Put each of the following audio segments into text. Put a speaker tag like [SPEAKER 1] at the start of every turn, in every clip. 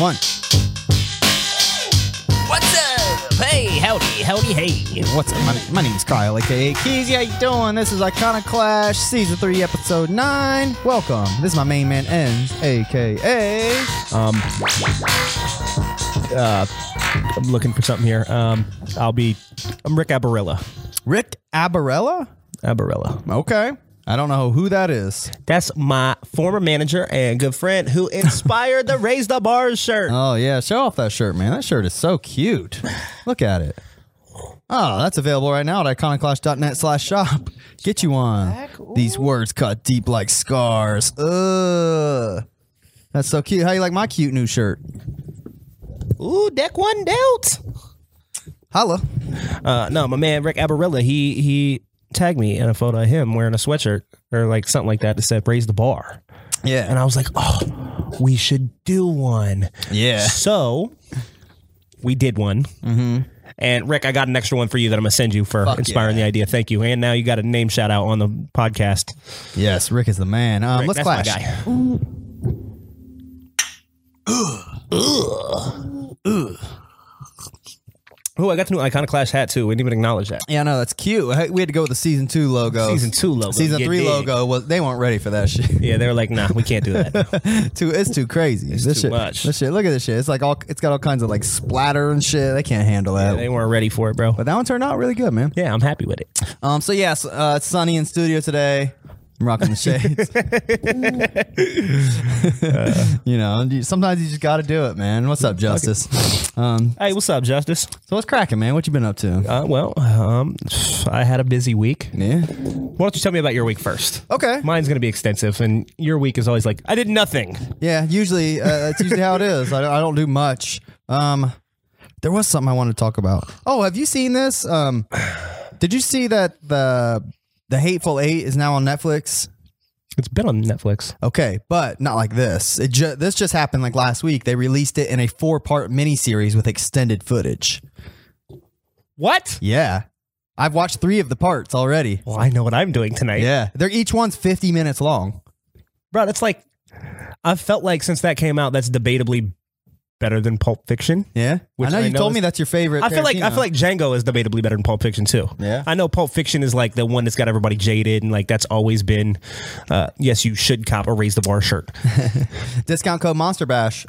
[SPEAKER 1] One.
[SPEAKER 2] What's up? Hey, howdy, howdy, hey.
[SPEAKER 1] What's up? My, name- my name's Kyle, aka Keys. How you doing? This is Iconic Clash, Season 3, Episode 9. Welcome. This is my main man, Enz, aka...
[SPEAKER 3] I'm looking for something here. Um, I'll be. I'm Rick Abarilla.
[SPEAKER 1] Rick Abarella?
[SPEAKER 3] Abarilla.
[SPEAKER 1] Okay. I don't know who that is.
[SPEAKER 3] That's my former manager and good friend who inspired the Raise the Bars shirt.
[SPEAKER 1] Oh, yeah. Show off that shirt, man. That shirt is so cute. Look at it. Oh, that's available right now at iconiclash.net slash shop. Get you one. These words cut deep like scars. Ugh. That's so cute. How you like my cute new shirt?
[SPEAKER 3] Ooh, deck one dealt.
[SPEAKER 1] Holla.
[SPEAKER 3] Uh, no, my man Rick Abarilla. He he tagged me in a photo of him wearing a sweatshirt or like something like that that said Raise the Bar,
[SPEAKER 1] Yeah.
[SPEAKER 3] and I was like, oh, we should do one.
[SPEAKER 1] Yeah.
[SPEAKER 3] So we did one. Mm-hmm. And Rick, I got an extra one for you that I'm gonna send you for
[SPEAKER 1] Fuck
[SPEAKER 3] inspiring
[SPEAKER 1] yeah.
[SPEAKER 3] the idea. Thank you. And now you got a name shout out on the podcast.
[SPEAKER 1] Yes, Rick is the man. Um, let's
[SPEAKER 3] That's
[SPEAKER 1] clash.
[SPEAKER 3] my guy. Oh, I got the new Iconoclash hat too. We didn't even acknowledge that.
[SPEAKER 1] Yeah, no, that's cute. Hey, We had to go with the season two logo.
[SPEAKER 3] Season two logo.
[SPEAKER 1] Season
[SPEAKER 3] You
[SPEAKER 1] three
[SPEAKER 3] dig.
[SPEAKER 1] logo was they weren't ready for that shit.
[SPEAKER 3] Yeah, they were like, nah, we can't do that.
[SPEAKER 1] too, it's too crazy. It's this
[SPEAKER 3] too
[SPEAKER 1] shit,
[SPEAKER 3] much.
[SPEAKER 1] This shit. Look at this shit. It's like all. It's got all kinds of like splatter and shit. They can't handle that.
[SPEAKER 3] they weren't ready for it, bro.
[SPEAKER 1] but that one turned out really good, man.
[SPEAKER 3] Yeah, I'm happy with it.
[SPEAKER 1] Um. So yes, uh, it's sunny in studio today. I'm rocking the shades. you know, you- sometimes you just got to do it, man. What's up, Justice? Um.
[SPEAKER 3] Hey, what's up, Justice?
[SPEAKER 1] So what's cracking, man? What you been up to?
[SPEAKER 3] Uh, well, um, I had a busy week.
[SPEAKER 1] Yeah.
[SPEAKER 3] Why don't you tell me about your week first?
[SPEAKER 1] Okay.
[SPEAKER 3] Mine's going to be extensive, and your week is always like, I did nothing.
[SPEAKER 1] Yeah, usually uh, that's usually how it is. I don't, I don't do much. Um, there was something I wanted to talk about. Oh, have you seen this? Um, did you see that the the Hateful Eight is now on Netflix?
[SPEAKER 3] It's been on Netflix.
[SPEAKER 1] Okay, but not like this. It ju- this just happened like last week. They released it in a four part miniseries with extended footage.
[SPEAKER 3] What?
[SPEAKER 1] Yeah, I've watched three of the parts already.
[SPEAKER 3] Well, I know what I'm doing tonight.
[SPEAKER 1] Yeah, they're each one's fifty minutes long.
[SPEAKER 3] Bro, that's like, I felt like since that came out, that's debatably better than Pulp Fiction.
[SPEAKER 1] Yeah,
[SPEAKER 3] Which
[SPEAKER 1] I know
[SPEAKER 3] I
[SPEAKER 1] you
[SPEAKER 3] know
[SPEAKER 1] told
[SPEAKER 3] is-
[SPEAKER 1] me that's your favorite.
[SPEAKER 3] I feel like I
[SPEAKER 1] Tarantino.
[SPEAKER 3] feel like Django is debatably better than Pulp Fiction too.
[SPEAKER 1] Yeah.
[SPEAKER 3] I know Pulp Fiction is like the one that's got everybody jaded and like that's always been. Uh, yes, you should cop a raise the bar shirt.
[SPEAKER 1] discount code Monster Bash.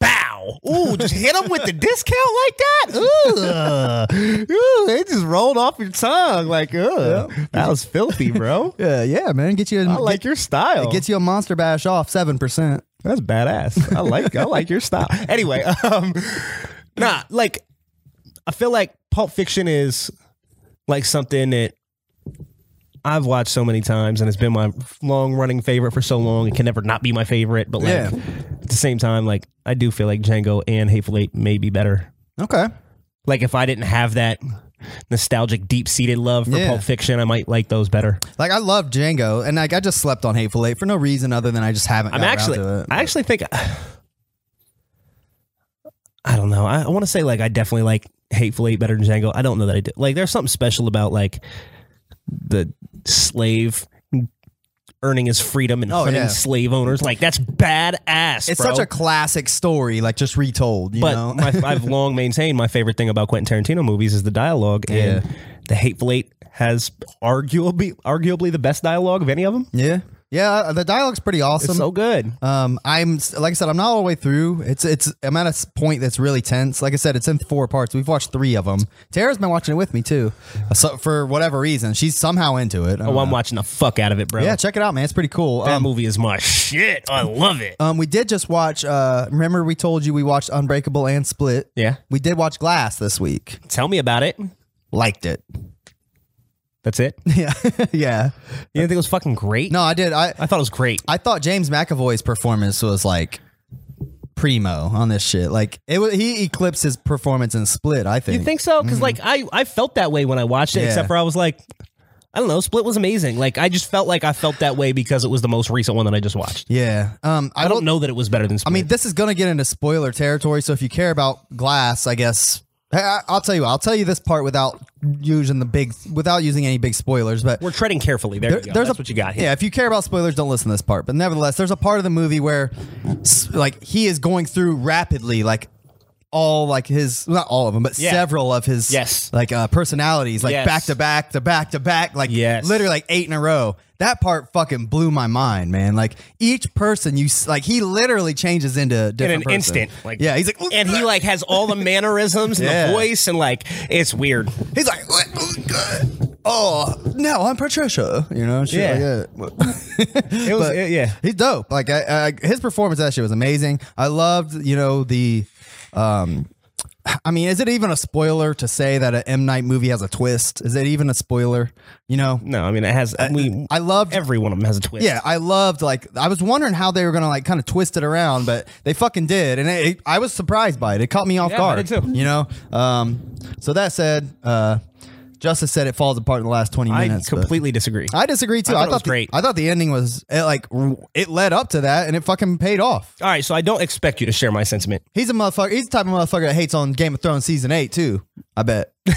[SPEAKER 3] Bow. Ooh, just hit them with the discount like that. Ooh, ooh, it just rolled off your tongue like, ugh. that was filthy, bro.
[SPEAKER 1] Yeah, yeah, man. Get you a,
[SPEAKER 3] I like your style.
[SPEAKER 1] It gets you a monster bash off seven percent.
[SPEAKER 3] That's badass. I like I like your style. Anyway, um nah, like I feel like Pulp Fiction is like something that I've watched so many times and it's been my long running favorite for so long. It can never not be my favorite, but like
[SPEAKER 1] Yeah.
[SPEAKER 3] at the same time, like I do feel like Django and Hateful Eight may be better.
[SPEAKER 1] Okay.
[SPEAKER 3] Like if I didn't have that nostalgic deep seated love for
[SPEAKER 1] Yeah.
[SPEAKER 3] Pulp Fiction, I might like those better.
[SPEAKER 1] Like I love Django, and like I just slept on Hateful Eight for no reason other than I just haven't.
[SPEAKER 3] I'm
[SPEAKER 1] gotten around
[SPEAKER 3] actually,
[SPEAKER 1] to it.
[SPEAKER 3] I actually think, I don't know. I, I want to say like I definitely like Hateful Eight better than Django. I don't know that I do. Like there's something special about like the slave earning his freedom and
[SPEAKER 1] Oh,
[SPEAKER 3] hunting
[SPEAKER 1] yeah.
[SPEAKER 3] slave owners. Like that's badass.
[SPEAKER 1] it's
[SPEAKER 3] bro.
[SPEAKER 1] such a classic story, like just retold. You know,
[SPEAKER 3] but my, I've long maintained my favorite thing about Quentin Tarantino movies is the dialogue, and
[SPEAKER 1] Yeah.
[SPEAKER 3] the Hateful Eight has arguably arguably the best dialogue of any of them.
[SPEAKER 1] yeah, yeah. uh, The dialogue's pretty awesome.
[SPEAKER 3] So good.
[SPEAKER 1] Um, I'm like I said, I'm not all the way through. It's it's I'm at a s- point that's really tense. Like I said, it's in four parts. We've watched three of them. Tara's been watching it with me too, so for whatever reason, she's somehow into it. I don't
[SPEAKER 3] Oh, I'm
[SPEAKER 1] know.
[SPEAKER 3] watching the fuck out of it, bro.
[SPEAKER 1] yeah, check it out, man. It's pretty cool.
[SPEAKER 3] That
[SPEAKER 1] Um,
[SPEAKER 3] movie is my shit. I love it.
[SPEAKER 1] Um, we did just watch. Uh, remember we told you we watched Unbreakable and Split.
[SPEAKER 3] Yeah.
[SPEAKER 1] we did watch Glass this week.
[SPEAKER 3] Tell me about it.
[SPEAKER 1] Liked it.
[SPEAKER 3] That's it. You
[SPEAKER 1] Yeah, yeah.
[SPEAKER 3] didn't think it was fucking great?
[SPEAKER 1] No, I did. I
[SPEAKER 3] I thought it was great.
[SPEAKER 1] I thought James McAvoy's performance was like primo on this shit. Like it was. He eclipsed his performance in Split. I think.
[SPEAKER 3] You think so? Because like I, I felt that way when I watched it,
[SPEAKER 1] Yeah.
[SPEAKER 3] except for I was like, I don't know. Split was amazing. Like I just felt like I felt that way because it was the most recent one that I just watched.
[SPEAKER 1] Yeah. Um. I,
[SPEAKER 3] I
[SPEAKER 1] don't.
[SPEAKER 3] don't know that it was better than Split.
[SPEAKER 1] I mean, this is gonna get into spoiler territory. So if you care about Glass, I guess Hey, I, I'll tell you. what, I'll tell you this part without using the big, without using any big spoilers. But
[SPEAKER 3] We're treading carefully. There, you go. That's what you got here.
[SPEAKER 1] Yeah, if you care about spoilers, don't listen to this part. But nevertheless, there's a part of the movie where, s- like, he is going through rapidly, like all like his not all of them, but
[SPEAKER 3] Yeah.
[SPEAKER 1] several of his
[SPEAKER 3] Yes.
[SPEAKER 1] like uh, personalities, like
[SPEAKER 3] Yes.
[SPEAKER 1] back to back to back to back, like
[SPEAKER 3] Yes.
[SPEAKER 1] literally like eight in a row. That part fucking blew my mind, man. Like each person you s- like, he literally changes into a different
[SPEAKER 3] In an
[SPEAKER 1] person.
[SPEAKER 3] instant, like
[SPEAKER 1] yeah, he's like, ah."
[SPEAKER 3] and he like has all the mannerisms and
[SPEAKER 1] Yeah.
[SPEAKER 3] the voice, and like it's weird.
[SPEAKER 1] he's like, oh no, I'm Patricia, you know, shit
[SPEAKER 3] Yeah.
[SPEAKER 1] like that.
[SPEAKER 3] It was
[SPEAKER 1] But-
[SPEAKER 3] it- yeah.
[SPEAKER 1] he's dope. Like I, I, his performance that shit was amazing. I loved, you know, the. Um, I mean, is it even a spoiler to say that an M Night movie has a twist? Is it even a spoiler? You know,
[SPEAKER 3] No, I mean it has. we
[SPEAKER 1] I loved.
[SPEAKER 3] every one of them has a twist.
[SPEAKER 1] Yeah, I loved. Like, I was wondering how they were gonna like kind of twist it around, but they fucking did, and it, it- I was surprised by it. It caught me off
[SPEAKER 3] Yeah, I
[SPEAKER 1] guard.
[SPEAKER 3] did too.
[SPEAKER 1] You know. Um. So that said, uh, Justice said it falls apart in the last twenty
[SPEAKER 3] I
[SPEAKER 1] minutes. but-
[SPEAKER 3] completely disagree.
[SPEAKER 1] I disagree too. I thought,
[SPEAKER 3] thought it was
[SPEAKER 1] the,
[SPEAKER 3] great.
[SPEAKER 1] I thought the ending was it like it led up to that and it fucking paid off.
[SPEAKER 3] all right, so I don't expect you to share my sentiment.
[SPEAKER 1] He's a motherfucker. He's the type of motherfucker that hates on Game of Thrones season eight too. I bet.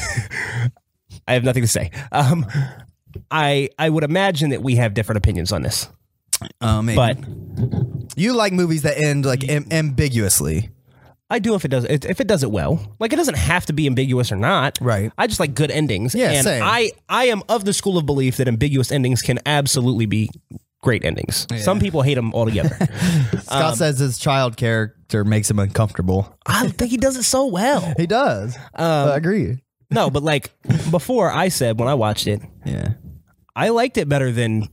[SPEAKER 3] I have nothing to say. Um, I I would imagine that we have different opinions on this,
[SPEAKER 1] Um,
[SPEAKER 3] but
[SPEAKER 1] you like movies that end like am- ambiguously.
[SPEAKER 3] I do if it does it- if it does it well. Like it doesn't have to be ambiguous or not.
[SPEAKER 1] Right.
[SPEAKER 3] I just like good endings.
[SPEAKER 1] Yeah,
[SPEAKER 3] And
[SPEAKER 1] same.
[SPEAKER 3] I I am of the school of belief that ambiguous endings can absolutely be great endings. Some people hate them altogether. Um,
[SPEAKER 1] Scott says his child character makes him uncomfortable.
[SPEAKER 3] I think he does it so well.
[SPEAKER 1] He does. I agree.
[SPEAKER 3] No, but like before, I said when I watched it,
[SPEAKER 1] Yeah.
[SPEAKER 3] I liked it better than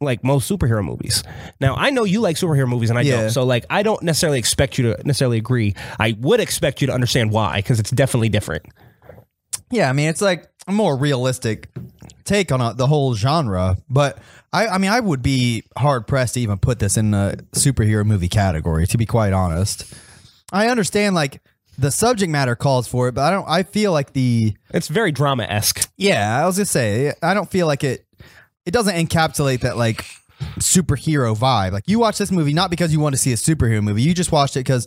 [SPEAKER 3] like most superhero movies. Now I know you like superhero movies and I
[SPEAKER 1] Yeah.
[SPEAKER 3] don't. So like I don't necessarily expect you to necessarily agree. I would expect you to understand why because it's definitely different.
[SPEAKER 1] Yeah, I mean, it's like a more realistic take on uh the whole genre. But I, I mean, I would be hard pressed to even put this in the superhero movie category. To be quite honest, I understand like the subject matter calls for it, but I don't. I feel like the
[SPEAKER 3] It's very drama esque.
[SPEAKER 1] yeah, I was gonna say I don't feel like it. It doesn't encapsulate that like superhero vibe. Like you watch this movie not because you want to see a superhero movie. You just watched it because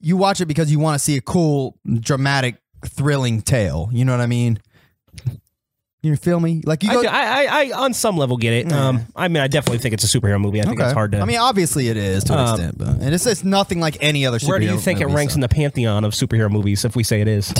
[SPEAKER 1] you watch it because you want to see a cool, dramatic, thrilling tale. You know what I mean? You feel me? Like you
[SPEAKER 3] I,
[SPEAKER 1] go.
[SPEAKER 3] I, I, I on some level get it. Um, I mean, I definitely think it's a superhero movie. I think
[SPEAKER 1] Okay.
[SPEAKER 3] it's hard to. Um,
[SPEAKER 1] I mean, obviously it is to an extent, but and it's it's nothing like any other. Superhero
[SPEAKER 3] where do you think it
[SPEAKER 1] movie,
[SPEAKER 3] ranks
[SPEAKER 1] so-
[SPEAKER 3] in the pantheon of superhero movies? If we say it is,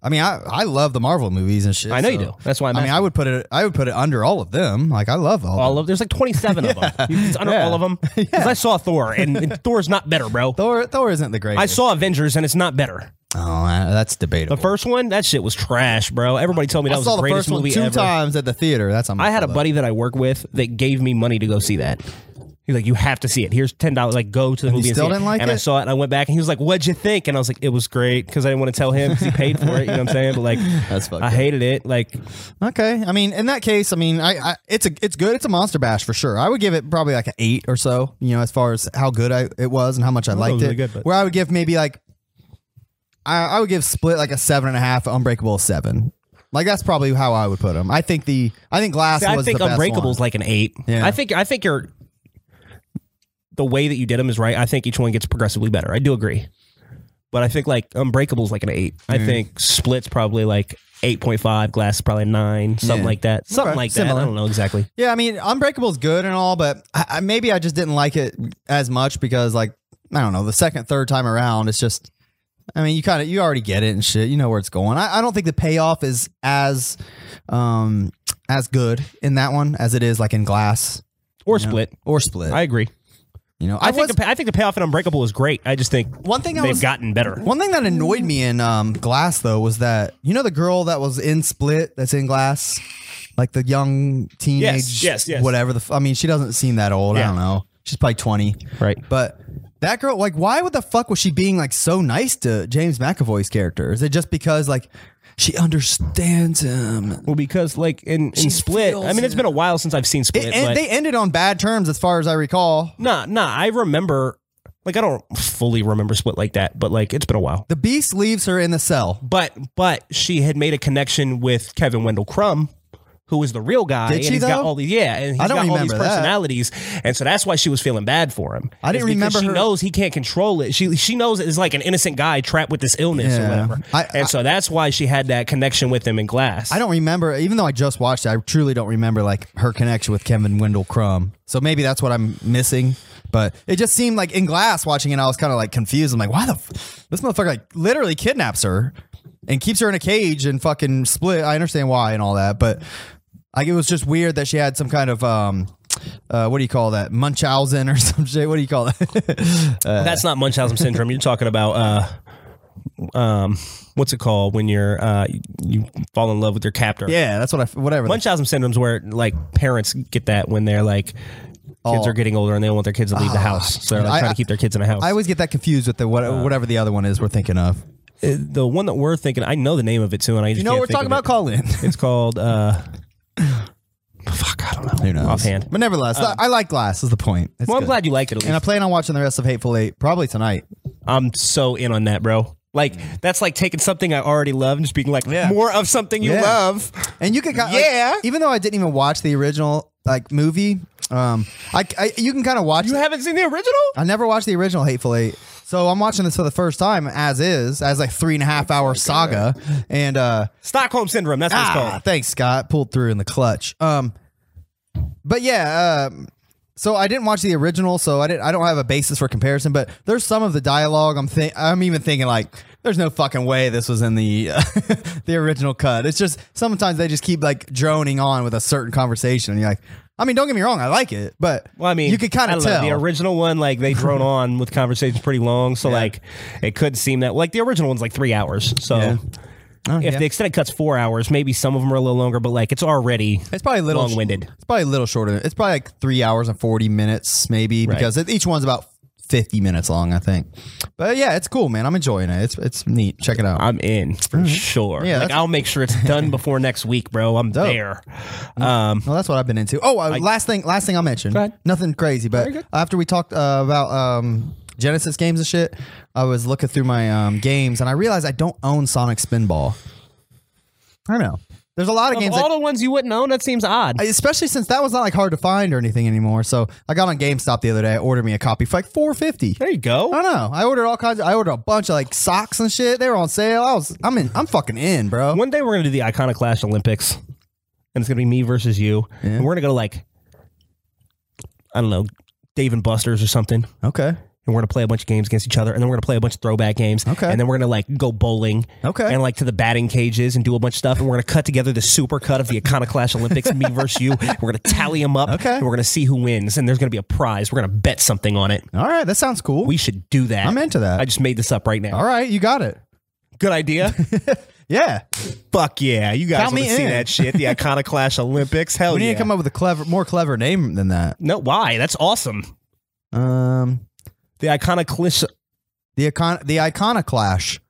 [SPEAKER 1] I mean, I, I love the Marvel movies and shit.
[SPEAKER 3] I know you
[SPEAKER 1] so-
[SPEAKER 3] do. That's why I'm
[SPEAKER 1] I mean, I would put it. I would put it under all of them. Like I love all.
[SPEAKER 3] all of there's like 27 of them. You- It's under all of them. Because I saw Thor, and, and Thor's not better, bro.
[SPEAKER 1] Thor, Thor isn't the
[SPEAKER 3] I
[SPEAKER 1] greatest.
[SPEAKER 3] saw Avengers, and it's not better.
[SPEAKER 1] oh, I- that's debatable.
[SPEAKER 3] The first one, that shit was trash, bro. Everybody told me that
[SPEAKER 1] I
[SPEAKER 3] was
[SPEAKER 1] saw
[SPEAKER 3] the
[SPEAKER 1] the
[SPEAKER 3] greatest
[SPEAKER 1] first one
[SPEAKER 3] movie
[SPEAKER 1] two
[SPEAKER 3] ever.
[SPEAKER 1] times at the theater. That's on my
[SPEAKER 3] I had a
[SPEAKER 1] phone.
[SPEAKER 3] buddy that I work with that gave me money to go see that. He's like, you have to see it. Here's ten dollars. Like, go to the movie.
[SPEAKER 1] still
[SPEAKER 3] and see
[SPEAKER 1] didn't
[SPEAKER 3] it.
[SPEAKER 1] like
[SPEAKER 3] And I
[SPEAKER 1] it?
[SPEAKER 3] saw it. and I went back, and he was like, "What'd you think?" And I was like, "It was great," because I didn't want to tell him because he paid for it. You know what I'm saying? But like,
[SPEAKER 1] That's fucked
[SPEAKER 3] I
[SPEAKER 1] up.
[SPEAKER 3] hated it. Like,
[SPEAKER 1] Okay, I mean, in that case, I mean, I, I it's a it's good. It's a monster bash for sure. I would give it probably like an eight or so. You know, as far as how good I it was and how much I
[SPEAKER 3] it
[SPEAKER 1] liked
[SPEAKER 3] was
[SPEAKER 1] it.
[SPEAKER 3] really good, but-
[SPEAKER 1] Where I would give maybe like I, I would give Split like a seven and a half. Unbreakable a seven. Like that's probably how I would put them. I think the I think Glass
[SPEAKER 3] I
[SPEAKER 1] was
[SPEAKER 3] think
[SPEAKER 1] the best
[SPEAKER 3] Unbreakable's
[SPEAKER 1] one.
[SPEAKER 3] like an eight.
[SPEAKER 1] Yeah.
[SPEAKER 3] I think I think you're the way that you did them is right. I think each one gets progressively better. I do agree, but I think like Unbreakable's like an eight. I think Split's probably like eight point five. Glass is probably a nine, something
[SPEAKER 1] Yeah.
[SPEAKER 3] like that. Something
[SPEAKER 1] Okay,
[SPEAKER 3] like that.
[SPEAKER 1] similar.
[SPEAKER 3] I don't know exactly.
[SPEAKER 1] Yeah, I mean, Unbreakable's good and all, but I, I, maybe I just didn't like it as much because, like, I don't know, the second, third time around, it's just, I mean, you kind of, you already get it and shit. You know where it's going. I, I don't think the payoff is as, um, as good in that one as it is like in Glass
[SPEAKER 3] Or Split.
[SPEAKER 1] or Split.
[SPEAKER 3] I agree.
[SPEAKER 1] you know,
[SPEAKER 3] I, think
[SPEAKER 1] was-
[SPEAKER 3] the, pa- I think the payoff in Unbreakable is great. I just think
[SPEAKER 1] one thing I
[SPEAKER 3] they've
[SPEAKER 1] was
[SPEAKER 3] gotten better.
[SPEAKER 1] One thing that annoyed me in um, Glass though was that you know the girl that was in Split that's in Glass, like the young teenage,
[SPEAKER 3] yes, yes.
[SPEAKER 1] whatever the. F- I mean, she doesn't seem that old. I
[SPEAKER 3] Yeah.
[SPEAKER 1] don't know. She's probably twenty,
[SPEAKER 3] Right.
[SPEAKER 1] But that girl, like, why would the fuck was she being like so nice to James McAvoy's character? Is it just because like she understands him?
[SPEAKER 3] Well, because like in, in Split, I
[SPEAKER 1] feels
[SPEAKER 3] mean, it's been a while since I've seen Split.
[SPEAKER 1] It,
[SPEAKER 3] but
[SPEAKER 1] and they ended on bad terms, as far as I recall.
[SPEAKER 3] nah, nah. I remember, like, I don't fully remember Split like that, but like, it's been a while.
[SPEAKER 1] The Beast leaves her in the cell.
[SPEAKER 3] But but she had made a connection with Kevin Wendell Crumb, who is the real guy.
[SPEAKER 1] Did
[SPEAKER 3] and
[SPEAKER 1] she,
[SPEAKER 3] he's got
[SPEAKER 1] though?
[SPEAKER 3] all these yeah, and he's
[SPEAKER 1] I don't
[SPEAKER 3] got all these
[SPEAKER 1] remember that.
[SPEAKER 3] personalities. And so that's why she was feeling bad for him.
[SPEAKER 1] I didn't
[SPEAKER 3] It's because
[SPEAKER 1] remember
[SPEAKER 3] she
[SPEAKER 1] her-
[SPEAKER 3] knows he can't control it. She she knows it's like an innocent guy trapped with this illness
[SPEAKER 1] Yeah.
[SPEAKER 3] or whatever.
[SPEAKER 1] I-
[SPEAKER 3] and so that's why she had that connection with him in glass.
[SPEAKER 1] I don't remember, even though I just watched it, I truly don't remember like her connection with Kevin Wendell Crumb. So maybe that's what I'm missing. But it just seemed like in Glass watching it, I was kind of like confused. I'm like, why the f- this motherfucker like literally kidnaps her and keeps her in a cage and fucking split. I understand why and all that, but like it was just weird that she had some kind of um, uh, what do you call that? Munchausen or some shit. What do you call that?
[SPEAKER 3] that's not Munchausen syndrome. You're talking about uh um what's it called when you're uh you, you fall in love with your captor.
[SPEAKER 1] yeah, that's what I whatever.
[SPEAKER 3] Munchausen syndrome's where like parents get that when they're like kids
[SPEAKER 1] Oh. Ah,
[SPEAKER 3] are getting older and they don't want their kids to leave the house, so they're like,
[SPEAKER 1] I-
[SPEAKER 3] trying
[SPEAKER 1] I-
[SPEAKER 3] to keep their kids in the house.
[SPEAKER 1] I always get that confused with the what, whatever the other one is we're thinking of.
[SPEAKER 3] Uh, the one that we're thinking, I know the name of it too, and I just
[SPEAKER 1] You know
[SPEAKER 3] can't
[SPEAKER 1] what we're
[SPEAKER 3] think
[SPEAKER 1] talking about?
[SPEAKER 3] of it.
[SPEAKER 1] Call in.
[SPEAKER 3] It's called uh, fuck, I don't know.
[SPEAKER 1] Who knows?
[SPEAKER 3] Offhand. Uh,
[SPEAKER 1] But nevertheless, I like Glass is the point. It's
[SPEAKER 3] Well, I'm
[SPEAKER 1] good.
[SPEAKER 3] glad you liked it. At
[SPEAKER 1] And I
[SPEAKER 3] least.
[SPEAKER 1] plan on watching the rest of Hateful Eight probably tonight.
[SPEAKER 3] I'm so in on that, bro. Like that's like taking something I already love and just being like
[SPEAKER 1] Yeah.
[SPEAKER 3] more of something you
[SPEAKER 1] Yeah.
[SPEAKER 3] love.
[SPEAKER 1] And you could, kind
[SPEAKER 3] Yeah.
[SPEAKER 1] even though I didn't even watch the original like movie, um, I, I you can kind of watch.
[SPEAKER 3] You haven't seen the original?
[SPEAKER 1] I never watched the original Hateful Eight, so I'm watching this for the first time as is, as like three and a half hour saga, and uh,
[SPEAKER 3] Stockholm syndrome. That's what it's
[SPEAKER 1] Ah,
[SPEAKER 3] called.
[SPEAKER 1] thanks, Scott. Pulled through in the clutch. Um, but yeah. Um, so I didn't watch the original, so I didn't. I don't have a basis for comparison. But there's some of the dialogue. I'm think. I'm even thinking like, there's no fucking way this was in the uh, the original cut. It's just sometimes they just keep like droning on with a certain conversation. And you're like, I mean, don't get me wrong, I like it, but
[SPEAKER 3] Well, I mean,
[SPEAKER 1] you could kind
[SPEAKER 3] I
[SPEAKER 1] of
[SPEAKER 3] don't know.
[SPEAKER 1] tell.
[SPEAKER 3] the original one. Like they drone on with conversations pretty long, so like it could seem that like the original one's like three hours. So
[SPEAKER 1] Yeah. Oh,
[SPEAKER 3] if
[SPEAKER 1] yeah.
[SPEAKER 3] the extended cut's four hours, maybe some of them are a little longer, but like it's already
[SPEAKER 1] It's probably a little
[SPEAKER 3] Long-winded.
[SPEAKER 1] It's probably a little shorter. It's probably like three hours and forty minutes, maybe, because it, each one's about fifty minutes long, I think. But yeah, it's cool, man. I'm enjoying it. It's it's neat. Check it out.
[SPEAKER 3] I'm in for sure.
[SPEAKER 1] Mm-hmm. Yeah,
[SPEAKER 3] like
[SPEAKER 1] that's-
[SPEAKER 3] I'll make sure it's done before next week, bro. I'm there. Um,
[SPEAKER 1] well, that's what I've been into. Oh, uh, last thing, last thing I'll mention.
[SPEAKER 3] Go ahead.
[SPEAKER 1] Nothing crazy, but
[SPEAKER 3] good.
[SPEAKER 1] after we talked uh, about um, Genesis games and shit, I was looking through my um, games and I realized I don't own Sonic Spinball. I know. There's a lot of,
[SPEAKER 3] of
[SPEAKER 1] games.
[SPEAKER 3] all
[SPEAKER 1] that-
[SPEAKER 3] the ones you wouldn't own, that seems odd.
[SPEAKER 1] especially since that was not like hard to find or anything anymore. So I got on GameStop the other day. I ordered me a copy for like four fifty.
[SPEAKER 3] there you go.
[SPEAKER 1] I don't know. I ordered all kinds. Of, I ordered a bunch of like socks and shit. They were on sale. I was. I'm in. I'm fucking in, bro.
[SPEAKER 3] One day we're gonna do the Iconoclash Olympics, and it's gonna be me versus you. And we're gonna go to like I don't know, Dave and Buster's or something.
[SPEAKER 1] Okay.
[SPEAKER 3] and we're gonna play a bunch of games against each other, and then we're gonna play a bunch of throwback games.
[SPEAKER 1] Okay.
[SPEAKER 3] And then we're gonna like go bowling.
[SPEAKER 1] Okay.
[SPEAKER 3] And like to the batting cages and do a bunch of stuff, and we're gonna cut together the super cut of the Iconoclash Olympics, me versus you. We're gonna tally them up.
[SPEAKER 1] Okay.
[SPEAKER 3] And we're gonna see who wins, and there's gonna be a prize. We're gonna bet something on it.
[SPEAKER 1] All right. That sounds cool.
[SPEAKER 3] We should do that.
[SPEAKER 1] I'm into that.
[SPEAKER 3] I just made this up right now.
[SPEAKER 1] all right. You got it.
[SPEAKER 3] Good idea.
[SPEAKER 1] Yeah.
[SPEAKER 3] Fuck yeah, you guys
[SPEAKER 1] Count me
[SPEAKER 3] want to see
[SPEAKER 1] in.
[SPEAKER 3] that shit? The Iconoclash Olympics. Hell
[SPEAKER 1] we need
[SPEAKER 3] yeah.
[SPEAKER 1] to come up with a clever, more clever name than that.
[SPEAKER 3] no, why? That's awesome.
[SPEAKER 1] Um,
[SPEAKER 3] The Iconoclash
[SPEAKER 1] the icon, the iconoclash.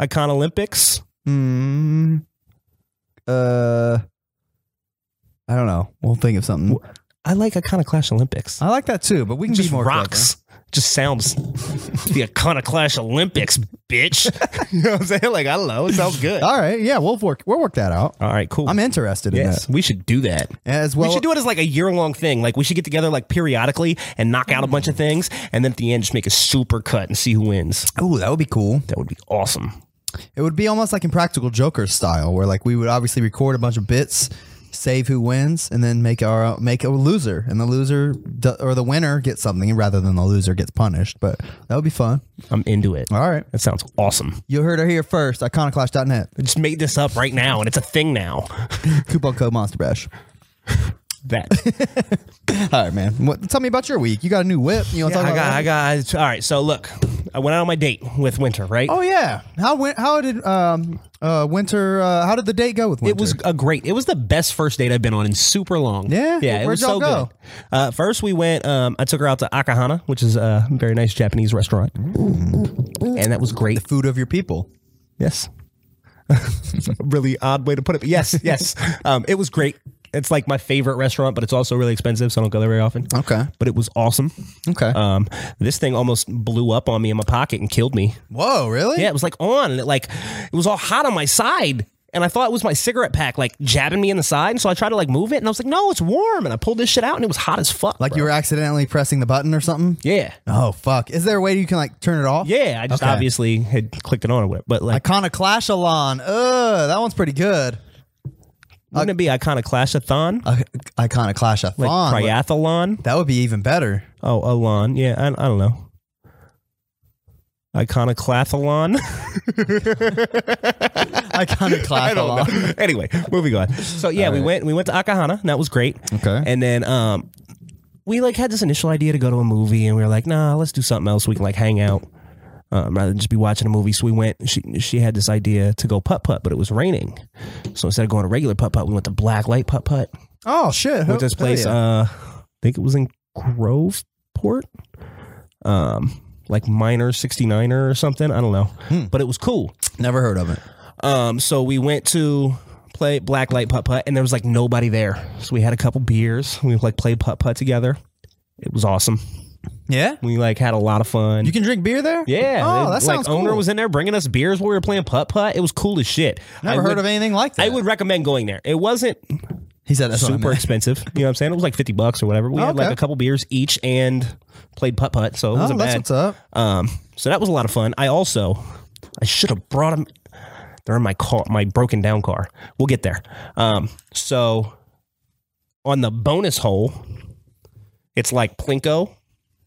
[SPEAKER 3] Icon Olympics.
[SPEAKER 1] Hmm. Uh. I don't know. We'll think of something.
[SPEAKER 3] I like Iconoclash Olympics.
[SPEAKER 1] I like that too, but we can
[SPEAKER 3] just
[SPEAKER 1] be more
[SPEAKER 3] rocks. Just sounds the Iconoclash Olympics, bitch. you know what I'm saying? Like, I don't know. It sounds good.
[SPEAKER 1] clever.
[SPEAKER 3] All
[SPEAKER 1] All right. Yeah. We'll work. We'll work that out.
[SPEAKER 3] right, cool.
[SPEAKER 1] I'm interested in
[SPEAKER 3] yes,
[SPEAKER 1] that
[SPEAKER 3] we should do that.
[SPEAKER 1] as well.
[SPEAKER 3] we should do it as like a year long thing. Like, we should get together like periodically and knock out a bunch of things, and then at the end, just make a super cut and see who wins.
[SPEAKER 1] Ooh, that would be cool.
[SPEAKER 3] That would be awesome.
[SPEAKER 1] It would be almost like in Practical Joker style, where like we would obviously record a bunch of bits, save who wins, and then make our make a loser, and the loser do, or the winner gets something rather than the loser gets punished. But that would be fun.
[SPEAKER 3] I'm into it.
[SPEAKER 1] All right,
[SPEAKER 3] That sounds awesome.
[SPEAKER 1] you heard her here first. Iconoclash.net
[SPEAKER 3] I just made this up right now, and it's a thing now.
[SPEAKER 1] coupon code Monster Bash.
[SPEAKER 3] That
[SPEAKER 1] All right, man. What, tell me about your week. You got a new whip. You want to
[SPEAKER 3] I
[SPEAKER 1] talk
[SPEAKER 3] got,
[SPEAKER 1] about?
[SPEAKER 3] I got. All right, so look, I went out on my date with Winter, right?
[SPEAKER 1] that? Oh yeah. How went? How did um uh winter? Uh, how did the date go with winter?
[SPEAKER 3] It was a great. It was the best first date I've been on in super long.
[SPEAKER 1] Yeah?
[SPEAKER 3] yeah. it
[SPEAKER 1] Where'd
[SPEAKER 3] was
[SPEAKER 1] y'all
[SPEAKER 3] so
[SPEAKER 1] go?
[SPEAKER 3] good. Uh, first, we went. Um, I took her out to Akahana, which is a very nice Japanese restaurant, and that was great.
[SPEAKER 1] food of your people.
[SPEAKER 3] Yes, really odd way to put it. But yes, yes. Um, it was great. It's like my favorite restaurant, but it's also really expensive, so I don't go there very often.
[SPEAKER 1] Okay.
[SPEAKER 3] But it was awesome.
[SPEAKER 1] Okay.
[SPEAKER 3] Um, this thing almost blew up on me in my pocket and killed me.
[SPEAKER 1] Whoa, really?
[SPEAKER 3] Yeah, it was like on, and it like it was all hot on my side. and I thought it was my cigarette pack like jabbing me in the side. And so I tried to like move it, and I was like, no, it's warm. And I pulled this shit out, and it was hot as fuck.
[SPEAKER 1] Like
[SPEAKER 3] bro.
[SPEAKER 1] you were accidentally pressing the button or something?
[SPEAKER 3] yeah,
[SPEAKER 1] Oh fuck! Is there a way you can like turn it off?
[SPEAKER 3] yeah. I just
[SPEAKER 1] Okay.
[SPEAKER 3] obviously had clicked it on or whatever. But like,
[SPEAKER 1] Iconoclashalon. Ugh, that one's pretty good.
[SPEAKER 3] wouldn't it be iconoclash-a-thon?
[SPEAKER 1] I- Iconoclashathon.
[SPEAKER 3] Like triathlon?
[SPEAKER 1] that would be even better.
[SPEAKER 3] Oh, alon. Yeah, I, I don't know. Iconoclathalon. I don't
[SPEAKER 1] Iconoclashalon.
[SPEAKER 3] know. anyway, moving on. So yeah, we went we went to Akahana. And that was great.
[SPEAKER 1] Okay.
[SPEAKER 3] And then um, we like had this initial idea to go to a movie, and we were like, nah, let's do something else. We can like hang out um, rather than just be watching a movie. So we went. She she had this idea to go putt putt, but it was raining. So instead of going to regular putt putt, we went to black light putt putt.
[SPEAKER 1] Oh shit!
[SPEAKER 3] Went to this place. Uh, I think it was in Groveport. Um. Like minor 69er or something. I don't know. But it was cool.
[SPEAKER 1] Never heard of it.
[SPEAKER 3] Um, so we went to play black light putt putt, and there was like nobody there. So we had a couple beers. We like played putt putt together. It was awesome.
[SPEAKER 1] Yeah,
[SPEAKER 3] We like had a lot of fun.
[SPEAKER 1] you can drink beer there.
[SPEAKER 3] yeah,
[SPEAKER 1] Oh,
[SPEAKER 3] it-
[SPEAKER 1] that
[SPEAKER 3] like
[SPEAKER 1] sounds
[SPEAKER 3] owner
[SPEAKER 1] cool.
[SPEAKER 3] was in there bringing us beers while we were playing putt putt. It was cool as shit.
[SPEAKER 1] Never
[SPEAKER 3] I
[SPEAKER 1] heard
[SPEAKER 3] would,
[SPEAKER 1] of anything like that.
[SPEAKER 3] I would recommend going there. It wasn't
[SPEAKER 1] He said that's
[SPEAKER 3] super
[SPEAKER 1] super.
[SPEAKER 3] expensive. You know what I'm saying? It was like 50 bucks or whatever. We had
[SPEAKER 1] Oh, Okay.
[SPEAKER 3] like a couple beers each and played putt putt. So it
[SPEAKER 1] Oh,
[SPEAKER 3] wasn't
[SPEAKER 1] that's
[SPEAKER 3] bad.
[SPEAKER 1] what's up.
[SPEAKER 3] Um, so that was a lot of fun. I also, I should have brought them. They're in my car, my broken down car. We'll get there. Um, so on the bonus hole, it's like plinko.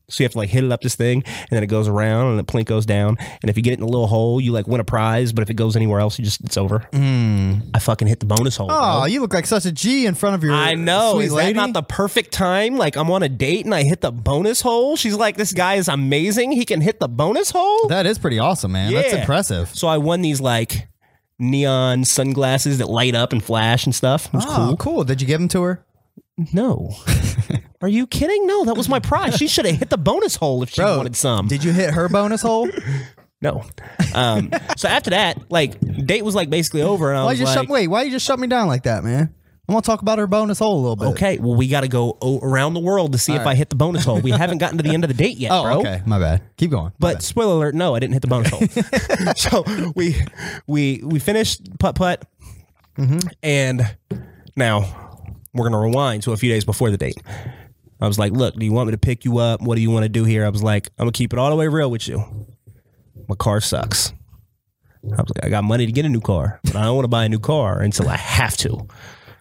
[SPEAKER 3] So you have to like hit it up this thing, and then it goes around, and the plinko's down. And if you get it in the little hole, you like win a prize. But if it goes anywhere else, you just it's over.
[SPEAKER 1] Hmm.
[SPEAKER 3] I fucking hit the bonus hole. bro.
[SPEAKER 1] Oh, you look like such a G in front of your.
[SPEAKER 3] I know.
[SPEAKER 1] sweet
[SPEAKER 3] Is
[SPEAKER 1] lady.
[SPEAKER 3] that not the perfect time? Like I'm on a date and I hit the bonus hole. She's like, "This guy is amazing. He can hit the bonus hole."
[SPEAKER 1] That is pretty awesome, man. That's
[SPEAKER 3] Yeah.
[SPEAKER 1] impressive.
[SPEAKER 3] So I won these like neon sunglasses that light up and flash and stuff. It was
[SPEAKER 1] Oh, cool. Did you give them to her,
[SPEAKER 3] cool. No. Are you kidding? No, that was my prize. She should have hit the bonus hole if she
[SPEAKER 1] Bro,
[SPEAKER 3] wanted some.
[SPEAKER 1] Did you hit her bonus hole?
[SPEAKER 3] no. Um, so after that, like date was like basically over and I
[SPEAKER 1] Why
[SPEAKER 3] was
[SPEAKER 1] you just
[SPEAKER 3] like,
[SPEAKER 1] shut, wait? Why you just shut me down like that, man? I'm gonna talk about her bonus hole a little bit.
[SPEAKER 3] okay, well we got to go o- around the world to see if I hit the bonus hole. We haven't gotten to the end of the date yet,
[SPEAKER 1] Oh,
[SPEAKER 3] bro.
[SPEAKER 1] okay. My bad. Keep going. My
[SPEAKER 3] But spoiler alert, no, I didn't hit the bonus hole. so we we we finished putt putt, Mm-hmm. and now we're gonna rewind to a few days before the date. I was like, "Look, do you want me to pick you up? What do you want to do here?" I was like, "I'm gonna keep it all the way real with you. My car sucks." I was like, "I got money to get a new car, but I don't want to buy a new car until I have to."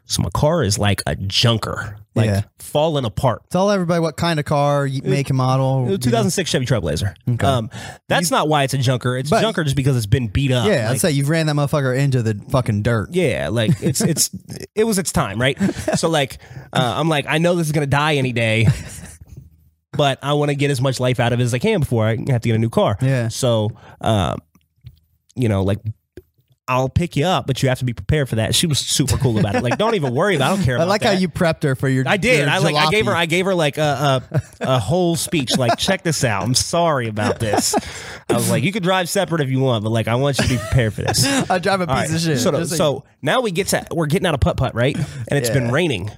[SPEAKER 3] So my car is like a junker, like
[SPEAKER 1] Yeah.
[SPEAKER 3] falling apart.
[SPEAKER 1] Tell everybody what kind of car, you make and model.
[SPEAKER 3] The 2006 Chevy Trailblazer. Um, that's not why it's a junker. It's
[SPEAKER 1] But-
[SPEAKER 3] junker just because it's been beat up.
[SPEAKER 1] Yeah, I'd
[SPEAKER 3] Like,
[SPEAKER 1] say you've ran that motherfucker into the fucking dirt.
[SPEAKER 3] yeah, like it's it's it was its time, right? So like, uh, I'm like, I know this is gonna die any day, but I want to get as much life out of it as I can before I have to get a new car.
[SPEAKER 1] Yeah.
[SPEAKER 3] So, um, you know, like. I'll pick you up, but you have to be prepared for that. She was super cool about it. Like, don't even worry about. it. I don't care.
[SPEAKER 1] I
[SPEAKER 3] About
[SPEAKER 1] like
[SPEAKER 3] that.
[SPEAKER 1] how you prepped her for your.
[SPEAKER 3] I did.
[SPEAKER 1] your
[SPEAKER 3] I like. I gave her.
[SPEAKER 1] jalopy.
[SPEAKER 3] I gave her like a, a a whole speech. Like, check this out. I'm sorry about this. I was like, you could drive separate if you want, but like, I want you to be prepared for this.
[SPEAKER 1] I drive a piece
[SPEAKER 3] All
[SPEAKER 1] of
[SPEAKER 3] right.
[SPEAKER 1] shit.
[SPEAKER 3] So,
[SPEAKER 1] Just like-
[SPEAKER 3] so now we get to we're getting out of putt putt right, and it's been raining.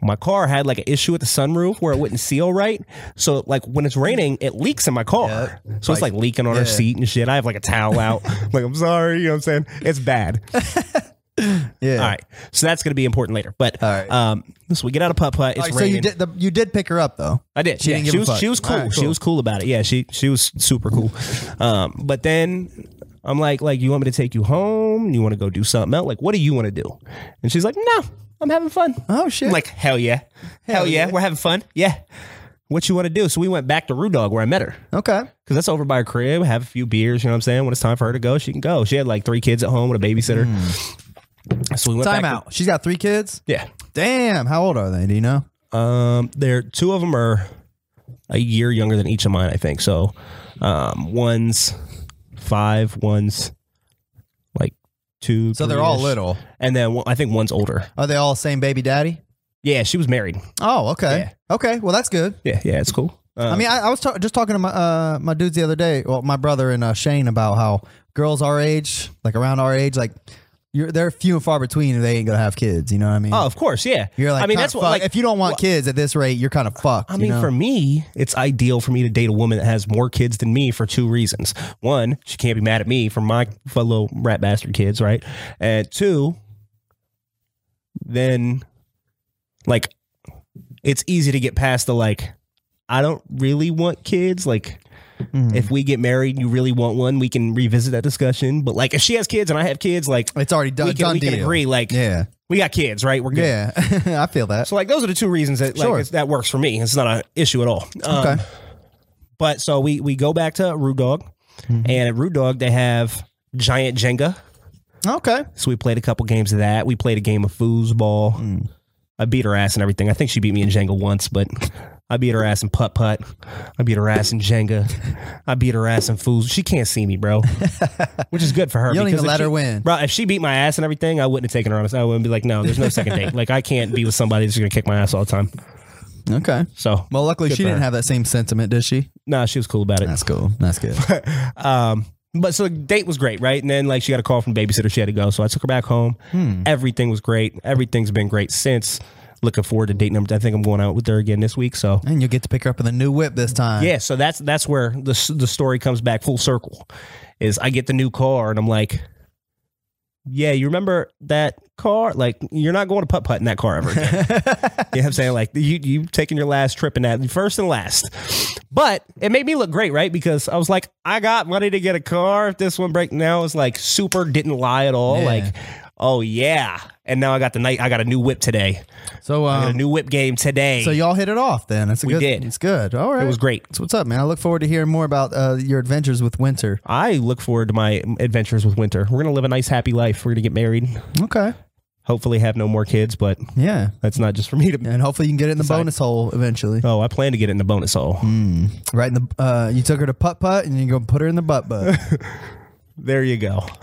[SPEAKER 3] My car had like an issue with the sunroof where it wouldn't seal right. So like when it's raining, it leaks in my car. So it's like leaking on her seat and shit. I have like a towel out. like I'm sorry, you know what I'm saying? It's bad.
[SPEAKER 1] yeah.
[SPEAKER 3] All right. So that's gonna be important later. But
[SPEAKER 1] All right.
[SPEAKER 3] um so we get out of putt putt.
[SPEAKER 1] All
[SPEAKER 3] It's
[SPEAKER 1] right, so
[SPEAKER 3] raining.
[SPEAKER 1] you did. The, you did pick her up though.
[SPEAKER 3] I did.
[SPEAKER 1] She
[SPEAKER 3] yeah.
[SPEAKER 1] didn't give
[SPEAKER 3] she
[SPEAKER 1] a
[SPEAKER 3] was
[SPEAKER 1] fuck.
[SPEAKER 3] she was cool.
[SPEAKER 1] All right,
[SPEAKER 3] She was cool about it. Yeah, she she was super cool. Um, but then I'm like, like, you want me to take you home? You want to go do something else? Like, what do you want to do? And she's like, no, I'm having fun.
[SPEAKER 1] Oh shit.
[SPEAKER 3] I'm like, hell yeah, hell, yeah. we're having fun. Yeah, what you want to do? So we went back to Rue Dog where I met her
[SPEAKER 1] okay.
[SPEAKER 3] because that's over by her crib. Have a few beers. You know what I'm saying? When it's time for her to go, she can go. She had like three kids at home with a babysitter. So we went
[SPEAKER 1] Hmm. Time
[SPEAKER 3] back to-
[SPEAKER 1] out. She's got three kids.
[SPEAKER 3] yeah.
[SPEAKER 1] Damn. How old are they? Do you know?
[SPEAKER 3] Um, they're two of them are a year younger than each of mine, I think. So, um, one's five, one's like two.
[SPEAKER 1] So they're all
[SPEAKER 3] three-ish.
[SPEAKER 1] little.
[SPEAKER 3] and then one- I think one's older.
[SPEAKER 1] Are they all same baby daddy?
[SPEAKER 3] Yeah, she was married.
[SPEAKER 1] Oh, okay. Okay. Well, that's good.
[SPEAKER 3] Yeah, yeah, it's cool. Uh,
[SPEAKER 1] I mean, I, I was ta- just talking to my uh, my dudes the other day, well, my brother and uh, Shane about how girls our age, like around our age, like you're they're few and far between if they ain't gonna have kids. You know what I mean?
[SPEAKER 3] Oh, of course, yeah.
[SPEAKER 1] you're like,
[SPEAKER 3] I mean,
[SPEAKER 1] kinda
[SPEAKER 3] that's what
[SPEAKER 1] fucked.
[SPEAKER 3] like
[SPEAKER 1] if you don't want kids at this rate, you're kind of fucked.
[SPEAKER 3] I
[SPEAKER 1] you
[SPEAKER 3] mean,
[SPEAKER 1] know?
[SPEAKER 3] for me, it's ideal for me to date a woman that has more kids than me for two reasons. One, she can't be mad at me for my fellow rat bastard kids, right? And two, then like it's easy to get past the like, I don't really want kids. Like,
[SPEAKER 1] Mhm.
[SPEAKER 3] if we get married and you really want one, we can revisit that discussion. But like, if she has kids and I have kids, like,
[SPEAKER 1] it's already done.
[SPEAKER 3] we can,
[SPEAKER 1] done
[SPEAKER 3] we can
[SPEAKER 1] deal.
[SPEAKER 3] agree. Like,
[SPEAKER 1] Yeah,
[SPEAKER 3] we got kids, right? We're good.
[SPEAKER 1] yeah. I feel that.
[SPEAKER 3] So like those are the two reasons that like,
[SPEAKER 1] Sure.
[SPEAKER 3] it's- that works for me. It's not an issue at all. Um,
[SPEAKER 1] Okay.
[SPEAKER 3] But so we we go back to Rude Dog,
[SPEAKER 1] Mm-hmm.
[SPEAKER 3] and at Rude Dog they have giant Jenga.
[SPEAKER 1] Okay.
[SPEAKER 3] So we played a couple games of that. We played a game of foosball.
[SPEAKER 1] Mm.
[SPEAKER 3] I beat her ass and everything. I think she beat me in Jenga once, but I beat her ass in putt putt. I beat her ass in Jenga. I beat her ass in foos. She can't see me, bro. Which is good for her.
[SPEAKER 1] You don't
[SPEAKER 3] because
[SPEAKER 1] even
[SPEAKER 3] if
[SPEAKER 1] let
[SPEAKER 3] she-
[SPEAKER 1] her win.
[SPEAKER 3] Bro, if she beat my ass and everything, I wouldn't have taken her on. I wouldn't be like, no, there's no second date. Like I can't be with somebody that's gonna kick my ass all the time.
[SPEAKER 1] Okay.
[SPEAKER 3] So
[SPEAKER 1] Well, luckily
[SPEAKER 3] Good
[SPEAKER 1] she
[SPEAKER 3] for
[SPEAKER 1] didn't
[SPEAKER 3] her.
[SPEAKER 1] have that same sentiment, did she?
[SPEAKER 3] Nah, she was cool about it.
[SPEAKER 1] That's cool. That's good.
[SPEAKER 3] Um, but so the date was great, right? And then like she got a call from the babysitter, she had to go, so I took her back home.
[SPEAKER 1] Hmm.
[SPEAKER 3] Everything was great. Everything's been great since. Looking forward to date number. I think I'm going out with her again this week. So
[SPEAKER 1] and you'll get to pick her up in the new whip this time.
[SPEAKER 3] yeah, so that's that's where the s- the story comes back full circle. Is I get the new car and I'm like, yeah, you remember that car? Like you're not going to putt putt in that car ever again. you know what I'm saying? Like you you taking your last trip in that first and last. But it made me look great, right? Because I was like, I got money to get a car. If this one break now is like super didn't lie at all.
[SPEAKER 1] Yeah.
[SPEAKER 3] Like, oh yeah. And now I got the night I got a new whip today.
[SPEAKER 1] So
[SPEAKER 3] I got a
[SPEAKER 1] um,
[SPEAKER 3] new whip game today.
[SPEAKER 1] so y'all hit it off then. That's a
[SPEAKER 3] We
[SPEAKER 1] good.
[SPEAKER 3] did.
[SPEAKER 1] It's good. All right.
[SPEAKER 3] it was great.
[SPEAKER 1] So what's up, man? I look forward to hearing more about uh, your adventures with Winter.
[SPEAKER 3] I look forward to my adventures with Winter. We're gonna live a nice, happy life. We're gonna get married.
[SPEAKER 1] Okay.
[SPEAKER 3] Hopefully, have no more kids, but
[SPEAKER 1] Yeah.
[SPEAKER 3] that's not just for me to.
[SPEAKER 1] And hopefully you can get it in the bonus hole eventually.
[SPEAKER 3] Oh, I plan to get it in the bonus hole.
[SPEAKER 1] Mm. Right in the uh, you took her to putt putt and you're gonna put her in the butt butt.
[SPEAKER 3] There you go.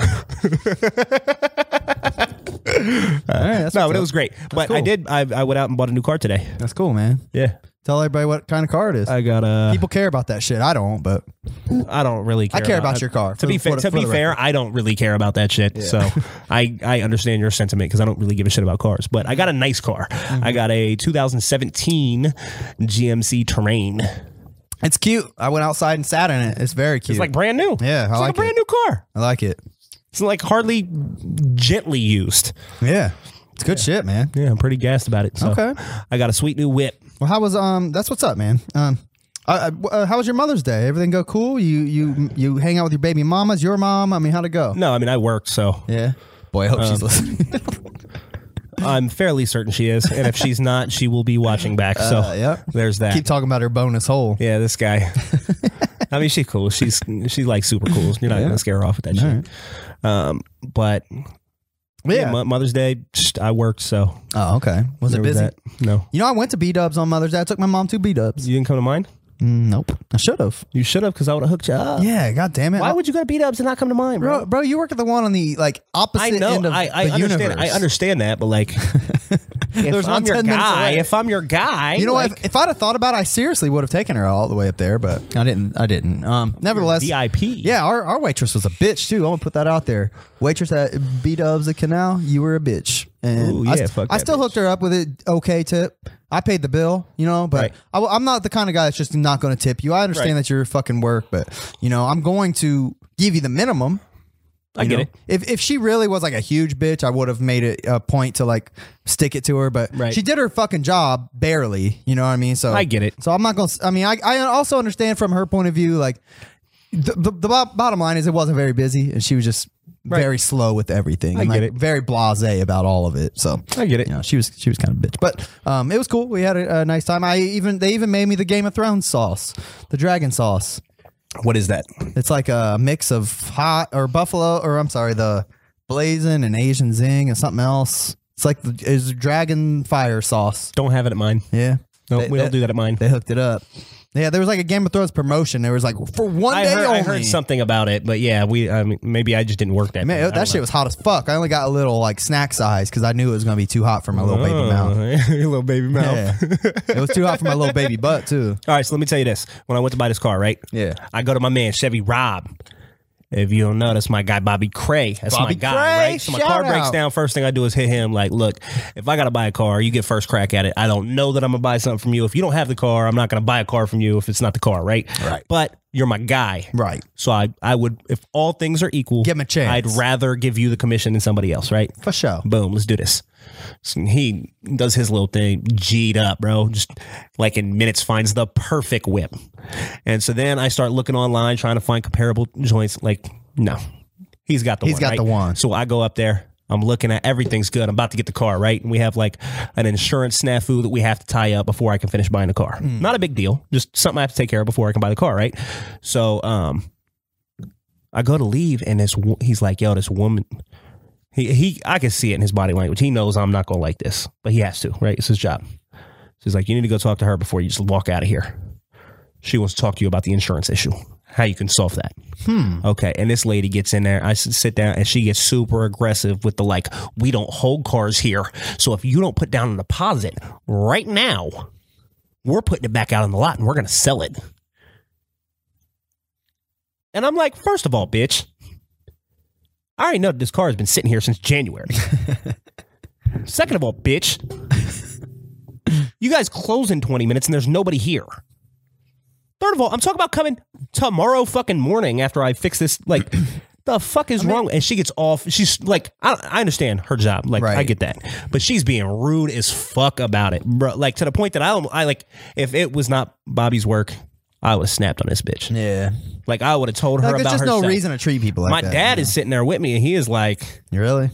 [SPEAKER 1] All right, that's
[SPEAKER 3] no,
[SPEAKER 1] what's
[SPEAKER 3] but it
[SPEAKER 1] up.
[SPEAKER 3] was great. But I
[SPEAKER 1] cool.
[SPEAKER 3] did. I, I went out and bought a new car today.
[SPEAKER 1] That's cool, man.
[SPEAKER 3] Yeah,
[SPEAKER 1] Tell everybody what kind of car it is.
[SPEAKER 3] I got a.
[SPEAKER 1] People care about that shit. I don't, but
[SPEAKER 3] I don't really. care
[SPEAKER 1] I care about your car,
[SPEAKER 3] To
[SPEAKER 1] for
[SPEAKER 3] be
[SPEAKER 1] the-
[SPEAKER 3] fair,
[SPEAKER 1] for the-
[SPEAKER 3] to be
[SPEAKER 1] for the
[SPEAKER 3] fair, I don't really care about that shit. So I I understand your sentiment because I don't really give a shit about cars. But I got a nice car.
[SPEAKER 1] Mm-hmm.
[SPEAKER 3] I got a 2017 GMC Terrain.
[SPEAKER 1] it's cute. I went outside and sat in it. It's very cute.
[SPEAKER 3] It's like brand new.
[SPEAKER 1] Yeah, I
[SPEAKER 3] it's like,
[SPEAKER 1] like
[SPEAKER 3] a
[SPEAKER 1] it.
[SPEAKER 3] brand new car.
[SPEAKER 1] I like it.
[SPEAKER 3] It's like hardly gently used.
[SPEAKER 1] Yeah, it's good shit, man.
[SPEAKER 3] Yeah, I'm pretty gassed about it. So
[SPEAKER 1] Okay.
[SPEAKER 3] I got a sweet new whip.
[SPEAKER 1] Well, how was um? That's what's up, man. Um, uh, uh, uh, how was your Mother's Day? Everything go cool? You you you hang out with your baby mamas, your mom. I mean, how'd it go?
[SPEAKER 3] No, Um, I mean I worked, so
[SPEAKER 1] Yeah. Boy, I hope she's listening.
[SPEAKER 3] I'm fairly certain she is. And if she's not, she will be watching back. So
[SPEAKER 1] Uh, yep.
[SPEAKER 3] there's that.
[SPEAKER 1] Keep talking about her bonus hole.
[SPEAKER 3] yeah, this guy. I mean, she's cool. She's she's like super cool. You're not gonna scare her off with that shit. Um, but yeah,
[SPEAKER 1] Yeah.
[SPEAKER 3] Mo- Mother's Day, psh, I worked, so
[SPEAKER 1] Oh, okay. Was
[SPEAKER 3] there
[SPEAKER 1] it
[SPEAKER 3] was
[SPEAKER 1] busy?
[SPEAKER 3] that. No,
[SPEAKER 1] You know, I went to B Dubs on Mother's Day. I took my mom to B Dubs.
[SPEAKER 3] you didn't come to mine. Mm,
[SPEAKER 1] Nope. I should have.
[SPEAKER 3] You should have, because I would have hooked you up.
[SPEAKER 1] Yeah. God damn it.
[SPEAKER 3] Why would you go to beat ups and not come to mine, bro?
[SPEAKER 1] bro, bro? You work at the one on the like opposite
[SPEAKER 3] I know.
[SPEAKER 1] end of
[SPEAKER 3] I, I
[SPEAKER 1] the
[SPEAKER 3] understand.
[SPEAKER 1] universe.
[SPEAKER 3] I understand that, but like, if
[SPEAKER 1] There's
[SPEAKER 3] I'm
[SPEAKER 1] one
[SPEAKER 3] your
[SPEAKER 1] 10 minutes
[SPEAKER 3] guy,
[SPEAKER 1] away.
[SPEAKER 3] if I'm your guy,
[SPEAKER 1] You know,
[SPEAKER 3] like,
[SPEAKER 1] what? if, if I'd have thought about it, I seriously would have taken her all the way up there, but I didn't. I didn't. Um, nevertheless,
[SPEAKER 3] VIP.
[SPEAKER 1] Yeah, our, our waitress was a bitch too. I'm gonna put that out there. Waitress at B Dubs at Canal, you were a bitch. And
[SPEAKER 3] Ooh,
[SPEAKER 1] I,
[SPEAKER 3] yeah,
[SPEAKER 1] st-
[SPEAKER 3] fuck
[SPEAKER 1] I
[SPEAKER 3] that
[SPEAKER 1] still
[SPEAKER 3] bitch.
[SPEAKER 1] hooked her up with an okay tip. I paid the bill, you know, but
[SPEAKER 3] Right.
[SPEAKER 1] I, am not the kind of guy that's just not gonna tip you. I understand
[SPEAKER 3] Right.
[SPEAKER 1] that you're fucking work, but you know, I'm going to give you the minimum.
[SPEAKER 3] I
[SPEAKER 1] you
[SPEAKER 3] get
[SPEAKER 1] know?
[SPEAKER 3] it.
[SPEAKER 1] If if she really was like a huge bitch, I would have made it a point to like stick it to her. But
[SPEAKER 3] Right.
[SPEAKER 1] she did her fucking job barely. You know what I mean? So
[SPEAKER 3] I get it.
[SPEAKER 1] So I'm not gonna. s- I mean, I I also understand from her point of view. Like the the, the bo- bottom line is it wasn't very busy, and she was just very slow with everything. I and
[SPEAKER 3] get
[SPEAKER 1] like,
[SPEAKER 3] it.
[SPEAKER 1] Very blasé about all of it. So
[SPEAKER 3] I get it.
[SPEAKER 1] you know, she was she was kind of a bitch, but um, it was cool. We had a, a nice time. I even they even made me the Game of Thrones sauce, the dragon sauce.
[SPEAKER 3] What is that?
[SPEAKER 1] It's like a mix of hot or buffalo, or I'm sorry, the blazing and Asian zing and something else. It's like the, it's dragon fire sauce.
[SPEAKER 3] Don't have it at mine.
[SPEAKER 1] Yeah,
[SPEAKER 3] No,
[SPEAKER 1] They-
[SPEAKER 3] we don't
[SPEAKER 1] they-
[SPEAKER 3] do that at mine.
[SPEAKER 1] They hooked it up. Yeah, there was like a Game of Thrones promotion. There was like for one
[SPEAKER 3] I
[SPEAKER 1] day
[SPEAKER 3] heard,
[SPEAKER 1] only.
[SPEAKER 3] I heard something about it, but yeah, we. I mean, maybe I just didn't work that.
[SPEAKER 1] Man,
[SPEAKER 3] day. I
[SPEAKER 1] that
[SPEAKER 3] don't
[SPEAKER 1] shit was hot as fuck. I only got a little like snack size because I knew it was gonna be too hot for my little baby
[SPEAKER 3] know.
[SPEAKER 1] mouth.
[SPEAKER 3] Oh, your little baby mouth.
[SPEAKER 1] Yeah, it was too hot for my little baby butt too.
[SPEAKER 3] All right, so let me tell you this. When I went to buy this car, right?
[SPEAKER 1] Yeah.
[SPEAKER 3] I go to my man Chevy Rob. If you don't know, that's my guy Bobby Cray. That's
[SPEAKER 1] Bobby
[SPEAKER 3] my guy,
[SPEAKER 1] Cray,
[SPEAKER 3] right? So my
[SPEAKER 1] shout
[SPEAKER 3] car breaks
[SPEAKER 1] out.
[SPEAKER 3] down. First thing I do is hit him. Like, look, if I gotta buy a car, you get first crack at it. I don't know that I'm gonna buy something from you. If you don't have the car, I'm not gonna buy a car from you if it's not the car, right?
[SPEAKER 1] Right.
[SPEAKER 3] But you're my guy.
[SPEAKER 1] Right.
[SPEAKER 3] So I, I would if all things are equal,
[SPEAKER 1] Give him a chance.
[SPEAKER 3] I'd rather give you the commission than somebody else, right?
[SPEAKER 1] For sure.
[SPEAKER 3] boom, let's do this. So he does his little thing, G'd up, bro. Just like in minutes, finds the perfect whip. And so then I start looking online, trying to find comparable joints. Like, no, he's got the
[SPEAKER 1] He's
[SPEAKER 3] one.
[SPEAKER 1] got
[SPEAKER 3] right?
[SPEAKER 1] the one.
[SPEAKER 3] So I go up there. I'm looking at everything's good. I'm about to get the car, right? And we have like an insurance snafu that we have to tie up before I can finish buying the car.
[SPEAKER 1] Hmm.
[SPEAKER 3] Not a big deal, just something I have to take care of before I can buy the car, right? So, um, I go to leave, and this wo- he's like, "Yo, this woman." He, he I can see it in his body language. He knows I'm not gonna like this, but he has to, right? It's his job. So he's like, "You need to go talk to her before you just walk out of here." She wants to talk to you about the insurance issue, how you can solve that. Hmm. Okay. And this lady gets in there. I s- sit down, and she gets super aggressive with the like, "We don't hold cars here, so if you don't put down a deposit right now, we're putting it back out on the lot and we're gonna sell it." And I'm like, first of all, bitch, I already know that this car has been sitting here since January. Second of all, bitch, you guys close in 20 minutes and there's nobody here. Third of all, I'm talking about coming tomorrow fucking morning after I fix this. Like, the fuck is wrong? And she gets off. She's like, I, I understand her job. Like, I
[SPEAKER 1] Right.
[SPEAKER 3] get that. But she's being rude as fuck about it, bro. Like, to the point that I, don't- I like, if it was not Bobby's work, I would have snapped on this bitch.
[SPEAKER 1] Yeah.
[SPEAKER 3] Like I would have told her
[SPEAKER 1] Like,
[SPEAKER 3] about
[SPEAKER 1] there's just
[SPEAKER 3] herself.
[SPEAKER 1] no reason to treat people like
[SPEAKER 3] my
[SPEAKER 1] that.
[SPEAKER 3] dad is sitting there with me, and he is like,
[SPEAKER 1] Really?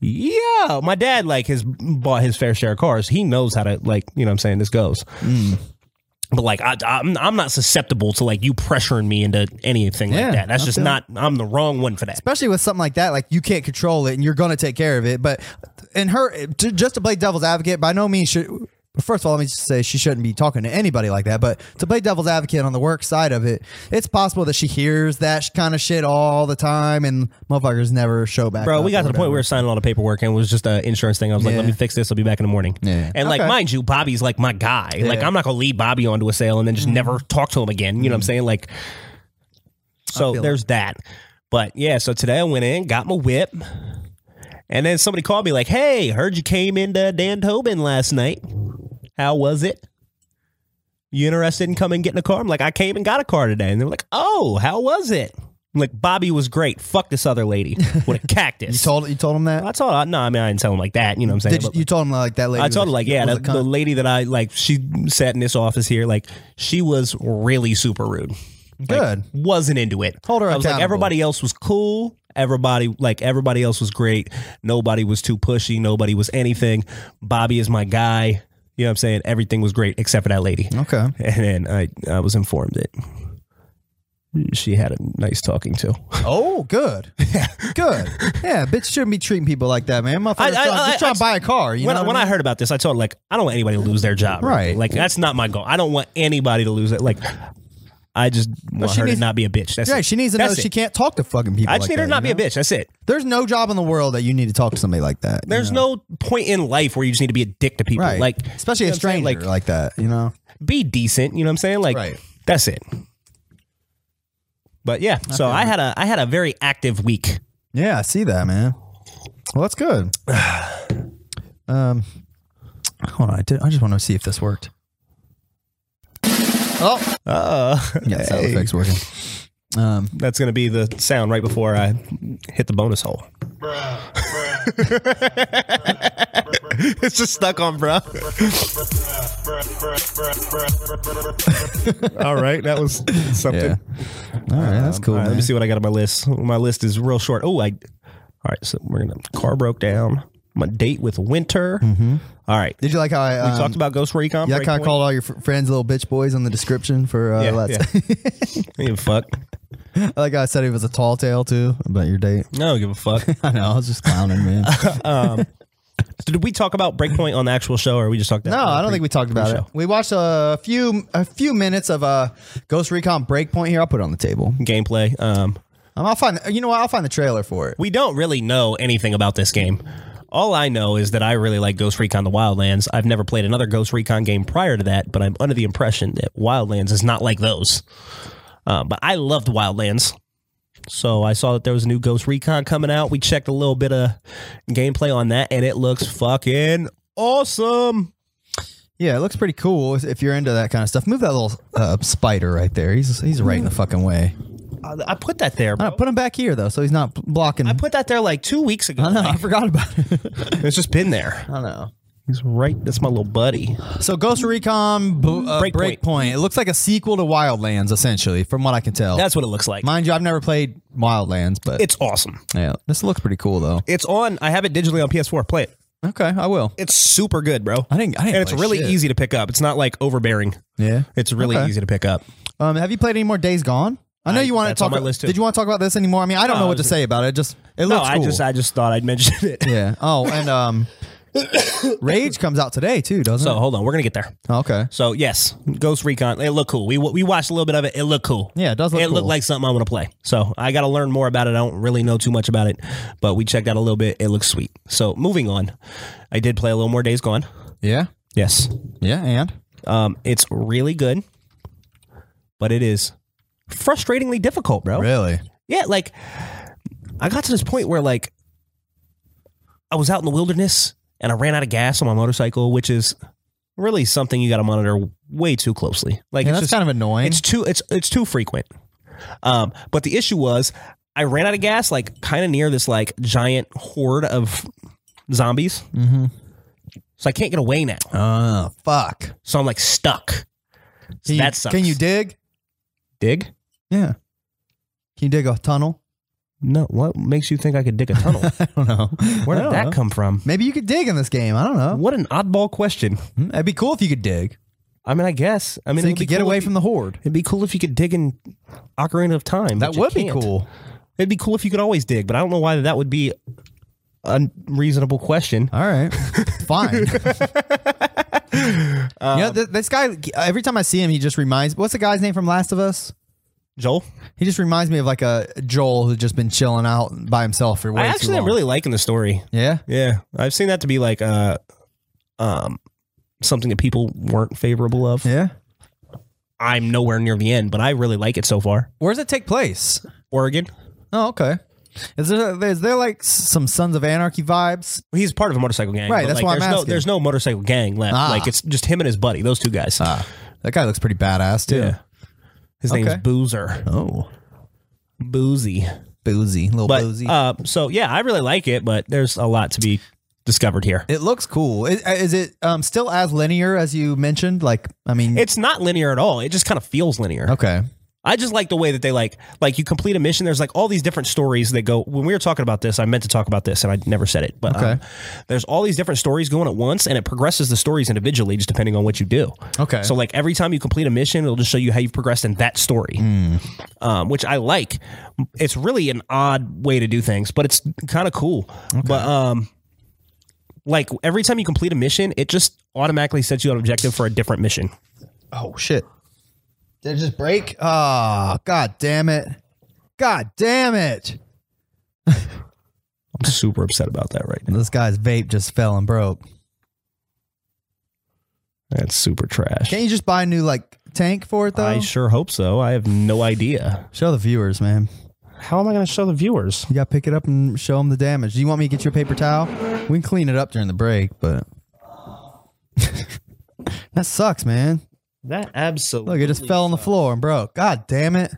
[SPEAKER 3] "Yeah." My dad like has bought his fair share of cars. He knows how to like, you know, what I'm saying this goes.
[SPEAKER 1] Hmm.
[SPEAKER 3] But like, I, I'm I'm not susceptible to like you pressuring me into anything
[SPEAKER 1] Yeah,
[SPEAKER 3] like that. That's
[SPEAKER 1] I
[SPEAKER 3] just
[SPEAKER 1] feel
[SPEAKER 3] not. I'm the wrong one for that.
[SPEAKER 1] especially with something like that like you can't control it and you're going to take care of it but and her j- just to play devil's advocate by no means should first of all let me just say she shouldn't be talking to anybody like that but to play devil's advocate on the work side of it it's possible that she hears that sh- kind of shit all the time and motherfuckers never show back
[SPEAKER 3] Bro,
[SPEAKER 1] up
[SPEAKER 3] we got
[SPEAKER 1] or
[SPEAKER 3] to the point where we were signing all the paperwork and it was just an insurance thing. I was like,
[SPEAKER 1] Uh, Yeah.
[SPEAKER 3] let me fix this. I'll be back in the morning.
[SPEAKER 1] Yeah.
[SPEAKER 3] And like,
[SPEAKER 1] Okay.
[SPEAKER 3] mind you, Bobby's like my guy. Like,
[SPEAKER 1] Yeah. Mm-hmm.
[SPEAKER 3] I'm not going to lead Bobby onto a sale and then just never talk to him again. You know what I'm saying? Like, so
[SPEAKER 1] feel
[SPEAKER 3] there's that. But yeah, so today I went in, got my whip. And then somebody called me like, hey, heard you came into Dan Tobin last night. How was it? You interested in coming and getting a car? I'm like, I came and got a car today. And they're like, oh, how was it? I'm like, Bobby was great. Fuck this other lady with a cactus.
[SPEAKER 1] you told you told him that
[SPEAKER 3] I told her, no, I mean, I didn't tell him like that. You know what I'm saying?
[SPEAKER 1] did you,
[SPEAKER 3] But,
[SPEAKER 1] you told him like that lady
[SPEAKER 3] I
[SPEAKER 1] was
[SPEAKER 3] told her,
[SPEAKER 1] a-
[SPEAKER 3] like, yeah,
[SPEAKER 1] was
[SPEAKER 3] the,
[SPEAKER 1] a cunt?
[SPEAKER 3] the lady that I, like, she sat in this office here, like, she was really super rude.
[SPEAKER 1] good
[SPEAKER 3] Wasn't into it.
[SPEAKER 1] Hold her
[SPEAKER 3] I was like,
[SPEAKER 1] accountable.
[SPEAKER 3] everybody else was cool. Everybody, like, everybody else was great. Nobody was too pushy. Nobody was anything. Bobby is my guy. You know what I'm saying? Everything was great except for that lady.
[SPEAKER 1] okay
[SPEAKER 3] And then I, I was informed that she had a nice talking to.
[SPEAKER 1] oh good good yeah bitch shouldn't be treating people like that man motherfuckers
[SPEAKER 3] I- I-
[SPEAKER 1] trying-
[SPEAKER 3] I-
[SPEAKER 1] just trying
[SPEAKER 3] I-
[SPEAKER 1] to buy a car you
[SPEAKER 3] when,
[SPEAKER 1] know what
[SPEAKER 3] when
[SPEAKER 1] I
[SPEAKER 3] I heard about this, I told like I don't want anybody to lose their job.
[SPEAKER 1] Right.
[SPEAKER 3] Like that's not my goal. I don't want anybody to lose it. Like I just want
[SPEAKER 1] she
[SPEAKER 3] her
[SPEAKER 1] needs-
[SPEAKER 3] to not be a bitch. That's
[SPEAKER 1] mean? yeah
[SPEAKER 3] it.
[SPEAKER 1] she needs to know
[SPEAKER 3] That's
[SPEAKER 1] she
[SPEAKER 3] it.
[SPEAKER 1] can't talk to fucking people
[SPEAKER 3] I just
[SPEAKER 1] like
[SPEAKER 3] need
[SPEAKER 1] that,
[SPEAKER 3] her to not
[SPEAKER 1] you
[SPEAKER 3] be a
[SPEAKER 1] know?
[SPEAKER 3] bitch. That's it.
[SPEAKER 1] There's no job in the world that you need to talk to somebody like that. you
[SPEAKER 3] There's
[SPEAKER 1] know?
[SPEAKER 3] no point in life where you just need to be a dick to people.
[SPEAKER 1] right,
[SPEAKER 3] Like
[SPEAKER 1] especially a
[SPEAKER 3] you know what I'm saying?
[SPEAKER 1] stranger like, that. You know,
[SPEAKER 3] Like be decent. You know what I'm saying? Like
[SPEAKER 1] Right.
[SPEAKER 3] that's it. But yeah, so I had a I had a very active week.
[SPEAKER 1] yeah, I see that, man. Well, that's good. um, hold on, I, did, I just want to see if this worked. Oh,
[SPEAKER 3] Uh,
[SPEAKER 1] yeah, sound effects working. Um,
[SPEAKER 3] that's gonna be the sound right before I hit the bonus hole. it's just stuck on bruh. All right, that was something.
[SPEAKER 1] yeah. All right, that's cool.
[SPEAKER 3] Um, All right, let me
[SPEAKER 1] man.
[SPEAKER 3] see what I got on my list. My list is real short. Oh, I. All right, so we're gonna car broke down. My date with winter. All right,
[SPEAKER 1] Did you like how I
[SPEAKER 3] we
[SPEAKER 1] um,
[SPEAKER 3] talked about Ghost Recon.
[SPEAKER 1] Mm-hmm. Yeah, I kind of called all your fr- friends little bitch boys on the description for uh,
[SPEAKER 3] Yeah,
[SPEAKER 1] let's.
[SPEAKER 3] I don't give a fuck.
[SPEAKER 1] I like how I said it was a tall tale too about your date.
[SPEAKER 3] I don't give a fuck.
[SPEAKER 1] I know I was just clowning, man.
[SPEAKER 3] So did we talk about Breakpoint on the actual show, or we just talked?
[SPEAKER 1] No, I don't think we talked about it.
[SPEAKER 3] pre-show. we
[SPEAKER 1] We watched a few a few minutes of uh, Ghost Recon Breakpoint here. I'll put it on the table.
[SPEAKER 3] gameplay. Um,
[SPEAKER 1] Um, I'll find you know what? I'll find the trailer for it.
[SPEAKER 3] we don't really know anything about this game. All I know is that I really like Ghost Recon the Wildlands. I've never played another Ghost Recon game prior to that, but I'm under Uh, the impression that Wildlands is not like those. Um, but I loved Wildlands. So I saw that there was a new Ghost Recon coming out. We checked a little bit of gameplay on that, and it looks fucking awesome.
[SPEAKER 1] Yeah, it looks pretty cool if- if you're into that kind of stuff. Move that little uh, spider right there. He's he's right in the fucking way.
[SPEAKER 3] I, I put that there.
[SPEAKER 1] I
[SPEAKER 3] bro.
[SPEAKER 1] don't- put him back here though, so he's not bl- blocking.
[SPEAKER 3] I put that there like two weeks ago.
[SPEAKER 1] I know. I forgot about it.
[SPEAKER 3] It's just been there.
[SPEAKER 1] I know.
[SPEAKER 3] He's right. That's my little buddy.
[SPEAKER 1] So Ghost Recon bo- uh,
[SPEAKER 3] Breakpoint.
[SPEAKER 1] Breakpoint. It looks like a sequel to Wildlands, essentially, from what I can tell.
[SPEAKER 3] That's what it looks like.
[SPEAKER 1] Mind you, I've never played Wildlands, but
[SPEAKER 3] it's awesome.
[SPEAKER 1] yeah, this looks pretty cool though.
[SPEAKER 3] It's on. I have it digitally on PS4. Play it.
[SPEAKER 1] Okay, I will.
[SPEAKER 3] It's super good, bro.
[SPEAKER 1] I didn't. I didn't
[SPEAKER 3] and it's
[SPEAKER 1] play
[SPEAKER 3] really
[SPEAKER 1] shit.
[SPEAKER 3] easy to pick up. It's not like overbearing.
[SPEAKER 1] Yeah.
[SPEAKER 3] It's really
[SPEAKER 1] Okay.
[SPEAKER 3] easy to pick up.
[SPEAKER 1] Um, have you played any more Days Gone? I know
[SPEAKER 3] I-
[SPEAKER 1] you want to
[SPEAKER 3] that's on
[SPEAKER 1] talk.
[SPEAKER 3] my
[SPEAKER 1] about-
[SPEAKER 3] list, too.
[SPEAKER 1] Did you want to talk about this anymore? I mean, I don't know what to say about it. Just it
[SPEAKER 3] No,
[SPEAKER 1] looks
[SPEAKER 3] I
[SPEAKER 1] cool.
[SPEAKER 3] just I just thought I'd mention it.
[SPEAKER 1] yeah. Oh, and um, Rage comes out today too, doesn't
[SPEAKER 3] So hold on, we're gonna get there.
[SPEAKER 1] it? Okay.
[SPEAKER 3] So yes, Ghost Recon. It looked cool. We we watched a little bit of it. It looked cool.
[SPEAKER 1] Yeah, it does look
[SPEAKER 3] It looked
[SPEAKER 1] cool.
[SPEAKER 3] like something I want to play. So I got to learn more about it. I don't really know too much about it, but we checked out a little bit. It looks sweet. So moving on, I did play a little more Days Gone.
[SPEAKER 1] Yeah.
[SPEAKER 3] Yes,
[SPEAKER 1] Yeah. And
[SPEAKER 3] um, it's really good, but it is frustratingly difficult, bro.
[SPEAKER 1] really,
[SPEAKER 3] Yeah, like I got to this point where like I was out in the wilderness and I ran out of gas on my motorcycle, which is really something you got to monitor way too closely. Like
[SPEAKER 1] yeah,
[SPEAKER 3] it's
[SPEAKER 1] that's
[SPEAKER 3] just
[SPEAKER 1] kind of annoying.
[SPEAKER 3] it's too it's it's too frequent. Um, but the issue was I ran out of gas like kind of near this like giant horde of zombies. Mm-hmm. So I can't get away now.
[SPEAKER 1] Oh fuck.
[SPEAKER 3] So I'm like stuck.
[SPEAKER 1] Can you,
[SPEAKER 3] that sucks.
[SPEAKER 1] Can you dig?
[SPEAKER 3] dig?
[SPEAKER 1] Yeah. Can you dig a tunnel?
[SPEAKER 3] No. What makes you think I could dig a tunnel?
[SPEAKER 1] I don't know.
[SPEAKER 3] Where
[SPEAKER 1] I
[SPEAKER 3] did
[SPEAKER 1] don't
[SPEAKER 3] that
[SPEAKER 1] know.
[SPEAKER 3] come from?
[SPEAKER 1] Maybe you could dig in this game. I don't know.
[SPEAKER 3] What an oddball question.
[SPEAKER 1] Hmm, It'd be cool if you could dig.
[SPEAKER 3] I mean, I guess. I mean,
[SPEAKER 1] So you
[SPEAKER 3] it'd be
[SPEAKER 1] could get
[SPEAKER 3] cool
[SPEAKER 1] away
[SPEAKER 3] if you-
[SPEAKER 1] from the horde.
[SPEAKER 3] It'd be cool if you could dig in Ocarina of Time.
[SPEAKER 1] That
[SPEAKER 3] but you
[SPEAKER 1] would be
[SPEAKER 3] can't.
[SPEAKER 1] cool.
[SPEAKER 3] It'd be cool if you could always dig, but I don't know why that would be a reasonable question.
[SPEAKER 1] All right, fine. you
[SPEAKER 3] Um,
[SPEAKER 1] know, th- this guy. Every time I see him, he just reminds. What's the guy's name from Last of Us?
[SPEAKER 3] Joel,
[SPEAKER 1] He just reminds me of like a Joel who's just been chilling out by himself for way
[SPEAKER 3] I
[SPEAKER 1] too
[SPEAKER 3] actually am
[SPEAKER 1] long.
[SPEAKER 3] really liking the story.
[SPEAKER 1] yeah.
[SPEAKER 3] Yeah, I've seen that to be like uh, um, something that people weren't favorable of.
[SPEAKER 1] Yeah.
[SPEAKER 3] I'm nowhere near the end, but I really like it so far.
[SPEAKER 1] Where does it take place?
[SPEAKER 3] Oregon.
[SPEAKER 1] Oh, okay. Is there is there like s- some Sons of Anarchy vibes?
[SPEAKER 3] He's part of a motorcycle gang,
[SPEAKER 1] Right,
[SPEAKER 3] but,
[SPEAKER 1] that's
[SPEAKER 3] like,
[SPEAKER 1] why I'm
[SPEAKER 3] there's no,
[SPEAKER 1] asking.
[SPEAKER 3] There's no motorcycle gang left.
[SPEAKER 1] Ah.
[SPEAKER 3] Like it's just him and his buddy, those two guys.
[SPEAKER 1] Ah, that guy looks pretty badass too.
[SPEAKER 3] Yeah. His name's
[SPEAKER 1] Okay.
[SPEAKER 3] Boozer.
[SPEAKER 1] Oh,
[SPEAKER 3] Boozy.
[SPEAKER 1] boozy, little
[SPEAKER 3] But
[SPEAKER 1] boozy.
[SPEAKER 3] uh, so yeah, I really like it, but there's a lot to be discovered here.
[SPEAKER 1] it looks cool. Is, is it um, still as linear as you mentioned? Like, I mean,
[SPEAKER 3] It's not linear at all. It just kind of feels linear.
[SPEAKER 1] okay.
[SPEAKER 3] I just like the way that they like like you complete a mission. There's like all these different stories that go. When we were talking about this, I meant to talk about this and I never said it. But um,
[SPEAKER 1] Okay.
[SPEAKER 3] there's all these different stories going at once, and it progresses the stories individually, just depending on what you do.
[SPEAKER 1] Okay.
[SPEAKER 3] So like every time you complete a mission, it'll just show you how you've progressed in that story, um, which I like. It's really an odd way to do things, but it's kind of cool. But um, like every time you complete a mission, it just automatically sets you an objective for a different mission.
[SPEAKER 1] Oh shit. Did it just break? Oh, god damn it. God damn it.
[SPEAKER 3] I'm super upset about that right now.
[SPEAKER 1] This guy's vape just fell and broke.
[SPEAKER 3] That's super trash.
[SPEAKER 1] Can't you just buy a new like tank for it though?
[SPEAKER 3] I sure hope so. I have no idea.
[SPEAKER 1] show the viewers, man.
[SPEAKER 3] How am I going to show the viewers?
[SPEAKER 1] You gotta pick it up and show them the damage. Do you want me to get you a paper towel? We can clean it up during the break, but that sucks, man.
[SPEAKER 3] That absolutely.
[SPEAKER 1] Look, it just fell on the floor and broke. God damn it.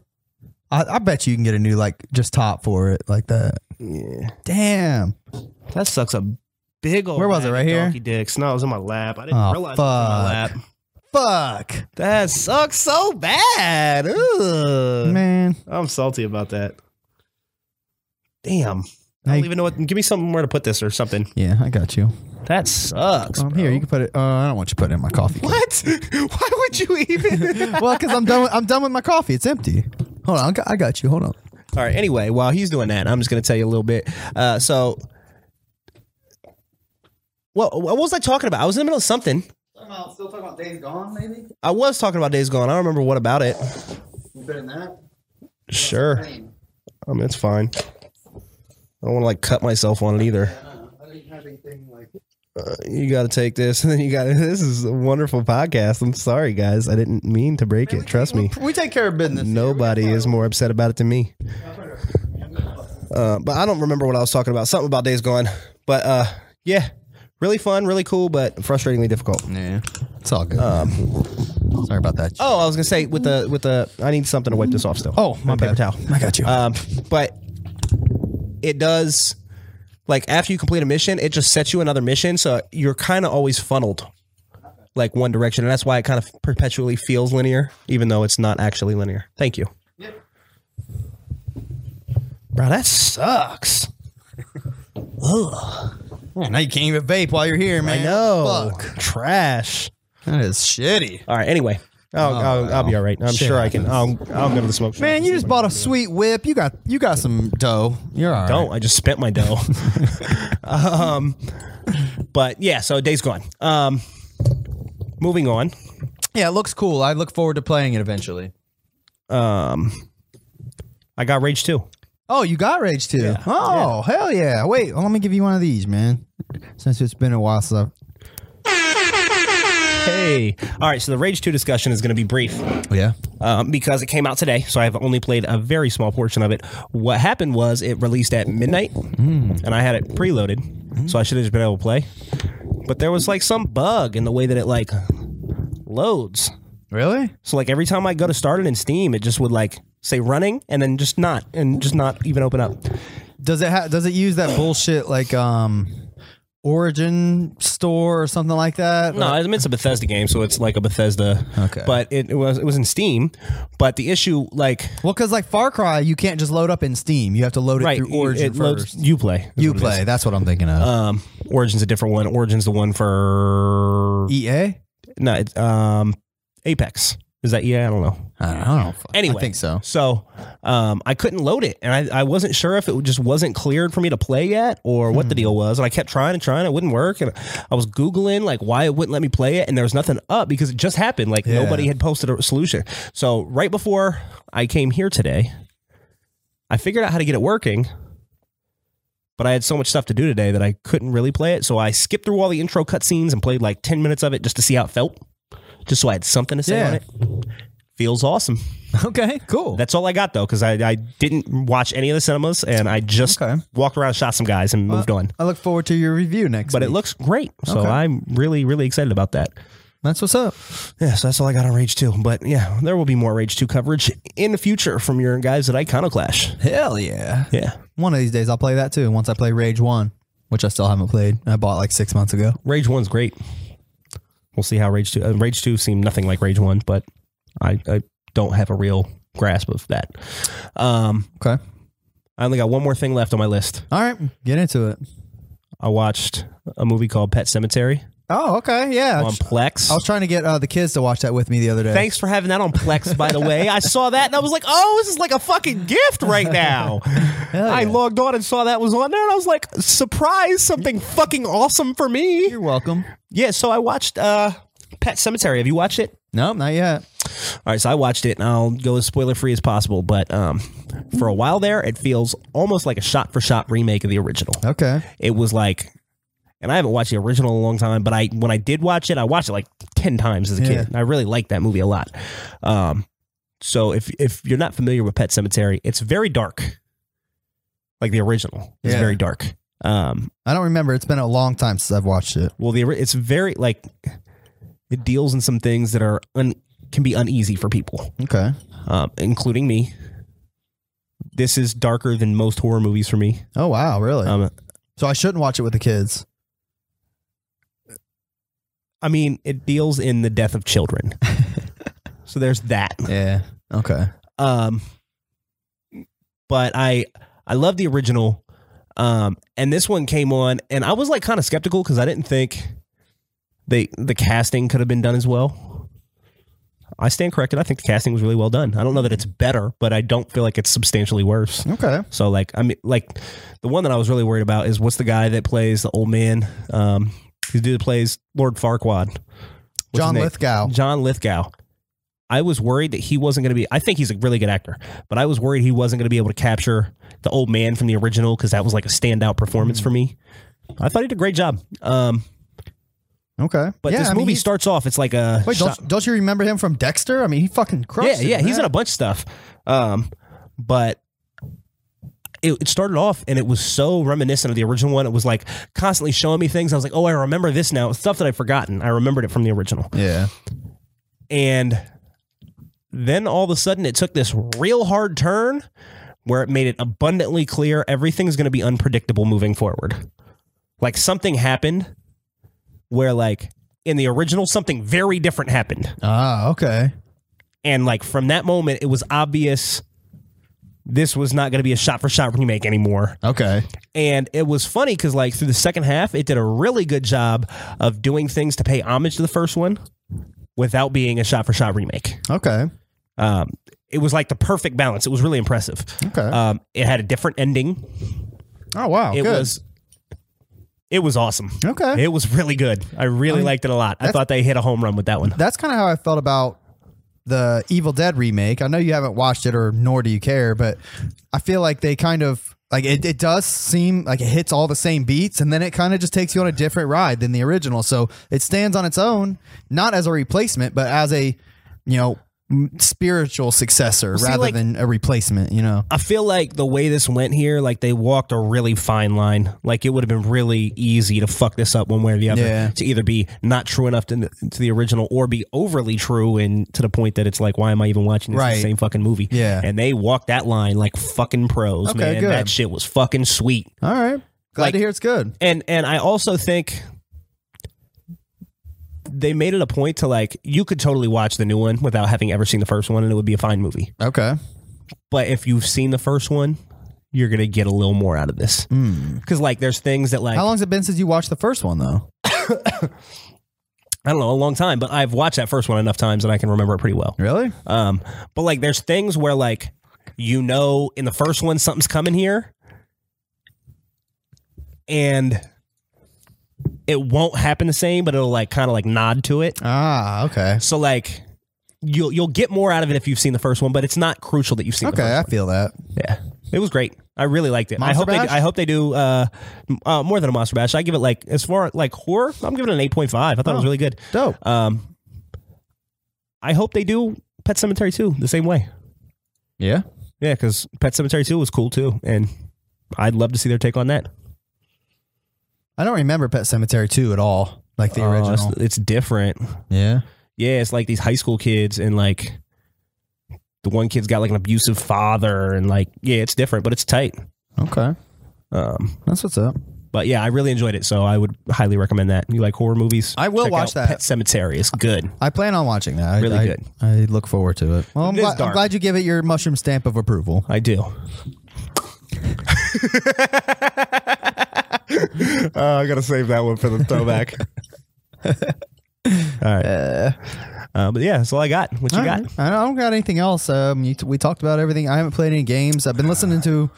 [SPEAKER 1] I, I bet you can get a new like just top for it like that.
[SPEAKER 4] Yeah.
[SPEAKER 1] Damn.
[SPEAKER 4] That sucks a big old
[SPEAKER 1] Where was it?
[SPEAKER 4] bag
[SPEAKER 1] Right
[SPEAKER 4] of
[SPEAKER 1] here?
[SPEAKER 4] Donkey dicks. No, it was in my lap. I didn't
[SPEAKER 1] Oh,
[SPEAKER 4] realize it was in my lap.
[SPEAKER 1] fuck. Fuck.
[SPEAKER 4] That sucks so bad.
[SPEAKER 3] Uh,
[SPEAKER 4] Ugh.
[SPEAKER 1] Man.
[SPEAKER 4] I'm salty about that.
[SPEAKER 3] Damn.
[SPEAKER 4] I
[SPEAKER 1] Hey,
[SPEAKER 4] don't even know what give me something where to put this or something.
[SPEAKER 1] yeah, I got you.
[SPEAKER 3] That sucks.
[SPEAKER 1] Um, here, you can put it. Uh, I don't want you to put it in my coffee. What?
[SPEAKER 4] Why would you even
[SPEAKER 1] well, because I'm done. With, I'm done with my coffee. It's empty. Hold on, I got- I got you. Hold on.
[SPEAKER 3] All right. Anyway, while he's doing that, I'm just going to tell you a little bit. Uh, so, well, what was I talking about? I was in the middle of something.
[SPEAKER 1] Still talking about days gone, maybe.
[SPEAKER 3] I was talking about Days Gone. I don't remember what about it.
[SPEAKER 1] in that.
[SPEAKER 3] Sure. I mean, it's fine. I don't want to like cut myself on it either.
[SPEAKER 1] I didn't have anything like.
[SPEAKER 3] You got to take this, and then you got to. This is a wonderful podcast. I'm sorry, guys. I didn't mean to break it. Trust me.
[SPEAKER 1] We take care of business.
[SPEAKER 3] Nobody is more upset about it than me. Uh, but I don't remember what I was talking about. Something about Days Gone. But uh, yeah, really fun, really cool, but frustratingly difficult.
[SPEAKER 1] Yeah, it's all good. man. Sorry about that.
[SPEAKER 3] Oh, I was gonna say with the with the I need something to wipe this off still.
[SPEAKER 1] Oh, my
[SPEAKER 3] paper
[SPEAKER 1] bad.
[SPEAKER 3] towel.
[SPEAKER 1] I got you.
[SPEAKER 3] Um, but it does like after you complete a mission, it just sets you another mission, so you're kind of always funneled like one direction, and that's why it kind of perpetually feels linear, even though it's not actually linear. Thank you. Bro, that sucks.
[SPEAKER 1] now you can't even vape while you're here, man.
[SPEAKER 3] I know.
[SPEAKER 1] Fuck.
[SPEAKER 3] Trash.
[SPEAKER 1] That is shitty.
[SPEAKER 3] All right. Anyway, I'll, I'll, I'll be all right. I'm
[SPEAKER 1] Shit
[SPEAKER 3] sure I can. I'll, I'll go to the smoke shop.
[SPEAKER 1] Man, you just bought a sweet whip. You got you got some dough. You're all right.
[SPEAKER 3] don't. I just spent my dough. um, but yeah, so day's gone. Um, moving on.
[SPEAKER 1] Yeah, it looks cool. I look forward to playing it eventually.
[SPEAKER 3] Um, I got Rage 2.
[SPEAKER 1] Oh, you got Rage 2. Oh, hell yeah. Wait, well, let me give you one of these, man. Since it's been a while, so.
[SPEAKER 3] Hey. All right, so the Rage 2 discussion is going to be brief
[SPEAKER 1] Yeah.
[SPEAKER 3] um, because it came out today, so I've only played a very small portion of it. What happened was it released at midnight, and I had it preloaded, so I should have just been able to play. But there was like some bug in the way that it like loads.
[SPEAKER 1] Really?
[SPEAKER 3] So like every time I go to start it in Steam, it just would like say running and then just not and just not even open up.
[SPEAKER 1] Does it ha- does it use that bullshit like um Origin store or something like that?
[SPEAKER 3] No, I mean it's a Bethesda game, so it's like a Bethesda.
[SPEAKER 1] Okay.
[SPEAKER 3] But it, it was it was in Steam, but the issue like
[SPEAKER 1] Well, because like Far Cry, you can't just load up in Steam. You have to load it
[SPEAKER 3] right
[SPEAKER 1] through Origin
[SPEAKER 3] it
[SPEAKER 1] first.
[SPEAKER 3] loads you play is
[SPEAKER 1] you Uh,
[SPEAKER 3] what it
[SPEAKER 1] play.
[SPEAKER 3] is.
[SPEAKER 1] That's what I'm thinking of.
[SPEAKER 3] Um, Origin's a different one. Origin's the one for
[SPEAKER 1] EA?
[SPEAKER 3] no, it's, um, Apex. Is that yeah? I don't know.
[SPEAKER 1] I don't, I don't fuck-
[SPEAKER 3] Anyway,
[SPEAKER 1] I think so.
[SPEAKER 3] So um, I couldn't load it, and I, I wasn't sure if it just wasn't cleared for me to play yet or what the
[SPEAKER 1] Hmm.
[SPEAKER 3] deal was. And I kept trying and trying; it wouldn't work. And I was googling like why it wouldn't let me play it, and there was nothing up because it just happened. Like
[SPEAKER 1] Yeah.
[SPEAKER 3] nobody had posted a solution. So right before I came here today, I figured out how to get it working. But I had so much stuff to do today that I couldn't really play it. So I skipped through all the intro cutscenes and played like 10 minutes of it just to see how it felt, just so I had something to say
[SPEAKER 1] Yeah.
[SPEAKER 3] on it. Feels awesome.
[SPEAKER 1] Okay, cool.
[SPEAKER 3] That's all I got though, because I, I didn't watch any of the cinemas and I just
[SPEAKER 1] Okay.
[SPEAKER 3] walked around, shot some guys, and moved on.
[SPEAKER 1] I look forward to your review next
[SPEAKER 3] But it
[SPEAKER 1] week.
[SPEAKER 3] looks great, so
[SPEAKER 1] Okay.
[SPEAKER 3] I'm really, really excited about that.
[SPEAKER 1] That's what's up.
[SPEAKER 3] Yeah, so that's all I got on Rage Two. But yeah, there will be more Rage Two coverage in the future from your guys at Iconoclash.
[SPEAKER 1] Hell yeah.
[SPEAKER 3] Yeah,
[SPEAKER 1] One of these days I'll play that too. Once I play Rage One, which I still haven't played. I bought like six months ago.
[SPEAKER 3] Rage One's great. We'll see how Rage Two. Uh, Rage Two seemed nothing like Rage One, but I, I don't have a real grasp of that. Um,
[SPEAKER 1] Okay.
[SPEAKER 3] I only got one more thing left on my list.
[SPEAKER 1] All right. Get into it.
[SPEAKER 3] I watched a movie called Pet Cemetery
[SPEAKER 1] Oh, okay. Yeah.
[SPEAKER 3] on Plex.
[SPEAKER 1] I was trying to get uh, the kids to watch that with me the other day.
[SPEAKER 3] Thanks for having that on Plex, by the way. I saw that and I was like, oh, this is like a fucking gift right now. I logged on and saw that was on there and I was like, surprise, something fucking awesome for me.
[SPEAKER 1] You're welcome.
[SPEAKER 3] Yeah, so I watched uh, Pet Cemetery. Have you watched it?
[SPEAKER 1] No, not yet.
[SPEAKER 3] All right, so I watched it and I'll go as spoiler free as possible, but um, for a while there, it feels almost like a shot for shot remake of the original
[SPEAKER 1] Okay.
[SPEAKER 3] it was like and I haven't watched the original in a long time, but I when I did watch it, I watched it like ten times as a
[SPEAKER 1] Yeah.
[SPEAKER 3] kid. And I really liked that movie a lot. Um, so if if you're not familiar with Pet Cemetery, it's very dark. Like the original, it's
[SPEAKER 1] Yeah.
[SPEAKER 3] very dark. Um,
[SPEAKER 1] I don't remember. It's been a long time since I've watched it.
[SPEAKER 3] well, the ori- it's very like it deals in some things that are un, can be uneasy for people,
[SPEAKER 1] Okay.
[SPEAKER 3] um, including me. This is darker than most horror movies for me.
[SPEAKER 1] Oh wow, really?
[SPEAKER 3] Um,
[SPEAKER 1] so I shouldn't watch it with the kids.
[SPEAKER 3] I mean, it deals in the death of children. so there's that.
[SPEAKER 1] Yeah. Okay.
[SPEAKER 3] Um but I I love the original. Um and this one came on and I was like kind of skeptical cuz I didn't think they the casting could have been done as well. I stand corrected. I think the casting was really well done. I don't know that it's better, but I don't feel like it's substantially worse.
[SPEAKER 1] Okay.
[SPEAKER 3] So like I mean like the one that I was really worried about is what's the guy that plays the old man? Um the dude that plays Lord Farquaad. What's his
[SPEAKER 1] John
[SPEAKER 3] name?
[SPEAKER 1] Lithgow.
[SPEAKER 3] John Lithgow. I was worried that he wasn't going to be. I think he's a really good actor, but I was worried he wasn't going to be able to capture the old man from the original because that was like a standout performance
[SPEAKER 1] Mm-hmm.
[SPEAKER 3] for me. I thought he did a great job. Um,
[SPEAKER 1] Okay.
[SPEAKER 3] but
[SPEAKER 1] yeah,
[SPEAKER 3] this
[SPEAKER 1] I mean,
[SPEAKER 3] movie
[SPEAKER 1] he's-
[SPEAKER 3] starts off. It's like a
[SPEAKER 1] Wait,
[SPEAKER 3] shot-
[SPEAKER 1] don't, don't you remember him from Dexter? I mean, he fucking crushed.
[SPEAKER 3] yeah,
[SPEAKER 1] it
[SPEAKER 3] yeah. He's in
[SPEAKER 1] that.
[SPEAKER 3] a bunch of stuff. Um, but it, it started off and it was so reminiscent of the original one. It was like constantly showing me things. I was like, oh, I remember this now. Stuff that I'd forgotten. I remembered it from the original.
[SPEAKER 1] Yeah.
[SPEAKER 3] And then all of a sudden, it took this real hard turn where it made it abundantly clear everything's going to be unpredictable moving forward. Like something happened where, like, in the original, something very different happened.
[SPEAKER 1] Ah, okay.
[SPEAKER 3] And, like, from that moment, it was obvious this was not going to be a shot for shot remake anymore.
[SPEAKER 1] Okay.
[SPEAKER 3] And it was funny because, like, through the second half, it did a really good job of doing things to pay homage to the first one without being a shot for shot remake.
[SPEAKER 1] Okay.
[SPEAKER 3] Um, it was like the perfect balance. It was really impressive.
[SPEAKER 1] Okay.
[SPEAKER 3] Um, it had a different ending.
[SPEAKER 1] oh wow.
[SPEAKER 3] It
[SPEAKER 1] good.
[SPEAKER 3] was. It was awesome.
[SPEAKER 1] Okay.
[SPEAKER 3] It was really good. I really liked it a lot. I thought they hit a home run with that one.
[SPEAKER 1] That's kind of how I felt about the Evil Dead remake. I know you haven't watched it or nor do you care, but I feel like they kind of like it, it does seem like it hits all the same beats and then it kind of just takes you on a different ride than the original. So it stands on its own, not as a replacement, but as a, you know, m- spiritual successor rather
[SPEAKER 3] like-
[SPEAKER 1] than a replacement, you know.
[SPEAKER 3] I feel like the way this went here, like they walked a really fine line. Like it would have been really easy to fuck this up one way or the other.
[SPEAKER 1] Yeah.
[SPEAKER 3] To either be not true enough to, to the original or be overly true and to the point that it's like, why am I even watching this It's
[SPEAKER 1] Right.
[SPEAKER 3] the same fucking movie?
[SPEAKER 1] Yeah.
[SPEAKER 3] And they walked that line like fucking pros,
[SPEAKER 1] Okay,
[SPEAKER 3] man.
[SPEAKER 1] good.
[SPEAKER 3] That shit was fucking sweet.
[SPEAKER 1] All right. Glad
[SPEAKER 3] Like-
[SPEAKER 1] to hear it's good.
[SPEAKER 3] and and I also think they made it a point to like you could totally watch the new one without having ever seen the first one and it would be a fine movie.
[SPEAKER 1] Okay.
[SPEAKER 3] But if you've seen the first one, you're gonna get a little more out of this because like there's things that
[SPEAKER 1] Mm.
[SPEAKER 3] like
[SPEAKER 1] Hmm. How long's it been since you watched the first one though?
[SPEAKER 3] I don't know a long time, but I've watched that first one enough times that I can remember it pretty well.
[SPEAKER 1] Really?
[SPEAKER 3] Um, but like there's things where like you know in the first one something's coming here, and it won't happen the same, but it'll like kind of like nod to it.
[SPEAKER 1] Ah, okay.
[SPEAKER 3] So like you'll you'll get more out of it if you've seen the first one, but it's not crucial that you've seen.
[SPEAKER 1] Okay, I
[SPEAKER 3] the
[SPEAKER 1] feel that.
[SPEAKER 3] first one. yeah, it was great. I really liked it. I
[SPEAKER 1] Monster
[SPEAKER 3] hope they
[SPEAKER 1] Bash?
[SPEAKER 3] do, I hope they do uh, m- uh, more than a monster bash. I give it like as far like horror, I'm giving it an eight point five. I thought it
[SPEAKER 1] Oh.
[SPEAKER 3] was really good.
[SPEAKER 1] Dope.
[SPEAKER 3] Um, I hope they do Pet Cemetery two the same way.
[SPEAKER 1] Yeah.
[SPEAKER 3] Yeah, because Pet Cemetery two was cool too, and I'd love to see their take on that.
[SPEAKER 1] I don't remember Pet Cemetery 2 at all, like the
[SPEAKER 3] Oh, it's-
[SPEAKER 1] original.
[SPEAKER 3] it's different.
[SPEAKER 1] Yeah.
[SPEAKER 3] Yeah, it's like these high school kids and like the one kid's got like an abusive father and like yeah, it's different, but it's tight.
[SPEAKER 1] Okay.
[SPEAKER 3] Um,
[SPEAKER 1] That's what's up.
[SPEAKER 3] but yeah, I really enjoyed it, so I would highly recommend that. You like horror movies?
[SPEAKER 1] I will
[SPEAKER 3] Check
[SPEAKER 1] watch
[SPEAKER 3] out
[SPEAKER 1] that.
[SPEAKER 3] Pet Cemetery It's good.
[SPEAKER 1] I plan on watching that. I,
[SPEAKER 3] Really
[SPEAKER 1] I-
[SPEAKER 3] good.
[SPEAKER 1] I look forward to it. Well, I'm,
[SPEAKER 3] It is
[SPEAKER 1] gla- I'm
[SPEAKER 3] dark.
[SPEAKER 1] glad you give it your mushroom stamp of approval.
[SPEAKER 3] I do.
[SPEAKER 4] Uh, I gotta save that one for the throwback.
[SPEAKER 3] All right. Uh, but yeah, that's all I got. What you
[SPEAKER 1] All
[SPEAKER 3] got?
[SPEAKER 1] right. I don't got anything else. Um, you t- we talked about everything. I haven't played any games. I've been listening to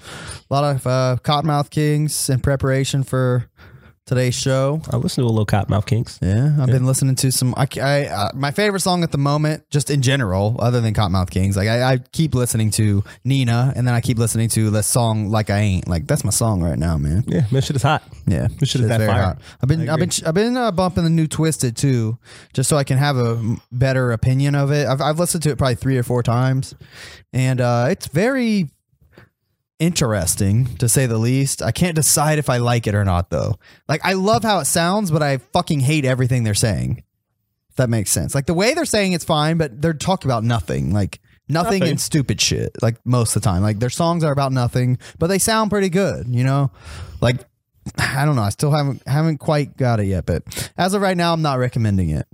[SPEAKER 1] a lot of uh, Cottonmouth Kings in preparation for today's show.
[SPEAKER 3] I listened to a little Cottonmouth Kings.
[SPEAKER 1] Yeah, I've been listening to some. I, I uh, my favorite song at the moment, just in general, other than Cottonmouth Kings. Like I, I keep listening to Nina, and then I keep listening to the song "Like I Ain't." Like that's my song right now, man.
[SPEAKER 3] Yeah, man, shit is hot.
[SPEAKER 1] Yeah,
[SPEAKER 3] This shit is
[SPEAKER 1] It's
[SPEAKER 3] that
[SPEAKER 1] very
[SPEAKER 3] fire.
[SPEAKER 1] hot. I've been, I've been, I've been uh, bumping the new Twisted too, just so I can have a m- better opinion of it. I've, I've listened to it probably three or four times, and uh, it's very interesting to say the least. I can't decide if I like it or not, though. Like I love how it sounds, but I fucking hate everything they're saying. If that makes sense. Like the way they're saying it's fine, but they're talking about nothing. Like nothing, and stupid shit. Like most of the time. Like their songs are about nothing, but they sound pretty good, you know? Like I don't know. I still haven't haven't quite got it yet, but as of right now, I'm not recommending it.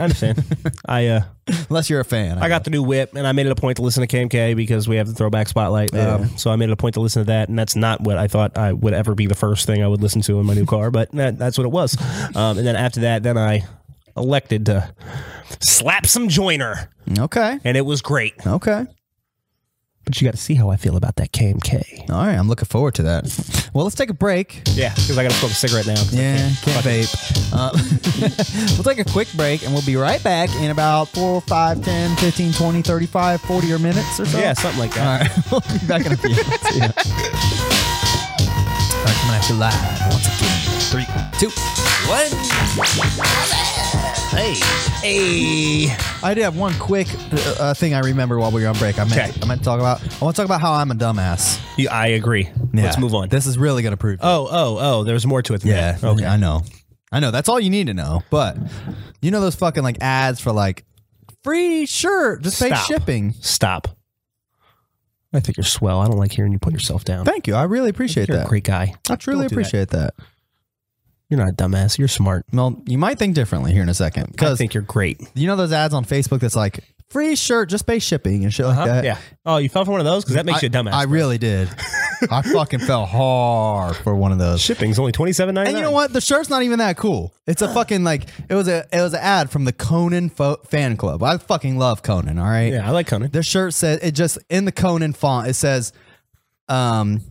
[SPEAKER 3] understand. I uh,
[SPEAKER 1] Unless you're a fan.
[SPEAKER 3] I got the new whip, and I made it a point to listen to KMK because we have the throwback spotlight. Um, so I made it a point to listen to that, and that's not what I thought I would ever be the first thing I would listen to in my new car, but that, that's what it was. Um, and then after that, then I elected to slap some joiner,
[SPEAKER 1] Okay.
[SPEAKER 3] and it was great.
[SPEAKER 1] Okay.
[SPEAKER 3] But you got to see how I feel about that KMK.
[SPEAKER 1] All right. I'm looking forward to that. Well, let's take a break.
[SPEAKER 3] Yeah, because I got to smoke a cigarette now.
[SPEAKER 1] Yeah, can't vape. Uh, we'll take a quick break and we'll be right back in about 4, 5, 10, 15, 20, 35, 40 or minutes or so.
[SPEAKER 3] Yeah, something like that.
[SPEAKER 1] All right. We'll be back in a few minutes. Yeah. All right, coming at you live once again.
[SPEAKER 2] three, two, one. Hey, hey.
[SPEAKER 1] I did have one quick uh, uh, thing I remember while we were on break. I meant,
[SPEAKER 3] Okay.
[SPEAKER 1] I meant to talk about. I want to talk about how I'm a dumbass.
[SPEAKER 3] You- I agree. Let's
[SPEAKER 1] Yeah.
[SPEAKER 3] move on.
[SPEAKER 1] This is really gonna prove. it.
[SPEAKER 3] oh, oh, oh. There's more to it. Than
[SPEAKER 1] Yeah.
[SPEAKER 3] That. Okay.
[SPEAKER 1] I know. I know. That's all you need to know. But you know those fucking like ads for like free shirt, just pay
[SPEAKER 3] Stop.
[SPEAKER 1] shipping.
[SPEAKER 3] Stop. I think you're swell. I don't like hearing you put yourself down.
[SPEAKER 1] Thank you. I really appreciate
[SPEAKER 3] You're
[SPEAKER 1] that.
[SPEAKER 3] a great guy.
[SPEAKER 1] I truly
[SPEAKER 3] Don't do that.
[SPEAKER 1] appreciate that.
[SPEAKER 3] You're not a dumbass. You're smart.
[SPEAKER 1] Well, you might think differently here in a second
[SPEAKER 3] I
[SPEAKER 1] because
[SPEAKER 3] think you're great.
[SPEAKER 1] you know those ads on Facebook that's like free shirt, just pay shipping and shit like that.
[SPEAKER 3] yeah. Oh, you fell for one of those because that makes you a dumbass.
[SPEAKER 1] I
[SPEAKER 3] bro.
[SPEAKER 1] really did. I fucking fell hard for one of those.
[SPEAKER 3] shipping's only twenty seven ninety
[SPEAKER 1] And
[SPEAKER 3] nine.
[SPEAKER 1] you know what? The shirt's not even that cool. It's a fucking like it was a it was an ad from the Conan fo- fan club. I fucking love Conan. All right.
[SPEAKER 3] Yeah, I like Conan.
[SPEAKER 1] The shirt says it just in the Conan font. It says, um,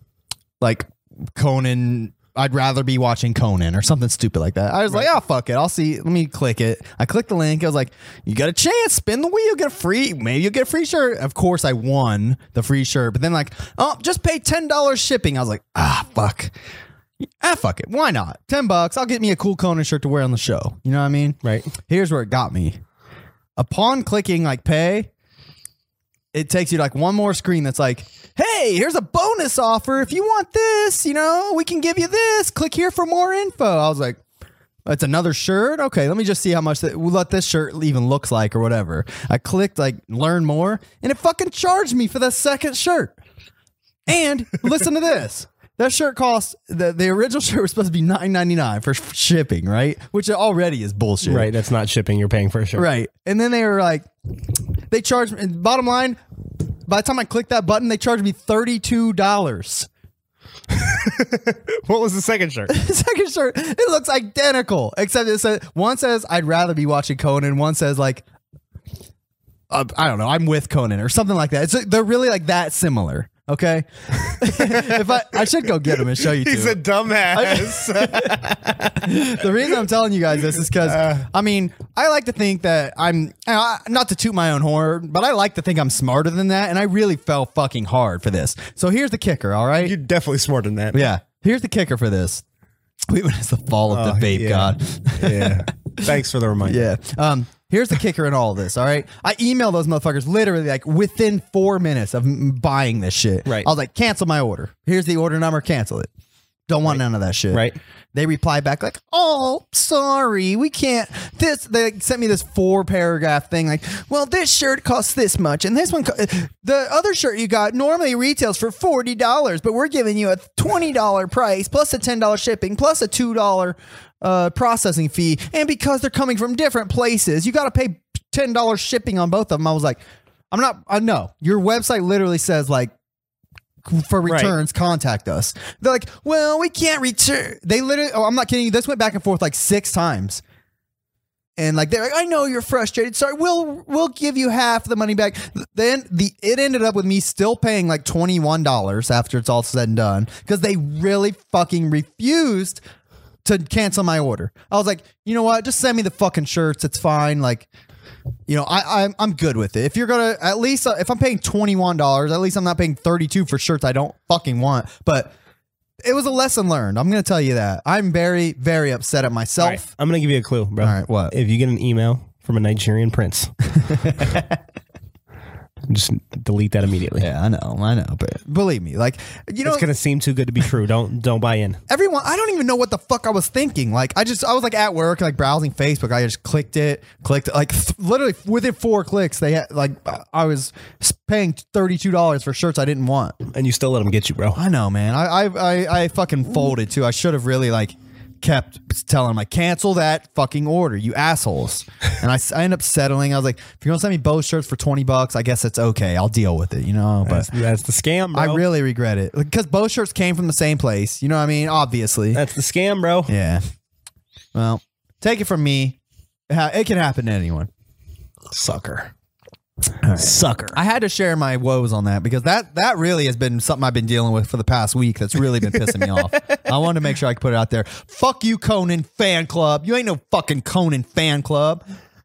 [SPEAKER 1] like Conan. I'd rather be watching Conan or something stupid like that. I was like, oh fuck it, I'll see. Let me click it. I clicked the link. I was like, you got a chance. Spin the wheel, get a free. Maybe you'll get a free shirt. Of course, I won the free shirt. But then like, oh, just pay ten dollars shipping. I was like, ah fuck. Ah, fuck it. Why not? 10 bucks. I'll get me a cool Conan shirt to wear on the show. You know what I mean?
[SPEAKER 3] Right.
[SPEAKER 1] Here's where it got me. Upon clicking like pay, it takes you to like one more screen that's like, hey, here's a bonus offer. If you want this, you know, we can give you this. Click here for more info. I was like, it's another shirt. Okay, let me just see how much that what this shirt even looks like or whatever. I clicked like learn more, and it fucking charged me for the second shirt. And listen to this. That shirt cost the, the original shirt was supposed to be nine ninety nine for sh- shipping, right? Which already is bullshit.
[SPEAKER 3] Right. That's not shipping. You're paying for a shirt.
[SPEAKER 1] Right. And then they were like, they charged me. Bottom line, by the time I clicked that button, they charged me $32.
[SPEAKER 3] What was the second shirt?
[SPEAKER 1] The second shirt, it looks identical, except it says, one says, I'd rather be watching Conan. One says, like, uh, I don't know, I'm with Conan or something like that. It's, they're really like that similar. Okay. if I, I should go get them and show you. two.
[SPEAKER 3] dumbass.
[SPEAKER 1] the reason I'm telling you guys this is because
[SPEAKER 3] Uh.
[SPEAKER 1] I mean I like to think that I'm I, not to toot my own horn, but I like to think I'm smarter than that, and I really fell fucking hard for this. So here's the kicker, all right?
[SPEAKER 3] you're definitely smarter than that.
[SPEAKER 1] yeah, here's the kicker for this. We went as the fall of
[SPEAKER 3] Oh,
[SPEAKER 1] the vape
[SPEAKER 3] yeah.
[SPEAKER 1] god.
[SPEAKER 3] yeah. Thanks for the reminder.
[SPEAKER 1] Yeah. Um. Here's the kicker in all of this. All right, I emailed those motherfuckers literally like within four minutes of m- buying this shit.
[SPEAKER 3] Right.
[SPEAKER 1] I was like, cancel my order. Here's the order number. Cancel it. Don't want none of that shit.
[SPEAKER 3] Right.
[SPEAKER 1] They replied back like, "Oh, sorry, we can't." This they sent me this four paragraph thing like, "Well, this shirt costs this much, and this one, co- the other shirt you got normally retails for forty dollars, but we're giving you a twenty dollar price plus a ten dollar shipping plus a two dollar uh, processing fee, and because they're coming from different places, you got to pay ten dollars shipping on both of them." I was like, "I'm not. I know your website literally says like." for returns, contact us. They're like, well, we can't return. They literally, oh, I'm not kidding you. This went back and forth like six times. And like they're like, I know you're frustrated. Sorry, we'll we'll give you half the money back. Th- Then the it ended up with me still paying like twenty one dollars after it's all said and done because they really fucking refused to cancel my order. I was like, you know what? Just send me the fucking shirts. It's fine. Like, you know, I, I'm I'm good with it. If you're gonna at least uh, if I'm paying twenty one dollars, at least I'm not paying thirty two for shirts I don't fucking want. But it was a lesson learned. I'm gonna tell you that. I'm very very upset at myself.
[SPEAKER 3] All right, I'm gonna give you a clue, bro.
[SPEAKER 1] All right, what?
[SPEAKER 3] If you get an email from a Nigerian prince, just delete that immediately.
[SPEAKER 1] Yeah, I know, I know, but believe me, like you know,
[SPEAKER 3] It's gonna seem too good to be true. Don't don't buy in.
[SPEAKER 1] everyone i don't even know what the fuck i was thinking like i just i was like at work like browsing facebook i just clicked it clicked like th- literally within four clicks they had like i was paying $32 for shirts i didn't want
[SPEAKER 3] And you still let them get you, bro.
[SPEAKER 1] i know man i i i, I fucking folded too i should have really like kept telling them like cancel that fucking order you assholes and I, s- I end up settling i was like if you're gonna send me both shirts for 20 bucks i guess it's okay i'll deal with it you know but
[SPEAKER 3] That's, that's the scam, bro.
[SPEAKER 1] I really regret it because both shirts came from the same place. You know what I mean? Obviously.
[SPEAKER 3] that's the scam, bro.
[SPEAKER 1] Yeah. Well, take it from me. It ha- It can happen to anyone.
[SPEAKER 3] Sucker. Sucker.
[SPEAKER 1] I had to share my woes on that because that that really has been something I've been dealing with for the past week that's really been pissing me off. I wanted to make sure I could put it out there. Fuck you, Conan fan club. You ain't no fucking Conan fan club.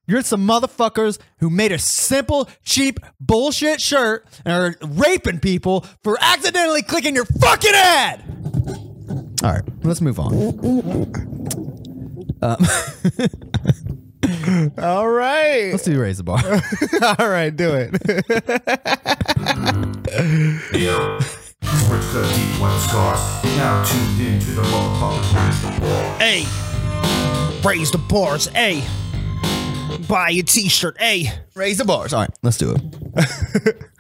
[SPEAKER 1] You're some motherfuckers who made a simple, cheap, bullshit shirt and are raping people for accidentally clicking your fucking ad. All right, let's move on.
[SPEAKER 3] All right.
[SPEAKER 1] Let's do raise the bar.
[SPEAKER 3] All right, do it.
[SPEAKER 5] with the deep one scars. Now tuned into the motherfucking raise the bar.
[SPEAKER 4] Hey, raise the bars. Hey, buy a T-shirt. Hey,
[SPEAKER 1] raise the bars. All right, let's do it.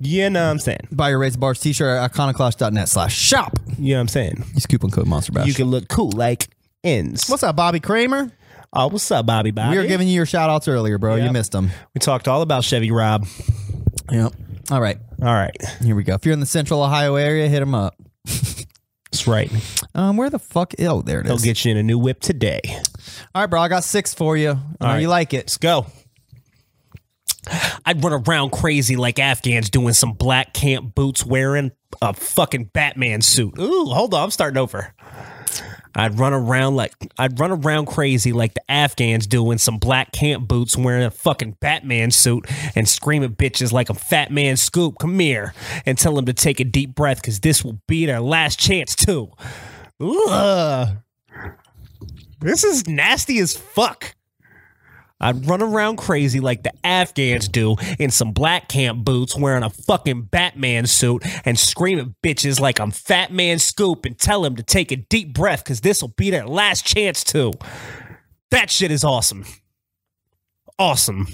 [SPEAKER 3] you know what I'm saying?
[SPEAKER 1] Buy your raise the bars t-shirt at iconoclash.net slash shop.
[SPEAKER 3] You know what I'm saying?
[SPEAKER 1] Use coupon code Monster Bash.
[SPEAKER 3] You can look cool like ends.
[SPEAKER 1] What's up, Bobby Kramer?
[SPEAKER 3] oh, what's up, Bobby Bobby?
[SPEAKER 1] We were giving you your shout outs earlier, bro. You
[SPEAKER 3] Yep.
[SPEAKER 1] missed them.
[SPEAKER 3] We talked all about Chevy Rob.
[SPEAKER 1] Yep. All right,
[SPEAKER 3] All right.
[SPEAKER 1] here we go. If you're in the central Ohio area, hit him up.
[SPEAKER 3] That's right.
[SPEAKER 1] Um, where the fuck? Oh, there it
[SPEAKER 3] They'll
[SPEAKER 1] is.
[SPEAKER 3] get you in a new whip today.
[SPEAKER 1] All right, bro. I got six for you. I know
[SPEAKER 3] right.
[SPEAKER 1] you like it.
[SPEAKER 3] Let's go.
[SPEAKER 4] I'd run around crazy like Afghans doing some black camp boots wearing a fucking Batman suit. Ooh, hold on, I'm starting over. I'd run around like I'd run around crazy like the Afghans doing some black camp boots wearing a fucking Batman suit and screaming bitches like a fat man scoop, come here and tell them to take a deep breath cuz this will be their last chance too. Ugh. This is nasty as fuck. I'd run around crazy like the Afghans do in some black camp boots wearing a fucking Batman suit and scream at bitches like I'm Fat Man Scoop and tell him to take a deep breath because this will be their last chance too. That shit is awesome. Awesome.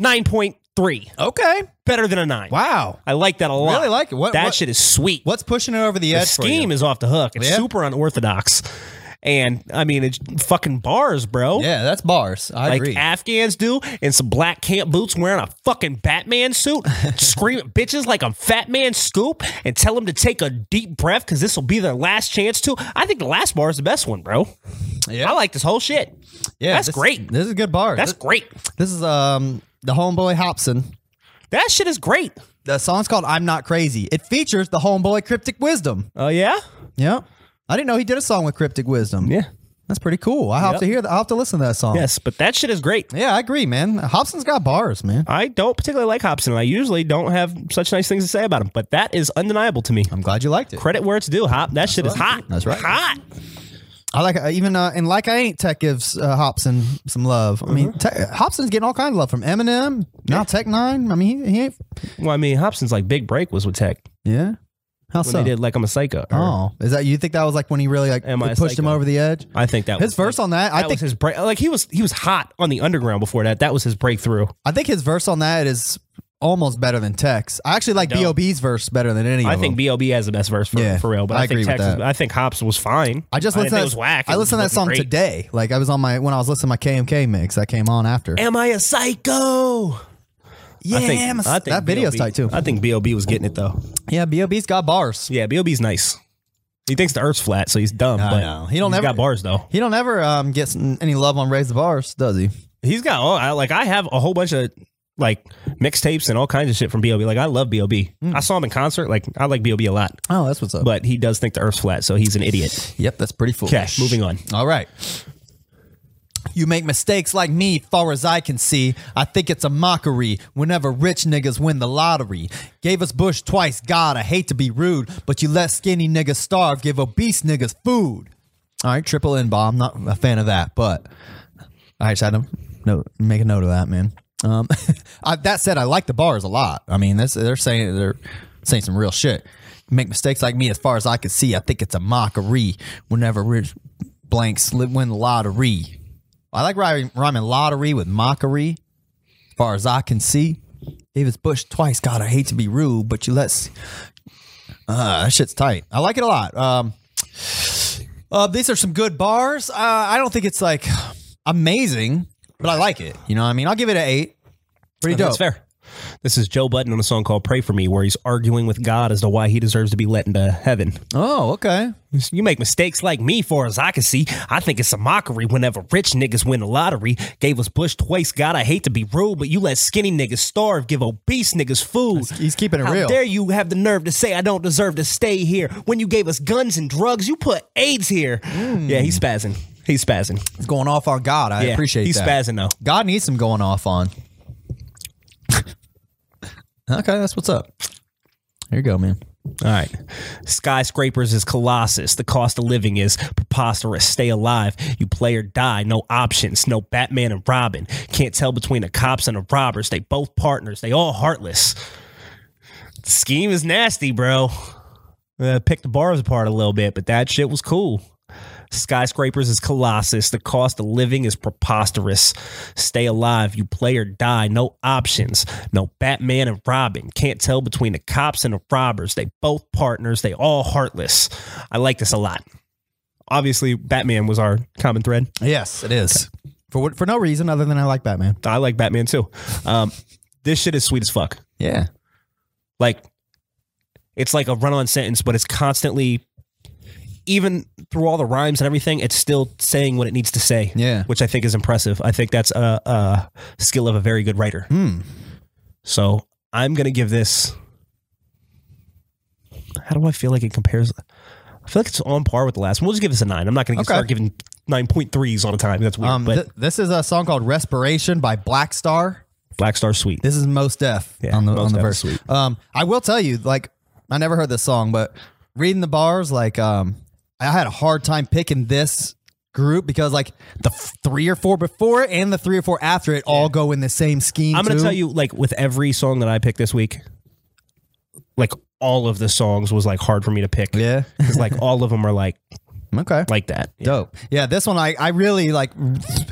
[SPEAKER 4] 9.3.
[SPEAKER 1] Okay.
[SPEAKER 4] Better than a 9.
[SPEAKER 1] Wow.
[SPEAKER 4] I like that a lot.
[SPEAKER 1] Really like it. What-
[SPEAKER 4] that
[SPEAKER 1] what-
[SPEAKER 4] shit is sweet.
[SPEAKER 1] What's pushing it over the edge?
[SPEAKER 4] The scheme is off the hook. It's
[SPEAKER 1] Yeah.
[SPEAKER 4] super unorthodox. And I mean, it's fucking bars, bro.
[SPEAKER 1] For you? Yeah, that's bars. I
[SPEAKER 4] like
[SPEAKER 1] agree.
[SPEAKER 4] Afghans do in some black camp boots wearing a fucking Batman suit, screaming bitches like I'm Fat Man Scoop and tell them to take a deep breath because this will be their last chance to. I think the last bar is the best one, bro.
[SPEAKER 1] Yeah.
[SPEAKER 4] I like this whole shit.
[SPEAKER 1] yeah,
[SPEAKER 4] that's
[SPEAKER 1] this-
[SPEAKER 4] great.
[SPEAKER 1] This is good bars.
[SPEAKER 4] That's
[SPEAKER 1] This-
[SPEAKER 4] great.
[SPEAKER 1] This is um the homeboy Hobson.
[SPEAKER 4] That shit is great.
[SPEAKER 1] The song's called "I'm Not Crazy." It features the homeboy Cryptic Wisdom.
[SPEAKER 4] Oh, yeah?
[SPEAKER 1] Yep. I didn't know he did a song with Cryptic Wisdom.
[SPEAKER 3] Yeah.
[SPEAKER 1] That's pretty cool. I will have to hear that. I'll have to listen to that song.
[SPEAKER 3] Yes.
[SPEAKER 4] But that shit is great.
[SPEAKER 1] Yeah, I agree, man. Hobson's got bars, man.
[SPEAKER 3] I don't particularly like Hobson. and I usually don't have such nice things to say about him, but that is undeniable to me.
[SPEAKER 1] I'm glad you liked it.
[SPEAKER 3] Credit where it's due, Hop. That shit is hot.
[SPEAKER 1] Um, That's right.
[SPEAKER 4] Hot.
[SPEAKER 1] I like even uh, and like I ain't Tech gives uh, Hobson some love. I
[SPEAKER 3] Uh-huh.
[SPEAKER 1] mean, Tech, Hobson's getting all kinds of love from Eminem. Now Tech Nine. I mean, he, he ain't.
[SPEAKER 3] Well, I mean, Hobson's like big break was with Tech
[SPEAKER 1] Yeah. How
[SPEAKER 3] when
[SPEAKER 1] so?
[SPEAKER 3] they did like I'm a psycho. or-
[SPEAKER 1] Oh, is that you think that was like when he really like
[SPEAKER 3] Am I
[SPEAKER 1] pushed him
[SPEAKER 3] psycho?
[SPEAKER 1] over the edge?
[SPEAKER 3] I think that
[SPEAKER 1] His
[SPEAKER 3] was like-
[SPEAKER 1] verse on that, I
[SPEAKER 3] that
[SPEAKER 1] think
[SPEAKER 3] was his break. Like he was he was hot on the underground before that. That was his breakthrough.
[SPEAKER 1] I think his verse on that is almost better than Tech's. I actually like B.O.B.'s verse better than any.
[SPEAKER 3] I
[SPEAKER 1] of
[SPEAKER 3] think
[SPEAKER 1] Them.
[SPEAKER 3] B.O.B. has the best verse for,
[SPEAKER 1] Uh-huh. Yeah,
[SPEAKER 3] for real, but
[SPEAKER 1] I
[SPEAKER 3] I, think
[SPEAKER 1] agree with
[SPEAKER 3] Texas.
[SPEAKER 1] that.
[SPEAKER 3] I think Hops was fine.
[SPEAKER 1] I just
[SPEAKER 4] I didn't
[SPEAKER 1] listened to
[SPEAKER 4] think
[SPEAKER 1] that,
[SPEAKER 4] it was whack. It
[SPEAKER 1] I
[SPEAKER 4] was
[SPEAKER 1] listened to
[SPEAKER 4] fucking
[SPEAKER 1] that song
[SPEAKER 4] great.
[SPEAKER 1] today. Like I was on my when I was listening to my KMK mix that came on after.
[SPEAKER 4] Am I a psycho?
[SPEAKER 1] yeah,
[SPEAKER 3] I think,
[SPEAKER 1] I'm a-
[SPEAKER 3] I think
[SPEAKER 1] that video's
[SPEAKER 3] B.O.B.
[SPEAKER 1] tight too.
[SPEAKER 3] I think B.O.B. was getting it though.
[SPEAKER 1] yeah, B.O.B.'s got bars.
[SPEAKER 3] Yeah, B.O.B.'s nice. He thinks the Earth's flat, so he's dumb.
[SPEAKER 1] I
[SPEAKER 3] but
[SPEAKER 1] know. He don't
[SPEAKER 3] he's
[SPEAKER 1] ever-
[SPEAKER 3] got bars though.
[SPEAKER 1] He don't ever um, get s- any love on raise the bars, does he?
[SPEAKER 3] He's got all I, like I have a whole bunch of like mixtapes and all kinds of shit from B.O.B. Like I love B.O.B.
[SPEAKER 1] Hmm.
[SPEAKER 3] I saw him in concert. Like I like B.O.B. a lot,
[SPEAKER 1] Oh, that's what's up.
[SPEAKER 3] but he does think the Earth's flat, so he's an idiot.
[SPEAKER 1] yep, that's pretty foolish.
[SPEAKER 3] Okay, moving on.
[SPEAKER 1] All right. You make mistakes like me, far as I can see. I think it's a mockery whenever rich niggas win the lottery. Gave us Bush twice, God, I hate to be rude, but you let skinny niggas starve, give obese niggas food. All right, triple N bomb. Not a fan of that, but I just had to note, make a note of that, man. Um, I, that said, I like the bars a lot. I mean, that's, they're saying they're saying some real shit. Make mistakes like me, as far as I can see. I think it's a mockery. Whenever rich blanks li- win the lottery, I like rhyming, rhyming lottery with mockery. As far as I can see, Davis Bush twice. God, I hate to be rude, but you let uh, that shit's tight. I like it a lot. Um, uh, these are some good bars. Uh, I don't think it's like amazing, but I like it. You know what I mean? I'll give it an eight. Pretty dope.
[SPEAKER 3] That's fair. This is Joe Button on a song called "Pray for Me," where he's arguing with God as to why he deserves to be let into heaven.
[SPEAKER 1] Oh, okay.
[SPEAKER 4] You make mistakes like me, far as I can see. I think it's a mockery whenever rich niggas win the lottery. Gave us Bush twice. God, I hate to be rude, but you let skinny niggas starve, give obese niggas food.
[SPEAKER 1] He's keeping it
[SPEAKER 4] How
[SPEAKER 1] real.
[SPEAKER 4] dare you have the nerve to say I don't deserve to stay here? When you gave us guns and drugs, you put AIDS here.
[SPEAKER 3] Yeah, he's spazzing. He's spazzing.
[SPEAKER 1] He's going off on God. Mm. I
[SPEAKER 3] Yeah,
[SPEAKER 1] appreciate
[SPEAKER 3] he's
[SPEAKER 1] that.
[SPEAKER 3] spazzing though.
[SPEAKER 1] God needs some going off on. okay, that's what's up. There you go, man.
[SPEAKER 6] All right.
[SPEAKER 3] Skyscrapers is colossus. The cost of living is preposterous. Stay alive. You play or die. No options. No Batman and Robin. Can't tell between the cops and the robbers. They both partners. They all heartless. Scheme is nasty, bro. Uh, picked the bars apart a little bit, but that shit was cool. Skyscrapers is colossus. The cost of living is preposterous. Stay alive. You play or die. No options. No Batman and Robin. Can't tell between the cops and the robbers. They both partners. They all heartless. I like this a lot. Obviously, Batman was our common thread.
[SPEAKER 1] Yes, it is. For what, for no reason other than I like Batman.
[SPEAKER 3] I like Batman too. Um, this shit is sweet as fuck.
[SPEAKER 1] Yeah.
[SPEAKER 3] like it's like a run-on sentence but it's constantly even through all the rhymes and everything it's still saying what it needs to say
[SPEAKER 1] Yeah.
[SPEAKER 3] which i think is impressive i think that's a, a skill of a very good writer
[SPEAKER 1] Hmm.
[SPEAKER 3] so i'm gonna give this how do i feel like it compares i feel like it's on par with the last one we'll just give this a nine i'm not gonna
[SPEAKER 1] Okay.
[SPEAKER 3] start giving 9.3s on a time that's weird
[SPEAKER 1] Um,
[SPEAKER 3] but
[SPEAKER 1] th- this is a song called Respiration by Black Star.
[SPEAKER 3] black star sweet
[SPEAKER 1] This is most deaf
[SPEAKER 3] Yeah,
[SPEAKER 1] on the
[SPEAKER 3] Mos
[SPEAKER 1] on the
[SPEAKER 3] Def
[SPEAKER 1] verse.
[SPEAKER 3] is sweet.
[SPEAKER 1] Um, I will tell you, like, I never heard this song, but reading the bars, like, um, I had a hard time picking this group because like the f- three or four before it and the three or four after it all go in the same scheme.
[SPEAKER 3] I'm going
[SPEAKER 1] too.
[SPEAKER 3] to tell you, like, with every song that I picked this week, like, all of the songs was like hard for me to pick.
[SPEAKER 1] Yeah.
[SPEAKER 3] Because, like, all of them are like,
[SPEAKER 1] Okay.
[SPEAKER 3] like that. Yeah.
[SPEAKER 1] Dope. Yeah, this one I, I really like.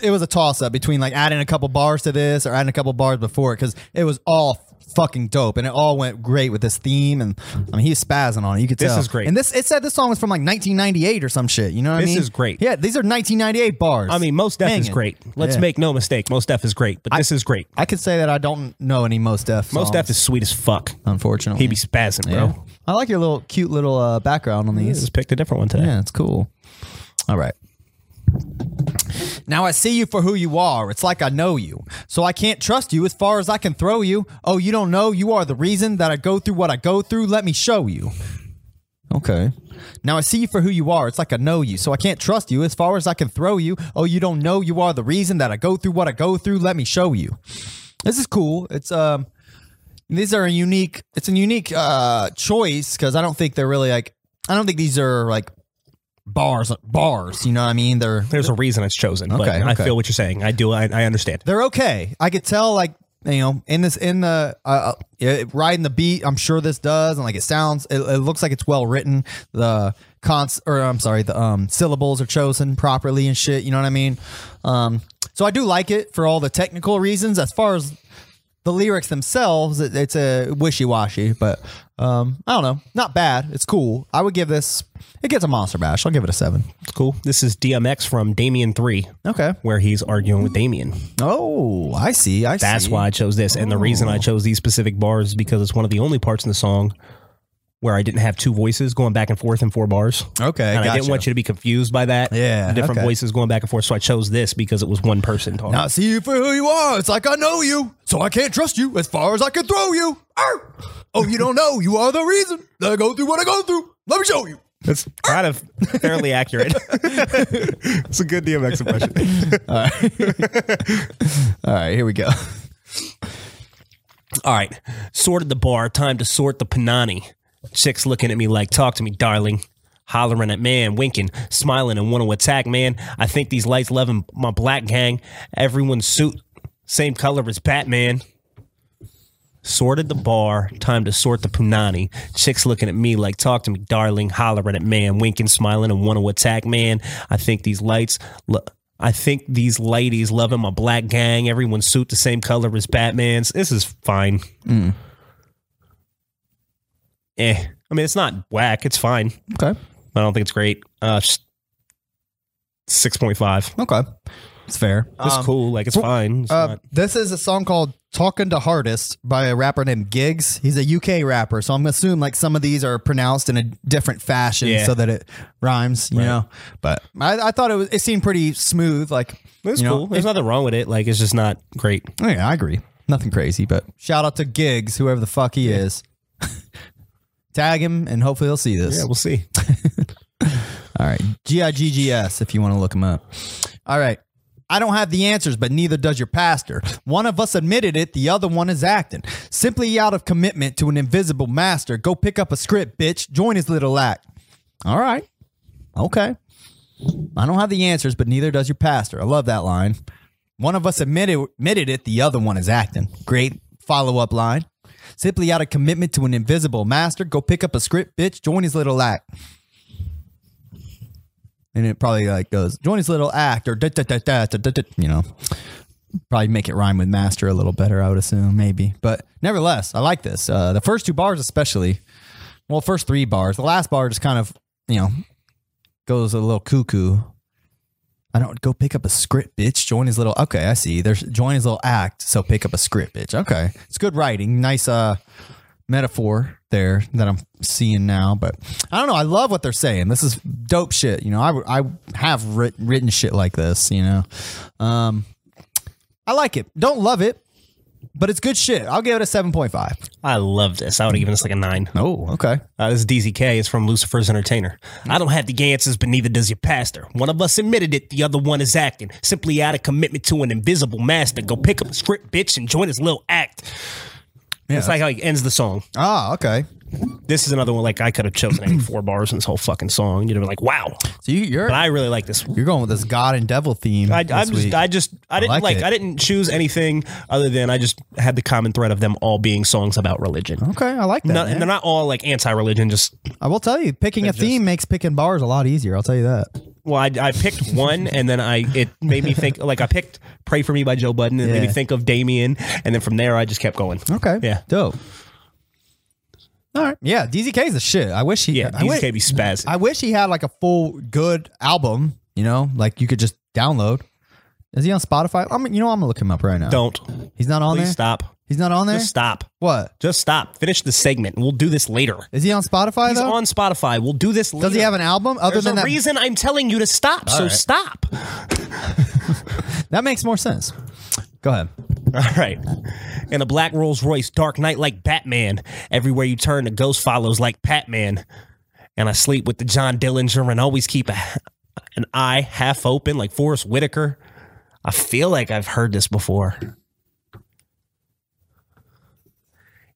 [SPEAKER 1] It was a toss up between like adding a couple bars to this or adding a couple bars before it because it was all fucking dope and it all went great with this theme and I mean he's spazzing on it. You could
[SPEAKER 3] This
[SPEAKER 1] tell.
[SPEAKER 3] is great.
[SPEAKER 1] And this it said this song was from like 1998 or some shit. You know what I
[SPEAKER 3] This
[SPEAKER 1] mean?
[SPEAKER 3] is great.
[SPEAKER 1] Yeah, these are 1998 bars.
[SPEAKER 3] I mean, most Def is
[SPEAKER 1] Banging.
[SPEAKER 3] great. Let's
[SPEAKER 1] Yeah.
[SPEAKER 3] make no mistake. Most Def is great, but this is great.
[SPEAKER 1] I could say that I don't know any most def.
[SPEAKER 3] Most Def is sweet as fuck.
[SPEAKER 1] unfortunately
[SPEAKER 3] He be spazzing, bro.
[SPEAKER 1] Yeah. I like your little cute little uh, background on
[SPEAKER 3] I
[SPEAKER 1] these.
[SPEAKER 3] just picked a different one today.
[SPEAKER 1] Yeah, it's cool. All right. Now I see you for who you are. It's like I know you. So I can't trust you as far as I can throw you. Oh, you don't know you are the reason that I go through what I go through. Let me show you. Okay. Now I see you for who you are. It's like I know you. So I can't trust you as far as I can throw you. Oh, you don't know you are the reason that I go through what I go through. Let me show you. This is cool. It's um these are a unique it's a unique uh choice because i don't think they're really like i don't think these are like bars bars you know what i mean they're
[SPEAKER 3] There's a reason it's chosen, but
[SPEAKER 1] Okay,
[SPEAKER 3] I
[SPEAKER 1] okay.
[SPEAKER 3] feel what you're saying. I do. I, I understand.
[SPEAKER 1] they're okay i could tell like you know in this in the uh, uh it- riding the beat i'm sure this does and like it sounds it, it looks like it's well written the cons or i'm sorry the um syllables are chosen properly and shit you know what i mean um so i do like it for all the technical reasons as far as the lyrics themselves, it, it's a wishy-washy, but um, I don't know. Not bad. It's cool. I would give this. It gets a monster bash. I'll give it a seven.
[SPEAKER 3] It's cool. This is DMX from Damien 3,
[SPEAKER 1] Okay.
[SPEAKER 3] where he's arguing with Damien.
[SPEAKER 1] Oh, I see. I see.
[SPEAKER 3] That's why I chose this. And the reason I chose these specific bars is because it's one of the only parts in the song where I didn't have two voices going back and forth in four bars.
[SPEAKER 1] Okay,
[SPEAKER 3] And I
[SPEAKER 1] gotcha.
[SPEAKER 3] didn't want you to be confused by that.
[SPEAKER 1] Yeah,
[SPEAKER 3] The different
[SPEAKER 1] okay.
[SPEAKER 3] voices going back and forth. So I chose this because it was one person talking.
[SPEAKER 1] Now I see you for who you are. It's like I know you, so I can't trust you as far as I can throw you. Arr! Oh, you don't know. You are the reason that I go through what I go through. Let me show you.
[SPEAKER 3] That's kind of fairly accurate.
[SPEAKER 6] It's a good DMX impression.
[SPEAKER 1] All right, here we go.
[SPEAKER 3] All right. Sorted the bar. Time to sort the panani. Chick's looking at me like, talk to me, darling. Hollering at man, winking, smiling, and want to attack man. I think these lights loving my black gang. Everyone's suit, same color as Batman. Sorted the bar, time to sort the punani. Chicks looking at me like, talk to me, darling. Hollering at man, winking, smiling, and want to attack man. I think these lights, lo- I think these ladies loving my black gang. Everyone's suit the same color as Batman's. This is fine.
[SPEAKER 1] Mm.
[SPEAKER 3] Eh, I mean, it's not whack. It's fine.
[SPEAKER 1] Okay.
[SPEAKER 3] I don't think it's great. Uh, six point five.
[SPEAKER 1] Okay. It's fair.
[SPEAKER 3] It's
[SPEAKER 1] Um,
[SPEAKER 3] cool. Like it's fine. It's
[SPEAKER 1] Uh,
[SPEAKER 3] not-
[SPEAKER 1] this is a song called "Talking to Hardest" by a rapper named Gigs. He's a UK rapper, so I'm gonna assume like some of these are pronounced in a different fashion
[SPEAKER 3] Yeah.
[SPEAKER 1] so that it rhymes, you know. But I, I thought it was it seemed pretty smooth. Like
[SPEAKER 3] it's
[SPEAKER 1] you know,
[SPEAKER 3] cool. There's nothing wrong with it. Like it's just not great.
[SPEAKER 1] Oh, yeah, I agree. Nothing crazy, but shout out to Gigs, whoever the fuck he is. Tag him, and hopefully he'll see this.
[SPEAKER 3] Yeah, we'll see.
[SPEAKER 1] All right. G I G G S if you want to look him up. All right. I don't have the answers, but neither does your pastor. One of us admitted it, the other one is acting. Simply out of commitment to an invisible master, go pick up a script, bitch. Join his little act. All right. Okay. I don't have the answers, but neither does your pastor. I love that line. One of us admitted, admitted it, the other one is acting. Great follow up line. Simply out of commitment to an invisible master, go pick up a script, bitch, join his little act. And it probably like goes, join his little act or da da da da da da, da, you know. Probably make it rhyme with master a little better, I would assume, maybe. But nevertheless, I like this. Uh, the first two bars, especially, well, first three bars. The last bar just kind of, you know, goes a little cuckoo. I don't go pick up a script, bitch. Join his little okay. I see. There's join his little act. So pick up a script, bitch. Okay, it's good writing. Nice uh metaphor there that I'm seeing now. But I don't know. I love what they're saying. This is dope shit. You know, I w- I have writ- written shit like this. You know, um, I like it. Don't love it, but it's good shit. I'll give it a seven point five.
[SPEAKER 3] I love this. I would have given this like a nine.
[SPEAKER 1] Oh, okay.
[SPEAKER 3] Uh, this is DZK. It's from Lucifer's Entertainer. I don't have the answers, but neither does your pastor. One of us admitted it, the other one is acting. Simply out of commitment to an invisible master. Go pick up a script, bitch, and join his little act. It's like how he ends the song.
[SPEAKER 1] Ah, okay.
[SPEAKER 3] This is another one like I could have chosen any four bars in this whole fucking song. You'd have been like, wow.
[SPEAKER 1] So you, you're
[SPEAKER 3] But I really like this.
[SPEAKER 1] you're going with this god and devil theme.
[SPEAKER 3] I,
[SPEAKER 1] this
[SPEAKER 3] I'm
[SPEAKER 1] week.
[SPEAKER 3] just, I just, I didn't
[SPEAKER 1] like
[SPEAKER 3] like,
[SPEAKER 1] it.
[SPEAKER 3] I didn't choose anything other than I just had the common thread of them all being songs about religion.
[SPEAKER 1] okay. I like that.
[SPEAKER 3] No,
[SPEAKER 1] man.
[SPEAKER 3] they're not all like anti-religion. Just
[SPEAKER 1] I will tell you, picking a theme makes picking bars a lot easier. I'll tell you that.
[SPEAKER 3] well, I, I picked one, and then I it made me think. Like I picked "Pray for Me" by Joe Budden, and it made
[SPEAKER 1] Yeah.
[SPEAKER 3] me think of Damien, and then from there I just kept going.
[SPEAKER 1] Okay.
[SPEAKER 3] Yeah.
[SPEAKER 1] Dope. All right. Yeah. DZK is the shit. I wish he.
[SPEAKER 3] Yeah,
[SPEAKER 1] I wish,
[SPEAKER 3] DZK be spazzing.
[SPEAKER 1] I wish he had like a full good album. You know, like you could just download. Is he on Spotify? I'm. You know, I'm gonna look him up right now.
[SPEAKER 3] Don't
[SPEAKER 1] He's not on
[SPEAKER 3] please
[SPEAKER 1] there.
[SPEAKER 3] stop.
[SPEAKER 1] He's not on there.
[SPEAKER 3] Just stop.
[SPEAKER 1] What?
[SPEAKER 3] Just stop. Finish the segment. We'll do this later.
[SPEAKER 1] Is he on Spotify
[SPEAKER 3] He's
[SPEAKER 1] though?
[SPEAKER 3] on Spotify. We'll do this. later.
[SPEAKER 1] Does he have an album other
[SPEAKER 3] There's
[SPEAKER 1] than
[SPEAKER 3] a
[SPEAKER 1] that?
[SPEAKER 3] reason I'm telling you to stop. so
[SPEAKER 1] right.
[SPEAKER 3] stop.
[SPEAKER 1] That makes more sense. Go ahead.
[SPEAKER 3] All right. In a black Rolls Royce, dark night like Batman. Everywhere you turn, the ghost follows like Patman. And I sleep with the John Dillinger and always keep a, an eye half open like Forrest Whitaker. I feel like I've heard this before.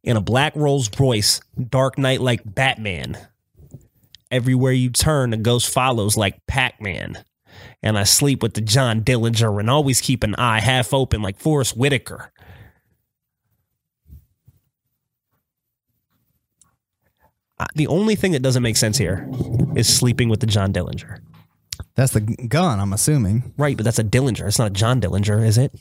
[SPEAKER 3] In a black Rolls Royce, dark night like Batman. Everywhere you turn, the ghost follows like Pac Man and I sleep with the John Dillinger and always keep an eye half open like Forrest Whitaker. Uh, The only thing that doesn't make sense here is sleeping with the John Dillinger.
[SPEAKER 1] That's the g- gun. I'm assuming.
[SPEAKER 3] Right, but that's a Dillinger. It's not a John Dillinger, is it?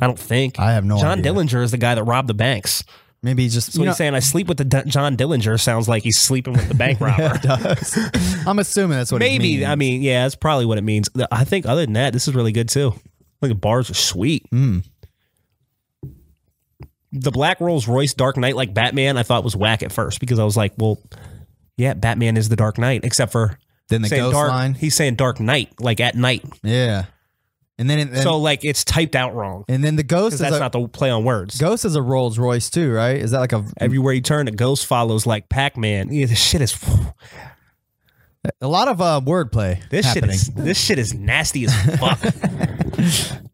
[SPEAKER 3] I don't think.
[SPEAKER 1] I have no
[SPEAKER 3] John
[SPEAKER 1] idea.
[SPEAKER 3] Dillinger is the guy that robbed the banks.
[SPEAKER 1] Maybe he's just.
[SPEAKER 3] So
[SPEAKER 1] you know-
[SPEAKER 3] he's saying I sleep with the D- John Dillinger sounds like he's sleeping with the bank robber.
[SPEAKER 1] does. I'm assuming that's what. he
[SPEAKER 3] Maybe.
[SPEAKER 1] means.
[SPEAKER 3] I mean, yeah, that's probably what it means. The- I think other than that, this is really good too. I think the bars are sweet.
[SPEAKER 1] Hmm.
[SPEAKER 3] The Black Rolls Royce Dark Knight like Batman, I thought was whack at first because I was like, well, yeah, Batman is the Dark Knight, except for
[SPEAKER 1] Then the
[SPEAKER 3] saying
[SPEAKER 1] ghost
[SPEAKER 3] dark,
[SPEAKER 1] line.
[SPEAKER 3] He's saying Dark Knight, like at night.
[SPEAKER 1] Yeah. And then, it, and,
[SPEAKER 3] so like it's typed out wrong.
[SPEAKER 1] and then the ghost
[SPEAKER 3] Because
[SPEAKER 1] is
[SPEAKER 3] that's
[SPEAKER 1] a,
[SPEAKER 3] not the play on words.
[SPEAKER 1] ghost is a Rolls Royce too, right? Is that like a
[SPEAKER 3] Everywhere you turn, the ghost follows like Pac-Man. Yeah, this shit is
[SPEAKER 1] a lot of uh, wordplay?
[SPEAKER 3] This
[SPEAKER 1] happening.
[SPEAKER 3] shit is this shit is nasty as fuck.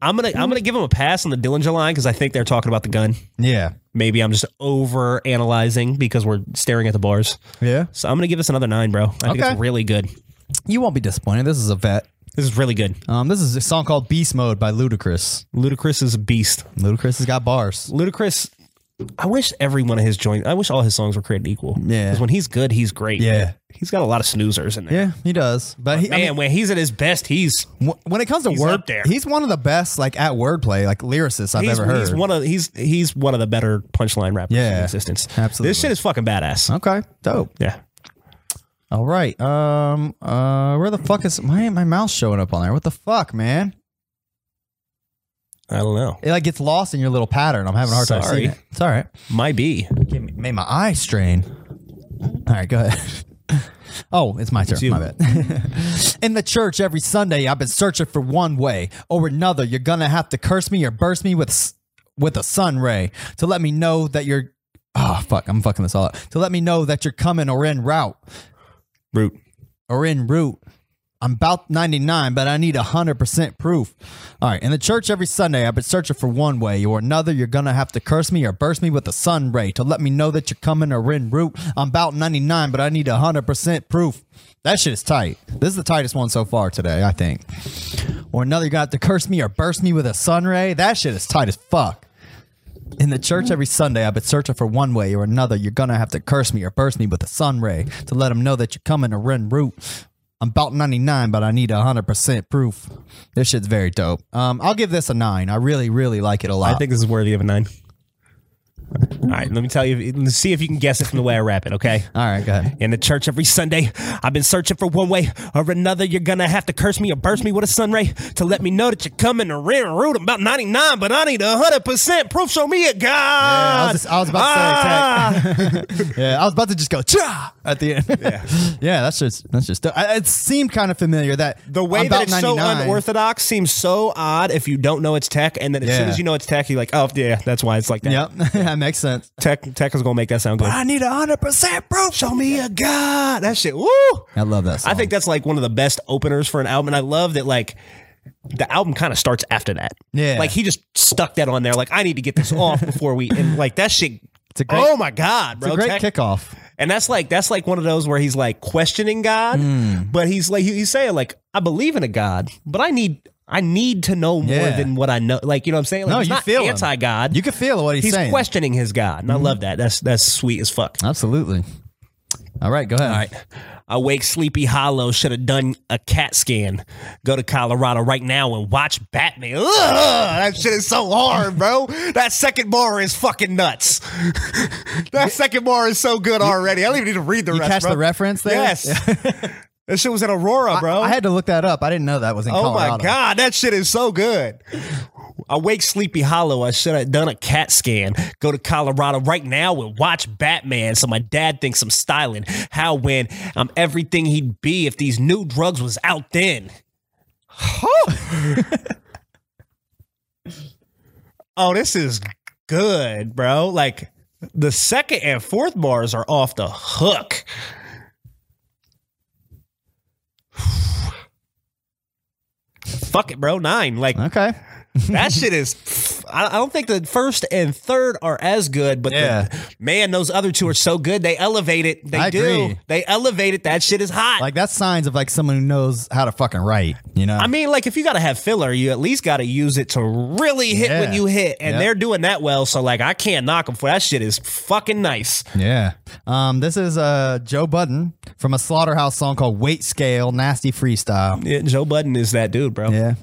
[SPEAKER 3] I'm gonna I'm gonna give him a pass on the Dillinger line because I think they're talking about the gun.
[SPEAKER 1] yeah,
[SPEAKER 3] Maybe I'm just over analyzing because we're staring at the bars.
[SPEAKER 1] yeah.
[SPEAKER 3] So I'm gonna give this another nine, bro. I think
[SPEAKER 1] Okay.
[SPEAKER 3] it's really good.
[SPEAKER 1] You won't be disappointed. This is a vet.
[SPEAKER 3] This is really good.
[SPEAKER 1] Um, this is a song called Beast Mode by Ludacris.
[SPEAKER 3] Ludacris is a beast.
[SPEAKER 1] Ludacris has got bars.
[SPEAKER 3] Ludacris, I wish every one of his joints. I wish all his songs were created equal.
[SPEAKER 1] Yeah.
[SPEAKER 3] because when he's good, he's great.
[SPEAKER 1] Yeah.
[SPEAKER 3] he's got a lot of snoozers in there.
[SPEAKER 1] Yeah, he does. But he,
[SPEAKER 3] Man,
[SPEAKER 1] I mean,
[SPEAKER 3] when he's at his best, he's
[SPEAKER 1] w- when it comes to
[SPEAKER 3] he's
[SPEAKER 1] word,
[SPEAKER 3] up there.
[SPEAKER 1] he's one of the best like at wordplay, like lyricists I've
[SPEAKER 3] he's,
[SPEAKER 1] ever heard.
[SPEAKER 3] he's one of he's he's one of the better punchline rappers
[SPEAKER 1] Yeah,
[SPEAKER 3] in existence.
[SPEAKER 1] absolutely.
[SPEAKER 3] this shit is fucking badass.
[SPEAKER 1] okay, dope.
[SPEAKER 3] Yeah.
[SPEAKER 1] All right. Um. Uh. Where the fuck is my my mouse showing up on there? What the fuck, man?
[SPEAKER 3] I don't know.
[SPEAKER 1] It like gets lost in your little pattern. I'm having a hard time
[SPEAKER 3] Sorry.
[SPEAKER 1] seeing it. It's all right.
[SPEAKER 3] Might be.
[SPEAKER 1] Give me- made my eye strain. All right, go ahead. Oh, it's my turn. My bad. In the church every Sunday, I've been searching for one way or another. You're gonna have to curse me or burst me with s- with a sun ray to let me know that you're. Oh fuck, I'm fucking this all up. To let me know that you're coming or en route
[SPEAKER 3] Root.
[SPEAKER 1] or en route. I'm about 99, but I need 100% proof. All right. In the church every Sunday, I've been searching for one way or another. You're going to have to curse me or burst me with a sun ray to let me know that you're coming or en route. I'm about 99, but I need 100% proof. That shit is tight. This is the tightest one so far today, I think. Or another, you're going to have to curse me or burst me with a sun ray. That shit is tight as fuck. In the church every Sunday, I've been searching for one way or another. You're gonna have to curse me or burst me with a sun ray to let them know that you're coming to run route. I'm about 99, but I need 100% proof. This shit's very dope. Um, I'll give this a nine. I really, really like it a lot.
[SPEAKER 3] I think this is worthy of a nine. All right, let me tell you. Let's see if you can guess it from the way I wrap it. Okay.
[SPEAKER 1] All right, go ahead.
[SPEAKER 3] In the church every Sunday, I've been searching for one way or another. You're gonna have to curse me or burst me with a sunray to let me know that you're coming to rent root. I'm about 99, but I need 100% proof. Show me a
[SPEAKER 1] I
[SPEAKER 3] God. Ah,
[SPEAKER 1] was, just- I was about to say, tech. yeah, I was about to just go cha at the end. Yeah, that's just that's just. dope. I- It seemed kind of familiar that
[SPEAKER 3] The way
[SPEAKER 1] I'm
[SPEAKER 3] that
[SPEAKER 1] about
[SPEAKER 3] it's so
[SPEAKER 1] 99.
[SPEAKER 3] unorthodox seems so odd if you don't know it's tech, and then as soon
[SPEAKER 1] Yeah.
[SPEAKER 3] as you know it's tech, you're like, oh yeah, that's why it's like that.
[SPEAKER 1] Yep, that makes sense.
[SPEAKER 3] Tech, tech is gonna make that sound good.
[SPEAKER 1] I need 100% proof.
[SPEAKER 3] Show me a God. That shit. Woo!
[SPEAKER 1] I love that. Song.
[SPEAKER 3] I think that's like one of the best openers for an album, and I love that like the album kind of starts after that.
[SPEAKER 1] Yeah.
[SPEAKER 3] like he just stuck that on there. Like I need to get this off before we and like that shit.
[SPEAKER 1] a great-
[SPEAKER 3] oh my god, bro!
[SPEAKER 1] it's a great
[SPEAKER 3] Tech-
[SPEAKER 1] kickoff.
[SPEAKER 3] and that's like that's like one of those where he's like questioning God,
[SPEAKER 1] Hmm.
[SPEAKER 3] but he's like he- he's saying like I believe in a God, but I need I need to know more
[SPEAKER 1] Yeah.
[SPEAKER 3] than what I know. Like you know what I'm saying? Like,
[SPEAKER 1] No,
[SPEAKER 3] he's
[SPEAKER 1] you
[SPEAKER 3] not
[SPEAKER 1] feel him.
[SPEAKER 3] anti God.
[SPEAKER 1] You can feel what he's,
[SPEAKER 3] He's
[SPEAKER 1] saying. Mm-hmm.
[SPEAKER 3] questioning his God, and I love that. That's that's sweet as fuck.
[SPEAKER 1] Absolutely. All right, go ahead. All right.
[SPEAKER 3] Awake Sleepy Hollow should have done a CAT scan. Go to Colorado right now and watch Batman. Ugh, that shit is so hard, bro. That second bar is fucking nuts. that second bar is so good already. I don't even need to read the
[SPEAKER 1] You
[SPEAKER 3] rest.
[SPEAKER 1] catch
[SPEAKER 3] bro.
[SPEAKER 1] the reference there?
[SPEAKER 3] Yes. that shit was in Aurora, bro.
[SPEAKER 1] I had to look that up. I didn't know that was in
[SPEAKER 3] oh
[SPEAKER 1] Colorado.
[SPEAKER 3] my god, that shit is so good. Awake Sleepy Hollow. I should have done a CAT scan. Go to Colorado right now and watch Batman. So my dad thinks I'm styling. How when I'm everything he'd be if these new drugs was out then. oh, this is good, bro. Like the second and fourth bars are off the hook. Fuck it, bro. Nine. Like
[SPEAKER 1] Okay.
[SPEAKER 3] that shit is. I I don't think the first and third are as good, but the-
[SPEAKER 1] Yeah.
[SPEAKER 3] man, those other two are so good. They elevate it. They
[SPEAKER 1] I
[SPEAKER 3] do.
[SPEAKER 1] agree.
[SPEAKER 3] They elevate it. That shit is hot.
[SPEAKER 1] Like that's signs of like someone who knows how to fucking write, you know?
[SPEAKER 3] I mean, like if you gotta have filler, you at least gotta use it to really hit when
[SPEAKER 1] Yeah.
[SPEAKER 3] you hit, and
[SPEAKER 1] Yep.
[SPEAKER 3] they're doing that well. So like, I can't knock them for that shit. Is fucking nice.
[SPEAKER 1] yeah. Um, this is uh Joe Budden from a slaughterhouse song called Weight Scale, Nasty Freestyle.
[SPEAKER 3] Yeah, Joe Budden is that dude, bro.
[SPEAKER 1] Yeah.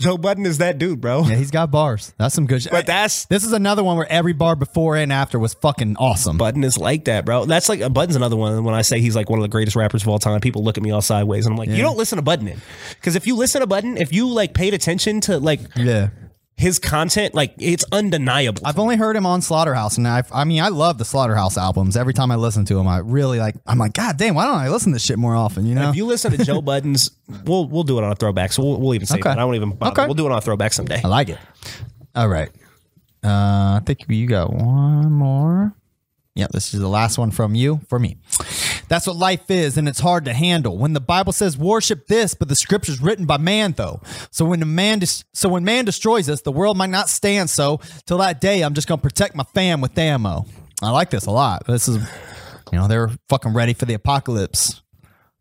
[SPEAKER 3] Joe Budden is that dude, bro.
[SPEAKER 1] Yeah, he's got bars. That's some good shit.
[SPEAKER 3] But that's
[SPEAKER 1] this is another one where every bar before and after was fucking awesome.
[SPEAKER 3] Budden is like that, bro. That's like Budden's another one. When I say he's like one of the greatest rappers of all time, people look at me all sideways, and I'm like, you don't listen to Budden, because if you listen to Budden, if you like paid attention to like
[SPEAKER 1] yeah.
[SPEAKER 3] his content, like it's undeniable.
[SPEAKER 1] I've only heard him on Slaughterhouse, and I've, I mean, I love the Slaughterhouse albums. Every time I listen to him, I really like. I'm like, God damn, why don't I listen to this shit more often? You know?
[SPEAKER 3] if you listen to Joe Budden's, we'll we'll do it on a throwback. So we'll, we'll even say
[SPEAKER 1] Okay.
[SPEAKER 3] that. I don't even. Bother.
[SPEAKER 1] Okay.
[SPEAKER 3] We'll do it on a throwback someday.
[SPEAKER 1] I like it. All right. Uh, I think you got one more. Yeah, this is the last one from you, for me. That's what life is, and it's hard to handle. When the Bible says worship this, but the scripture's written by man, though. So when the man, des- so when man destroys us, the world might not stand. So till that day, I'm just gonna protect my fam with ammo. I like this a lot. This is, you know, they're fucking ready for the apocalypse.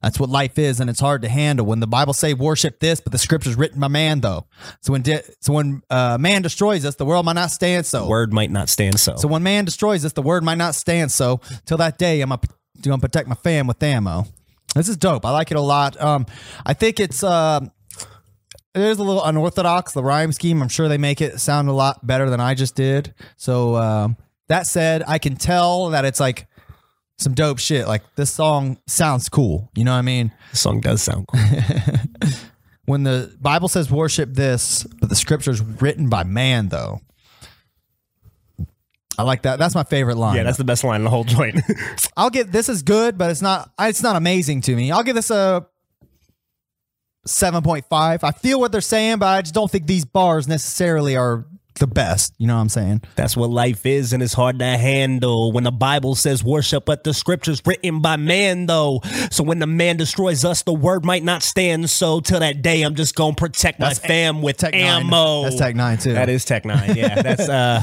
[SPEAKER 1] That's what life is, and it's hard to handle. When the Bible say worship this, but the scripture's written by man, though. So when de- so when uh, man destroys us, the world might not stand so.
[SPEAKER 3] Word might not stand so.
[SPEAKER 1] So when man destroys us, the word might not stand so. Till that day, I'm going to protect my fam with ammo. This is dope. I like it a lot. Um, I think it's uh, it is a little unorthodox. The rhyme scheme. I'm sure they make it sound a lot better than I just did. So um, that said, I can tell that it's like some dope shit. Like this song sounds cool. You know what I mean?
[SPEAKER 3] This song does sound cool.
[SPEAKER 1] when the Bible says worship this, but the scripture's written by man, though. I like that. That's my favorite line.
[SPEAKER 3] yeah, that's the best line in the whole joint.
[SPEAKER 1] I'll give this is good, but it's not it's not amazing to me. I'll give this a 7.5. I feel what they're saying, but I just don't think these bars necessarily are the best. You know what I'm saying?
[SPEAKER 3] That's what life is, and it's hard to handle. When the Bible says worship, but the scriptures written by man, though. So when the man destroys us, the word might not stand. So till that day, I'm just gonna protect my fam with
[SPEAKER 1] Tech nine.
[SPEAKER 3] ammo.
[SPEAKER 1] That's Tech Nine too.
[SPEAKER 3] That is Tech Nine. Yeah, that's uh,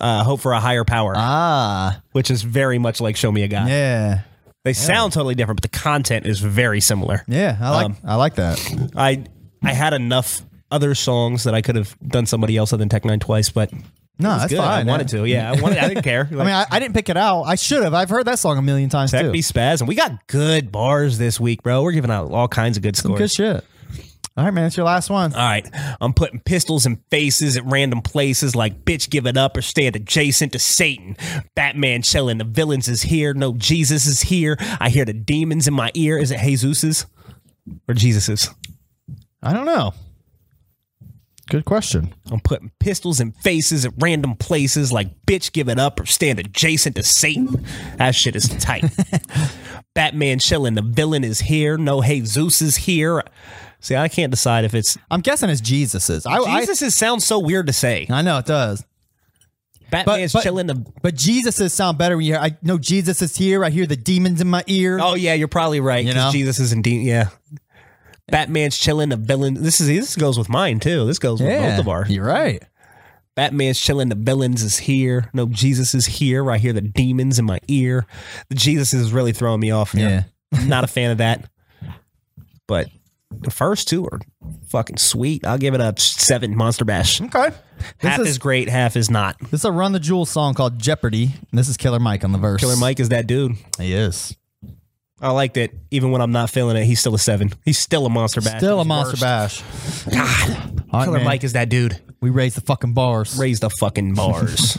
[SPEAKER 3] uh, hope for a higher power,
[SPEAKER 1] Ah,
[SPEAKER 3] which is very much like Show Me a God.
[SPEAKER 1] yeah,
[SPEAKER 3] They sound totally different, but the content is very similar.
[SPEAKER 1] yeah. I
[SPEAKER 3] Um,
[SPEAKER 1] like I like that.
[SPEAKER 3] I I had enough other songs that I could have done somebody else other than Tech Nine twice, but
[SPEAKER 1] No, that's
[SPEAKER 3] good.
[SPEAKER 1] fine.
[SPEAKER 3] I wanted
[SPEAKER 1] yeah.
[SPEAKER 3] to. Yeah, I wanted. I didn't care.
[SPEAKER 1] I mean, I, I didn't pick it out. I should have. I've heard that song a million times
[SPEAKER 3] Tech
[SPEAKER 1] too.
[SPEAKER 3] be spaz, and we got good bars this week, bro. We're giving out all kinds of good scores.
[SPEAKER 1] Good shit. All right, man. It's your last one.
[SPEAKER 3] all right, I'm putting pistols in faces at random places like bitch, give it up or stand adjacent to Satan. Batman chilling, the villains is here. No, Jesus is here. I hear the demons in my ear. Is it Jesus's or Jesus's?
[SPEAKER 1] I don't know. Good question.
[SPEAKER 3] I'm putting pistols in faces at random places like bitch, give it up or stand adjacent to Satan. That shit is tight. Batman chilling, the villain is here. No, hey, Zeus is here. See, I can't decide if it's
[SPEAKER 1] I'm guessing it's Jesus's. I,
[SPEAKER 3] Jesus. Is, sounds so weird to say.
[SPEAKER 1] I, I know it does.
[SPEAKER 3] Batman's
[SPEAKER 1] but-
[SPEAKER 3] chilling. The
[SPEAKER 1] But Jesus's sound better when you hear. I know Jesus is here. I hear the demons in my ear.
[SPEAKER 3] oh yeah, you're probably right.
[SPEAKER 1] You
[SPEAKER 3] 'cause
[SPEAKER 1] know?
[SPEAKER 3] Jesus is indeed yeah. Batman's chilling, the villain. This is this goes with mine too. This goes with both of our.
[SPEAKER 1] You're right.
[SPEAKER 3] Batman's chilling. The villains is here. No, Jesus is here. I hear the demons in my ear. The Jesus is really throwing me off. Here. not a fan of that. But the first two are fucking sweet. I'll give it a seven. Monster Bash.
[SPEAKER 1] Okay.
[SPEAKER 3] half
[SPEAKER 1] is-
[SPEAKER 3] is, great. Half is not.
[SPEAKER 1] This is a Run the Jewels song called Jeopardy. And this is Killer Mike on the verse.
[SPEAKER 3] Killer Mike is that dude.
[SPEAKER 1] He is.
[SPEAKER 3] I like that. Even when I'm not feeling it, he's still a seven. He's still a Monster Bash.
[SPEAKER 1] Still a
[SPEAKER 3] He's
[SPEAKER 1] monster
[SPEAKER 3] worst.
[SPEAKER 1] bash. God. All right,
[SPEAKER 3] Killer
[SPEAKER 1] man.
[SPEAKER 3] Mike is that dude.
[SPEAKER 1] We raised the fucking bars.
[SPEAKER 3] Raise the fucking bars.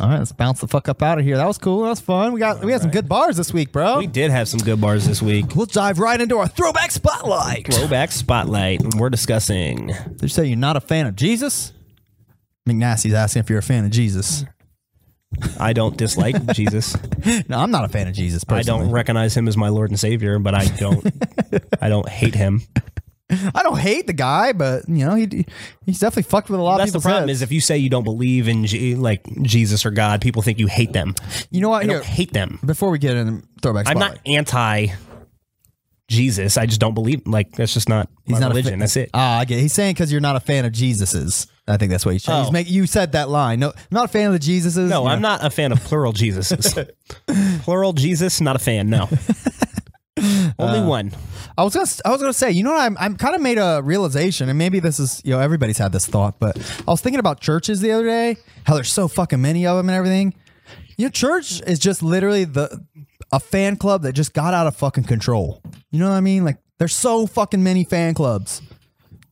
[SPEAKER 1] All right, let's bounce the fuck up out of here. That was cool. That was fun. We got we had some good bars this week, bro.
[SPEAKER 3] we did have some good bars this week.
[SPEAKER 1] We'll dive right into our throwback spotlight.
[SPEAKER 3] Throwback spotlight. and We're discussing.
[SPEAKER 1] They say you're not a fan of Jesus. McNasty's asking if you're a fan of Jesus.
[SPEAKER 3] I don't dislike Jesus.
[SPEAKER 1] No, I'm not a fan of Jesus.
[SPEAKER 3] I
[SPEAKER 1] Personally.
[SPEAKER 3] don't recognize him as my Lord and Savior, but I don't. I don't hate him.
[SPEAKER 1] I don't hate the guy, but you know he he's definitely fucked with a lot
[SPEAKER 3] That's
[SPEAKER 1] of
[SPEAKER 3] the
[SPEAKER 1] people's
[SPEAKER 3] problem
[SPEAKER 1] heads.
[SPEAKER 3] is if you say you don't believe in Je- like Jesus or God, people think you hate them.
[SPEAKER 1] you know what?
[SPEAKER 3] I
[SPEAKER 1] Here,
[SPEAKER 3] don't hate them.
[SPEAKER 1] before we get into throwback
[SPEAKER 3] I'm
[SPEAKER 1] spotlight,
[SPEAKER 3] not anti Jesus. I just don't believe. Like that's just not my
[SPEAKER 1] not a
[SPEAKER 3] religion.
[SPEAKER 1] fa-
[SPEAKER 3] that's it.
[SPEAKER 1] Ah, I get. He's saying because you're not a fan of Jesus's. I think that's what he's saying. He's
[SPEAKER 3] Oh.
[SPEAKER 1] make, you said that line. No, I'm not a fan of the Jesus's.
[SPEAKER 3] No,
[SPEAKER 1] you
[SPEAKER 3] I'm
[SPEAKER 1] know.
[SPEAKER 3] not a fan of plural Jesuses. plural Jesus, not a fan. No.
[SPEAKER 1] Uh,
[SPEAKER 3] Only one.
[SPEAKER 1] I was gonna. I was gonna say. You know what? I'm. I'm kind of made a realization, and maybe this is. You know, everybody's had this thought, but I was thinking about churches the other day. How there's so fucking many of them and everything. You know, church is just literally the a fan club that just got out of fucking control. You know what I mean? Like there's so fucking many fan clubs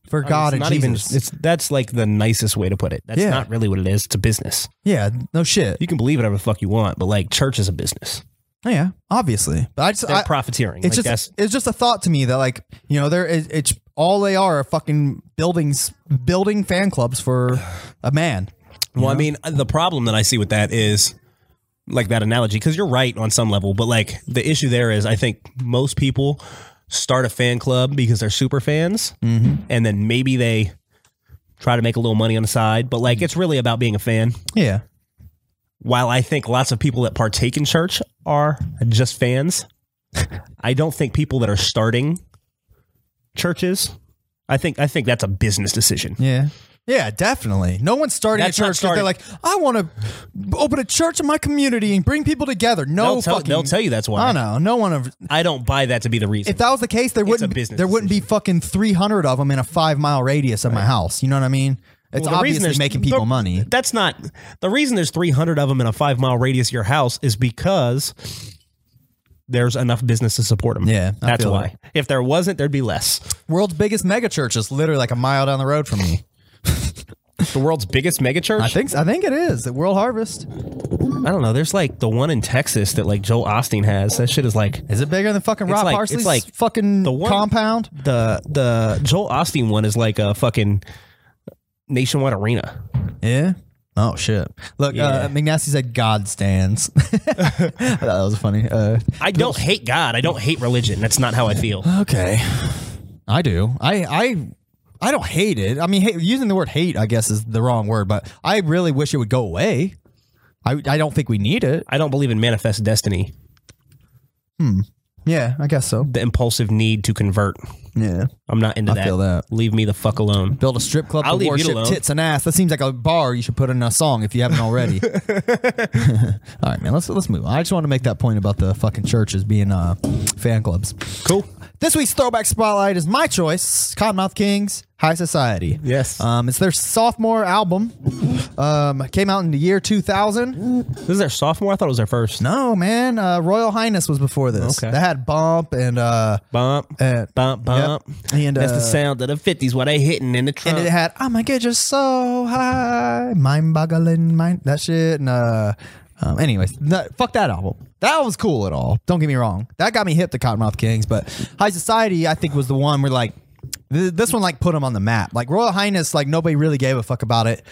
[SPEAKER 1] for God
[SPEAKER 3] It's
[SPEAKER 1] and
[SPEAKER 3] not even.
[SPEAKER 1] Jesus.
[SPEAKER 3] It's that's like the nicest way to put it. That's
[SPEAKER 1] Yeah.
[SPEAKER 3] not really what it is. It's a business.
[SPEAKER 1] yeah. No shit.
[SPEAKER 3] You can believe whatever the fuck you want, but like church is a business.
[SPEAKER 1] Yeah. Obviously, but I just.
[SPEAKER 3] They're
[SPEAKER 1] I,
[SPEAKER 3] profiteering.
[SPEAKER 1] it's just
[SPEAKER 3] like that's
[SPEAKER 1] it's just a thought to me that like you know there is it's all they are are fucking buildings building fan clubs for a man
[SPEAKER 3] Well, I mean, the problem that I see with that is like that analogy, because you're right on some level, but like the issue there is I think most people start a fan club because they're super fans, and then maybe they try to make a little money on the side, but like it's really about being a fan.
[SPEAKER 1] yeah
[SPEAKER 3] While I think lots of people that partake in church are just fans, I don't think people that are starting churches. I think I think that's a business decision.
[SPEAKER 1] yeah yeah definitely no one's starting
[SPEAKER 3] That's
[SPEAKER 1] a
[SPEAKER 3] not
[SPEAKER 1] church because they're
[SPEAKER 3] starting-
[SPEAKER 1] like i want to open a church in my community and bring people together no
[SPEAKER 3] they'll, tell,
[SPEAKER 1] fucking
[SPEAKER 3] they'll tell you that's why.
[SPEAKER 1] I know. No one of.
[SPEAKER 3] I don't buy that to be the reason.
[SPEAKER 1] If that was the case, there wouldn't. Be, there
[SPEAKER 3] business
[SPEAKER 1] wouldn't be fucking three hundred of them in a five mile radius of my house. You know what I mean? It's
[SPEAKER 3] Well, the
[SPEAKER 1] obviously
[SPEAKER 3] reason there's-
[SPEAKER 1] making people
[SPEAKER 3] the-
[SPEAKER 1] money.
[SPEAKER 3] That's not the reason. There's 300 of them in a five mile radius of your house is because there's enough business to support them.
[SPEAKER 1] Yeah, I
[SPEAKER 3] that's
[SPEAKER 1] feel
[SPEAKER 3] why. If there wasn't, there'd be less.
[SPEAKER 1] World's biggest mega church is literally like a mile down the road from me.
[SPEAKER 3] The world's biggest megachurch.
[SPEAKER 1] I think. I think it is at World Harvest.
[SPEAKER 3] I don't know. There's like the one in Texas that like Joel Osteen has. That shit is like
[SPEAKER 1] Is it bigger than fucking Rob
[SPEAKER 3] like- it's
[SPEAKER 1] Parsley's
[SPEAKER 3] like
[SPEAKER 1] fucking
[SPEAKER 3] the one-
[SPEAKER 1] compound?
[SPEAKER 3] the the Joel Osteen one is like a fucking nationwide arena.
[SPEAKER 1] Yeah. Oh shit! Look, uh,
[SPEAKER 3] Yeah.
[SPEAKER 1] McNasty said God stands. I thought that was funny. Uh,
[SPEAKER 3] I don't hate God. I don't hate religion. That's not how I feel.
[SPEAKER 1] okay, I do. I I I don't hate it. I mean, hate, using the word hate, I guess, is the wrong word, but I really wish it would go away. I, I don't think we need it.
[SPEAKER 3] I don't believe in manifest destiny,
[SPEAKER 1] Yeah, I guess so.
[SPEAKER 3] the impulsive need to convert.
[SPEAKER 1] Yeah.
[SPEAKER 3] I'm not into
[SPEAKER 1] I
[SPEAKER 3] that.
[SPEAKER 1] feel that.
[SPEAKER 3] Leave me the fuck alone.
[SPEAKER 1] Build a strip club
[SPEAKER 3] I'll
[SPEAKER 1] to
[SPEAKER 3] leave you
[SPEAKER 1] worship
[SPEAKER 3] alone.
[SPEAKER 1] tits and ass. That seems like a bar you should put in a song if you haven't already. All right, man. Let's let's move. on. I just want to make that point about the fucking churches being uh, fan clubs.
[SPEAKER 7] Cool.
[SPEAKER 1] This week's throwback spotlight is my choice, Cottonmouth Kings, High Society.
[SPEAKER 7] Yes.
[SPEAKER 1] Um, it's their sophomore album. Um, came out in the year 2000.
[SPEAKER 3] This is their sophomore. I thought it was their first.
[SPEAKER 1] No, man. Uh, Royal Highness was before this.
[SPEAKER 3] Okay.
[SPEAKER 1] They had Bump and uh,
[SPEAKER 3] Bump,
[SPEAKER 1] and
[SPEAKER 3] bump, bump.
[SPEAKER 1] Yep. And
[SPEAKER 3] That's the
[SPEAKER 1] uh,
[SPEAKER 3] sound of the 50s. What they hitting in the
[SPEAKER 1] and
[SPEAKER 3] trunk.
[SPEAKER 1] it had "I'm gonna get you so high, mind boggling, mind that shit." And uh, um, anyways, no, fuck that album. That was cool at all. Don't get me wrong. That got me hip to Cottonmouth Kings, but High Society, I think, was the one where like th- this one like put them on the map. Like Royal Highness, like nobody really gave a fuck about it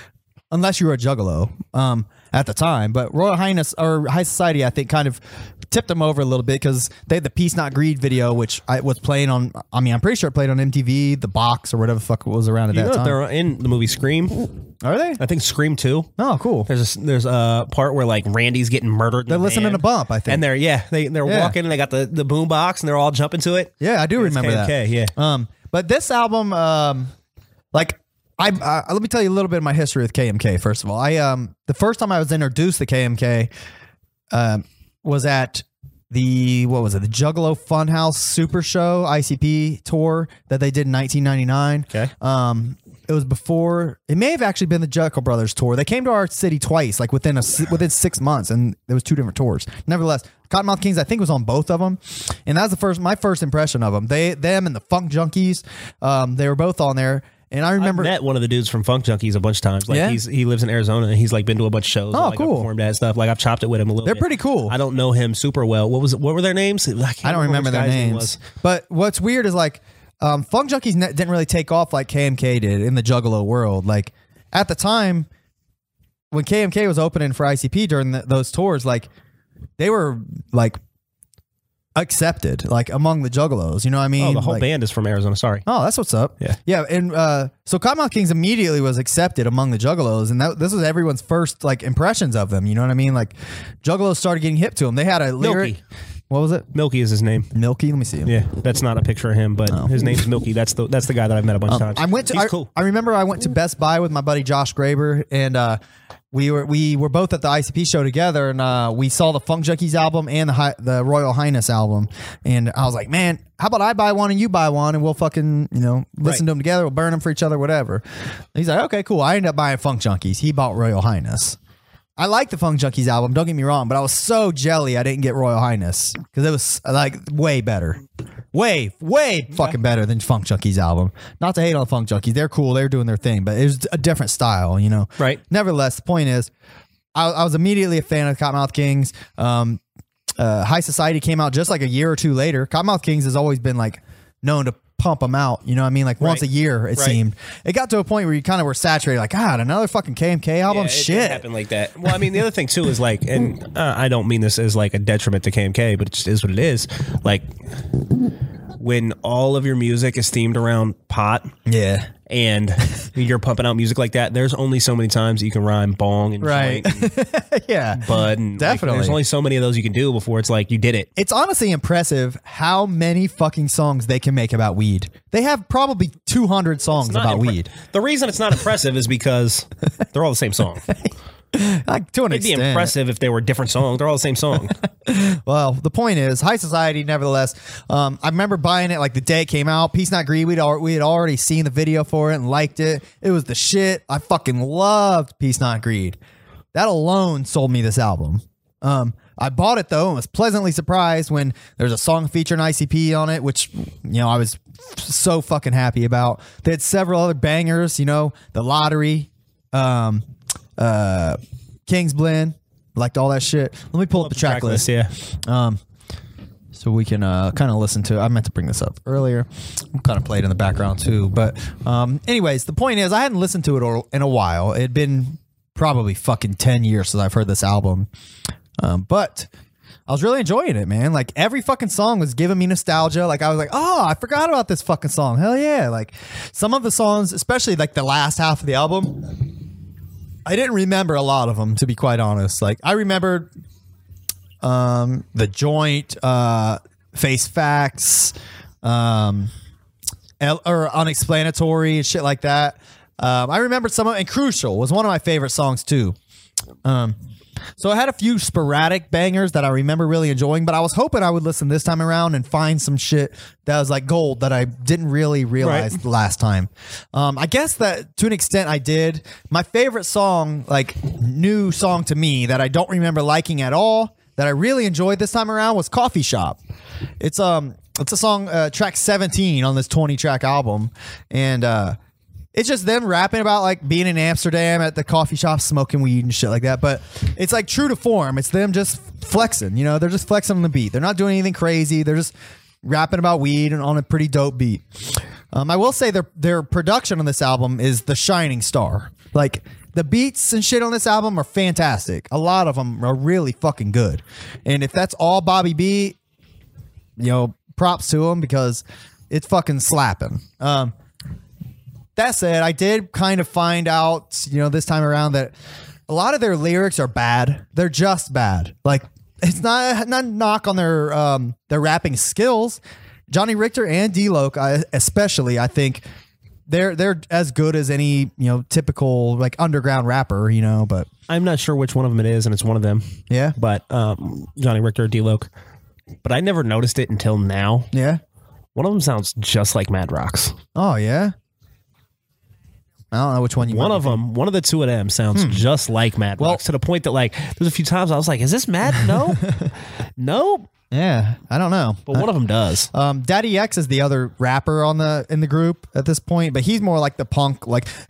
[SPEAKER 1] unless you were a juggalo um, at the time. But Royal Highness or High Society, I think, kind of tipped them over a little bit because they had the Peace Not Greed video, which I was playing on. I mean, I'm pretty sure it played on MTV, The Box, or whatever the fuck was around at
[SPEAKER 3] you know
[SPEAKER 1] that
[SPEAKER 3] that
[SPEAKER 1] time.
[SPEAKER 3] they're in the movie Scream.
[SPEAKER 1] Are they?
[SPEAKER 3] I think Scream 2.
[SPEAKER 1] Oh, cool.
[SPEAKER 3] There's a, there's a part where like Randy's getting murdered.
[SPEAKER 1] They're listening to Bump, I think.
[SPEAKER 3] And they're yeah, they they're
[SPEAKER 1] Yeah.
[SPEAKER 3] walking and they got the the boom box and they're all jumping to it.
[SPEAKER 1] Yeah, I do remember that.
[SPEAKER 3] KMK, yeah.
[SPEAKER 1] Um, but this album, um, like I, I let me tell you a little bit of my history with KMK. First of all, I um the first time I was introduced to KMK, um, was at the what was it the Juggalo Funhouse Super Show ICP tour that they did in 1999.
[SPEAKER 3] Okay.
[SPEAKER 1] Um, it was before. It may have actually been the Jekyll Brothers tour. They came to our city twice, like within a s- within six months, and there was two different tours. Nevertheless, Cottonmouth Kings, I think, was on both of them, and that was the first my first impression of them. They them and the Funk Junkies, um, they were both on there, and I remember.
[SPEAKER 3] Met one of the dudes from Funk Junkies a bunch of times. Like
[SPEAKER 1] Yeah?
[SPEAKER 3] he's he lives in Arizona and he's like been to a bunch of shows. and,
[SPEAKER 1] Oh,
[SPEAKER 3] like,
[SPEAKER 1] cool.
[SPEAKER 3] I performed at stuff. Like I've chopped it with him a little.
[SPEAKER 1] They're
[SPEAKER 3] bit.
[SPEAKER 1] pretty cool.
[SPEAKER 3] I don't know him super well. What was what were their names? I, can't
[SPEAKER 1] I don't remember
[SPEAKER 3] which
[SPEAKER 1] their
[SPEAKER 3] guy's name
[SPEAKER 1] names.
[SPEAKER 3] was.
[SPEAKER 1] But what's weird is like um, Funk Junkies ne- didn't really take off like KMK did in the Juggalo world. Like at the time when KMK was opening for ICP during th those tours, like they were like accepted like among the Juggalos. You know what I mean?
[SPEAKER 3] Oh, the whole
[SPEAKER 1] Like-
[SPEAKER 3] band is from Arizona. Sorry.
[SPEAKER 1] Oh, that's what's up.
[SPEAKER 3] Yeah.
[SPEAKER 1] yeah, and uh, so Cottonmouth Kings immediately was accepted among the Juggalos, and that, this was everyone's first like impressions of them. You know what I mean? Like Juggalos started getting hip to them. They had a lyric.
[SPEAKER 3] Milky.
[SPEAKER 1] What was it?
[SPEAKER 3] Milky is his name.
[SPEAKER 1] Milky. Let me see. him.
[SPEAKER 3] Yeah, that's not a picture of him, but his name's Milky. That's the that's the guy that I've met a bunch of times.
[SPEAKER 1] Oh. I went to.
[SPEAKER 3] He's
[SPEAKER 1] I,
[SPEAKER 3] cool.
[SPEAKER 1] I remember I went to Best Buy with my buddy Josh Graber, and uh, we were we were both at the ICP show together, and uh, we saw the Funk Junkies album and the Hi- the Royal Highness album, and I was like, man, how about I buy one and you buy one, and we'll fucking you know listen to them together, we'll burn them for each other, whatever. And he's like, okay, cool. I ended up buying Funk Junkies. He bought Royal Highness. I like the Funk Junkies album. Don't get me wrong, but I was so jelly I didn't get Royal Highness because it was like way better, way way fucking better than Funk Junkies album. Not to hate on Funk Junkies, they're cool, they're doing their thing, but it was a different style, you know.
[SPEAKER 3] Right.
[SPEAKER 1] Nevertheless, the point is, I, I was immediately a fan of Cottonmouth Kings. Um, uh, High Society came out just like a year or two later. Cottonmouth Kings has always been like known to pump them out. You know what I mean? Like once a
[SPEAKER 3] Right.
[SPEAKER 1] year, it
[SPEAKER 3] Right.
[SPEAKER 1] seemed. It got to a point where you kind of were saturated. Like, God, another fucking KMK album.
[SPEAKER 3] Yeah, it-
[SPEAKER 1] Shit.
[SPEAKER 3] It happened like that. Well, I mean, the other thing too is like, and uh, I don't mean this as like a detriment to KMK, but it just is what it is. Like when all of your music is themed around pot
[SPEAKER 1] Yeah.
[SPEAKER 3] and you're pumping out music like that, there's only so many times that you can rhyme bong and
[SPEAKER 1] Right.
[SPEAKER 3] joint and
[SPEAKER 1] yeah.
[SPEAKER 3] bud. And like,
[SPEAKER 1] Definitely.
[SPEAKER 3] there's only so many of those you can do before it's like you did it.
[SPEAKER 1] It's honestly impressive how many fucking songs they can make about weed. They have probably 200 songs
[SPEAKER 3] Not
[SPEAKER 1] about
[SPEAKER 3] impre-
[SPEAKER 1] weed.
[SPEAKER 3] The reason it's not impressive is because they're all the same song.
[SPEAKER 1] Like to an
[SPEAKER 3] It'd be
[SPEAKER 1] extent.
[SPEAKER 3] impressive if they were different songs. They're all the same song.
[SPEAKER 1] Well, the point is, High Society, nevertheless, um, I remember buying it like the day it came out. Peace Not Greed, we'd al- we had already seen the video for it and liked it. It was the shit. I fucking loved Peace Not Greed. That alone sold me this album. Um, I bought it though and was pleasantly surprised when there's a song featuring ICP on it, which you know I was so fucking happy about. They had several other bangers, you know, the lottery, um, uh, King's Blend, liked all that shit. Let me pull up the track, list
[SPEAKER 3] Tracklist, yeah.
[SPEAKER 1] so we can uh, kind of listen to. I meant to bring this up earlier. I'm kind of played in the background too, but um, anyways, the point is, I hadn't listened to it or- in a while. It had been probably fucking ten years since I've heard this album, um, but I was really enjoying it, man. Like every fucking song was giving me nostalgia. Like I was like, oh, I forgot about this fucking song. Hell yeah! Like some of the songs, especially like the last half of the album, I didn't remember a lot of them to be quite honest. Like I remembered um, the joint, uh, face facts, um, el- or unexplanatory and shit like that. Um, I remembered some of and crucial was one of my favorite songs too. So I had a few sporadic bangers that I remember really enjoying, but I was hoping I would listen this time around and find some shit that was like gold that I didn't really realize last time. Um, I guess that to an extent I did. My favorite song, like new song to me that I don't remember liking at all, that I really enjoyed this time around was Coffee Shop. It's um it's a song uh, track 17 on this 20 track album and uh it's just them rapping about like being in Amsterdam at the coffee shop smoking weed and shit like that. But it's like true to form. It's them just flexing, you know, they're just flexing on the beat. They're not doing anything crazy. They're just rapping about weed and on a pretty dope beat. Um, I will say their their production on this album is the shining star. Like the beats and shit on this album are fantastic. A lot of them are really fucking good. And if that's all Bobby B, you know, props to him because it's fucking slapping. Um, that said, I did kind of find out, you know, this time around that a lot of their lyrics are bad. They're just bad. Like it's not not a knock on their um, their rapping skills. Johnny Richter and D Loke, I, especially, I think they're they're as good as any you know typical like underground rapper, you know. But
[SPEAKER 3] I'm not sure which one of them it is, and it's one of them.
[SPEAKER 1] yeah,
[SPEAKER 3] But um, Johnny Richter, D Loke. But I never noticed it until now.
[SPEAKER 1] yeah,
[SPEAKER 3] One of them sounds just like Mad Rocks.
[SPEAKER 1] oh yeah. I don't know which one you.
[SPEAKER 3] One
[SPEAKER 1] might
[SPEAKER 3] of
[SPEAKER 1] be
[SPEAKER 3] them, one of the two of them sounds just like Mad
[SPEAKER 1] Hmm. Well-
[SPEAKER 3] Rocks to the point that, like, there's a few times I was like, is this Mad? No. no.
[SPEAKER 1] thinking. Yeah, I don't know.
[SPEAKER 3] But one of them does.
[SPEAKER 1] Um, Daddy X is the other rapper on the in the group at this point, but he's more like the punk, like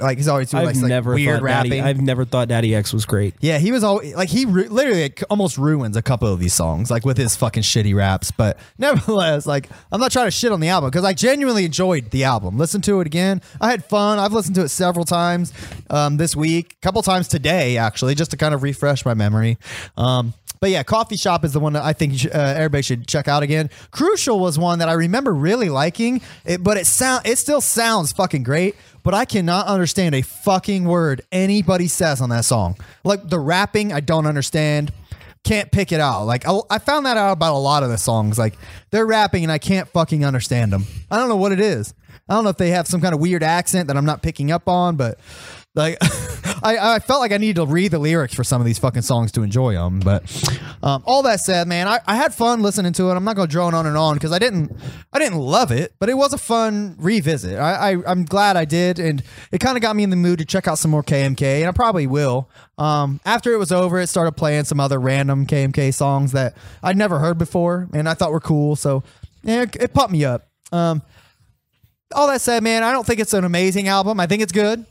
[SPEAKER 1] like he's always doing like,
[SPEAKER 3] I've
[SPEAKER 1] like,
[SPEAKER 3] never
[SPEAKER 1] weird
[SPEAKER 3] thought Daddy-
[SPEAKER 1] rapping.
[SPEAKER 3] I've never thought Daddy X was great.
[SPEAKER 1] yeah, he was always like he ru- literally like, almost ruins a couple of these songs, like with his fucking shitty raps. But nevertheless, like I'm not trying to shit on the album because I genuinely enjoyed the album. Listen to it again. I had fun. I've listened to it several times um, this week, a couple times today actually, just to kind of refresh my memory. Um, but yeah, coffee shop is the one that I think uh, everybody should check out again. Crucial was one that I remember really liking, it, but it sound it still sounds fucking great. But I cannot understand a fucking word anybody says on that song. Like the rapping, I don't understand. Can't pick it out. Like I, I found that out about a lot of the songs. Like they're rapping and I can't fucking understand them. I don't know what it is. I don't know if they have some kind of weird accent that I'm not picking up on, but like I, I felt like I needed to read the lyrics for some of these fucking songs to enjoy them. But um, all that said, man, I, I had fun listening to it. I'm not gonna drone on and on because I didn't I didn't love it, but it was a fun revisit. I, I I'm glad I did, and it kind of got me in the mood to check out some more KMK, and I probably will. Um, after it was over, it started playing some other random KMK songs that I'd never heard before, and I thought were cool. So yeah, it, it pumped me up. Um, all that said, man, I don't think it's an amazing album. I think it's good.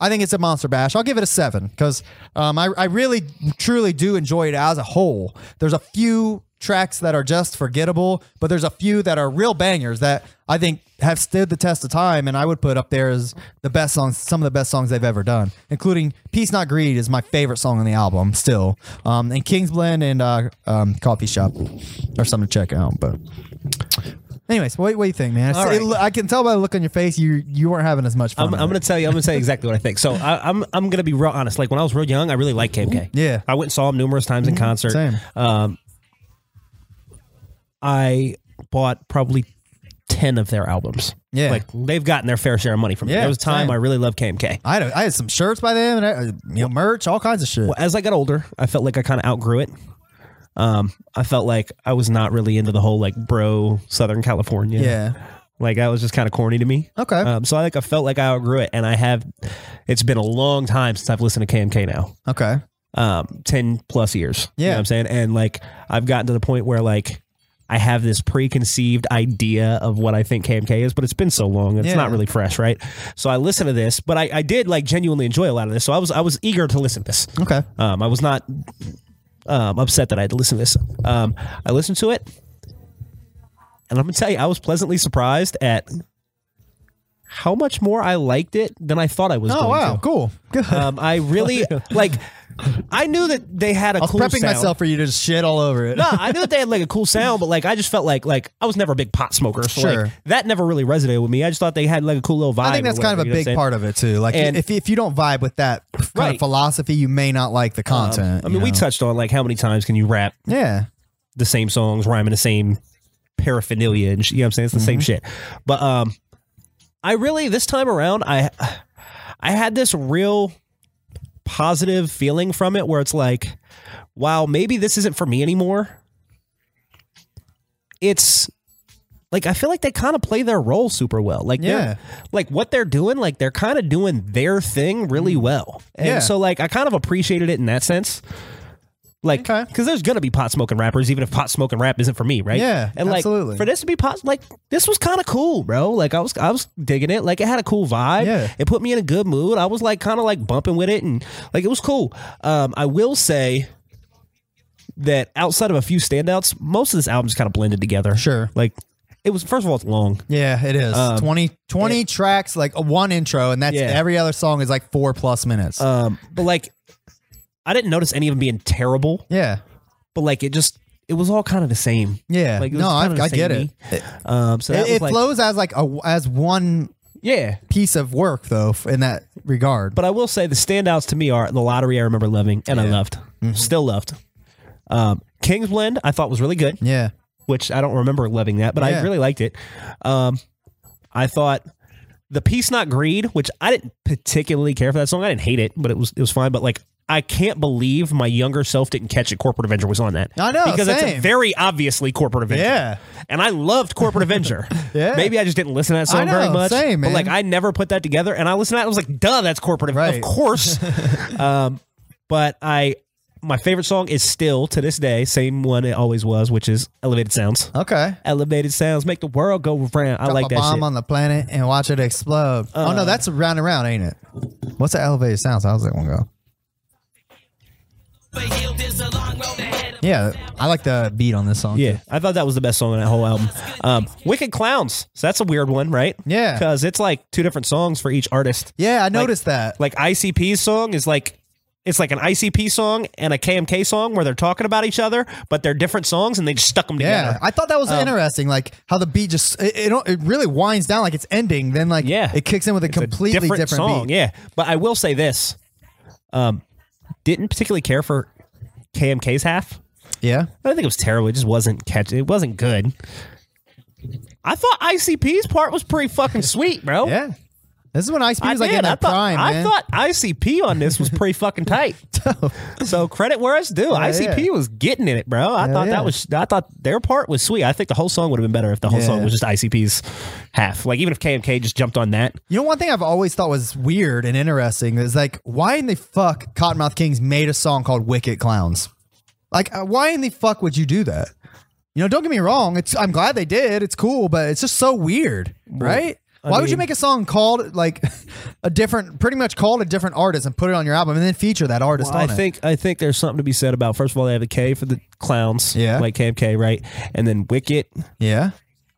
[SPEAKER 1] I think it's a monster bash. I'll give it a seven because um, I, I really truly do enjoy it as a whole. There's a few tracks that are just forgettable, but there's a few that are real bangers that I think have stood the test of time, and I would put up there as the best songs, some of the best songs they've ever done, including "Peace Not Greed" is my favorite song on the album still, um, and "King's Blend" and uh, um, "Coffee Shop" are something to check out. But anyways, what, what do you think, man? I-
[SPEAKER 3] right.
[SPEAKER 1] I can tell by the look on your face you you weren't having as much fun.
[SPEAKER 3] I'm,
[SPEAKER 1] with
[SPEAKER 3] I'm
[SPEAKER 1] it.
[SPEAKER 3] gonna tell you. I'm gonna tell you exactly what I think. So I, I'm I'm gonna be real honest. Like when I was real young, I really liked KMK.
[SPEAKER 1] Yeah. Mm-hmm.
[SPEAKER 3] I went and saw him numerous times in concert.
[SPEAKER 1] Same.
[SPEAKER 3] Um, I bought probably ten of their albums.
[SPEAKER 1] Yeah.
[SPEAKER 3] like they've gotten their fair share of money from me.
[SPEAKER 1] Yeah,
[SPEAKER 3] There was a time
[SPEAKER 1] same.
[SPEAKER 3] I really loved KMK.
[SPEAKER 1] I had, I had some shirts by them, and I, uh, you know, merch, all kinds of shit.
[SPEAKER 3] As I got older, I felt like I kind of outgrew it. Um, I felt like I was not really into the whole like bro Southern California.
[SPEAKER 1] Yeah.
[SPEAKER 3] Like that was just kind of corny to me.
[SPEAKER 1] Okay.
[SPEAKER 3] Um, so I like I felt like I outgrew it, and I have. It's been a long time since I've listened to KMK now,
[SPEAKER 1] Okay.
[SPEAKER 3] um, ten plus years. you know
[SPEAKER 1] Yeah.
[SPEAKER 3] what I'm saying, and like I've gotten to the point where like I have this preconceived idea of what I think KMK is, but it's been so long, and
[SPEAKER 1] Yeah.
[SPEAKER 3] it's not really fresh, right? So I listened to this, but I, I did like genuinely enjoy a lot of this. So I was I was eager to listen to this.
[SPEAKER 1] Okay.
[SPEAKER 3] Um, I was not um, upset that I had to listen to this. Um, I listened to it, and I'm gonna tell you, I was pleasantly surprised at how much more I liked it than I thought I was.
[SPEAKER 1] Oh
[SPEAKER 3] going
[SPEAKER 1] wow,
[SPEAKER 3] to.
[SPEAKER 1] cool. Good.
[SPEAKER 3] Um, I really like I knew that they had a
[SPEAKER 1] I was
[SPEAKER 3] cool
[SPEAKER 1] prepping
[SPEAKER 3] sound.
[SPEAKER 1] myself for you to just shit all over it.
[SPEAKER 3] No, I knew that they had like a cool sound, but like I just felt like like I was never a big pot smoker, so
[SPEAKER 1] Sure.
[SPEAKER 3] like that never really resonated with me. I just thought they had like a cool little vibe.
[SPEAKER 1] I think
[SPEAKER 3] or
[SPEAKER 1] that's kind of
[SPEAKER 3] whatever,
[SPEAKER 1] a
[SPEAKER 3] you know what I'm
[SPEAKER 1] big
[SPEAKER 3] saying?
[SPEAKER 1] part of it too. Like
[SPEAKER 3] And-
[SPEAKER 1] if if you don't vibe with that kind
[SPEAKER 3] Right. Um,
[SPEAKER 1] of philosophy, you may not like the content.
[SPEAKER 3] I mean,
[SPEAKER 1] you
[SPEAKER 3] we
[SPEAKER 1] know?
[SPEAKER 3] touched on like how many times can you rap
[SPEAKER 1] yeah.
[SPEAKER 3] the same songs, rhyming the same paraphernalia, and sh- you know what I'm saying? It's the
[SPEAKER 1] Mm-hmm.
[SPEAKER 3] same shit. But um, I really this time around, I I had this real positive feeling from it where it's like, wow, maybe this isn't for me anymore. It's like I feel like they kind of play their role super well. Like
[SPEAKER 1] Yeah.
[SPEAKER 3] they're like what they're doing, like they're kind of doing their thing really well. And
[SPEAKER 1] Mm-hmm. Yeah.
[SPEAKER 3] so like I kind of appreciated it in that sense. Like,
[SPEAKER 1] Okay.
[SPEAKER 3] because there's gonna be pot smoking rappers, even if pot smoking rap isn't for me, right?
[SPEAKER 1] Yeah,
[SPEAKER 3] and like
[SPEAKER 1] absolutely.
[SPEAKER 3] for this to be pot, like this was kind of cool, bro. Like I was, I was digging it. Like it had a cool vibe.
[SPEAKER 1] Yeah.
[SPEAKER 3] it put me in a good mood. I was like kind of like bumping with it, and like it was cool. Um, I will say that outside of a few standouts, most of this album's kind of blended together.
[SPEAKER 1] Sure.
[SPEAKER 3] like it was first of all, it's long.
[SPEAKER 1] Yeah, it is.
[SPEAKER 3] Um,
[SPEAKER 1] 20, 20 tracks, like uh, one intro, and that's
[SPEAKER 3] Yeah.
[SPEAKER 1] every other song is like four plus minutes.
[SPEAKER 3] Um, but like I didn't notice any of them being terrible.
[SPEAKER 1] yeah.
[SPEAKER 3] But like it just, it was all kind of the same.
[SPEAKER 1] Yeah.
[SPEAKER 3] Like, it was
[SPEAKER 1] no, I,
[SPEAKER 3] kind of the
[SPEAKER 1] I get
[SPEAKER 3] same
[SPEAKER 1] it. It,
[SPEAKER 3] Um, so that
[SPEAKER 1] it
[SPEAKER 3] was like,
[SPEAKER 1] flows as like a, as one
[SPEAKER 3] yeah.
[SPEAKER 1] piece of work though f- in that regard.
[SPEAKER 3] But I will say the standouts to me are the lottery. I remember loving, and I loved,
[SPEAKER 1] Mm-hmm.
[SPEAKER 3] still loved. Um, King's Blend I thought was really good,
[SPEAKER 1] yeah.
[SPEAKER 3] which I don't remember loving that, but
[SPEAKER 1] Yeah.
[SPEAKER 3] I really liked it. Um, I thought the Peace Not Greed, which I didn't particularly care for that song. I didn't hate it, but it was it was fine. But like. I can't believe my younger self didn't catch it. Corporate Avenger was on that.
[SPEAKER 1] I know,
[SPEAKER 3] because it's a
[SPEAKER 1] same.
[SPEAKER 3] very obviously Corporate Avenger.
[SPEAKER 1] Yeah.
[SPEAKER 3] and I loved Corporate Avenger.
[SPEAKER 1] Yeah.
[SPEAKER 3] maybe I just didn't listen to that song
[SPEAKER 1] I
[SPEAKER 3] very
[SPEAKER 1] know,
[SPEAKER 3] much.
[SPEAKER 1] same,
[SPEAKER 3] but like
[SPEAKER 1] man.
[SPEAKER 3] I never put that together, and I listened to that. I was like, "Duh, that's Corporate Avenger,
[SPEAKER 1] Right.
[SPEAKER 3] of course." um, but I, my favorite song is still to this day, same one it always was, which is Elevated Sounds.
[SPEAKER 1] Okay.
[SPEAKER 3] Elevated Sounds make the world go round.
[SPEAKER 1] Uh,
[SPEAKER 3] I
[SPEAKER 1] Drop
[SPEAKER 3] like
[SPEAKER 1] a bomb
[SPEAKER 3] that shit. Uh.
[SPEAKER 1] on the planet and watch it explode. oh no, that's round and round, ain't it? What's the elevated sounds? How's that one go? Yeah, I like the beat on this song.
[SPEAKER 3] Yeah, I thought that was the best song on that whole album. Um, Wicked Clowns. So that's a weird one, right?
[SPEAKER 1] Yeah.
[SPEAKER 3] because it's like two different songs for each artist.
[SPEAKER 1] Yeah, I noticed that.
[SPEAKER 3] like ICP's song is like it's like an ICP song and a KMK song where they're talking about each other, but they're different songs and they just stuck them
[SPEAKER 1] yeah,
[SPEAKER 3] together. Um,
[SPEAKER 1] I thought that was interesting. Like how the beat just it, it don't- it really winds down like it's ending, then like
[SPEAKER 3] Yeah.
[SPEAKER 1] it kicks in with a completely different,
[SPEAKER 3] song,
[SPEAKER 1] beat.
[SPEAKER 3] yeah. But I will say this: um, didn't particularly care for KMK's half.
[SPEAKER 1] Yeah,
[SPEAKER 3] I don't think it was terrible. It just wasn't catchy. It wasn't good. I thought ICP's part was pretty fucking sweet, bro.
[SPEAKER 1] yeah. This is when Ice P
[SPEAKER 3] I
[SPEAKER 1] was like
[SPEAKER 3] did.
[SPEAKER 1] in
[SPEAKER 3] I
[SPEAKER 1] that
[SPEAKER 3] thought,
[SPEAKER 1] prime.
[SPEAKER 3] I
[SPEAKER 1] man.
[SPEAKER 3] thought ICP on this was pretty fucking tight. so credit where it's due. ICP
[SPEAKER 1] Oh, yeah.
[SPEAKER 3] was getting in it, bro. I
[SPEAKER 1] Hell
[SPEAKER 3] thought
[SPEAKER 1] yeah.
[SPEAKER 3] that was. I thought their part was sweet. I think the whole song would have been better if the whole song
[SPEAKER 1] Yeah.
[SPEAKER 3] was just ICP's half. Like even if KMK just jumped on that.
[SPEAKER 1] You know, one thing I've always thought was weird and interesting is like, why in the fuck Cottonmouth Kings made a song called Wicked Clowns? Like, uh, why in the fuck would you do that? You know, don't get me wrong. It's I'm glad they did. It's cool, but it's just so weird, right? why would you make a song called like a different, pretty much called a different artist and put it on your album and then feature that artist
[SPEAKER 3] I
[SPEAKER 1] on it?
[SPEAKER 3] think I think there's something to be said about. First of all, they have a K for the clowns,
[SPEAKER 1] Yeah.
[SPEAKER 3] like KMK, right? And then Wicket.
[SPEAKER 1] Yeah.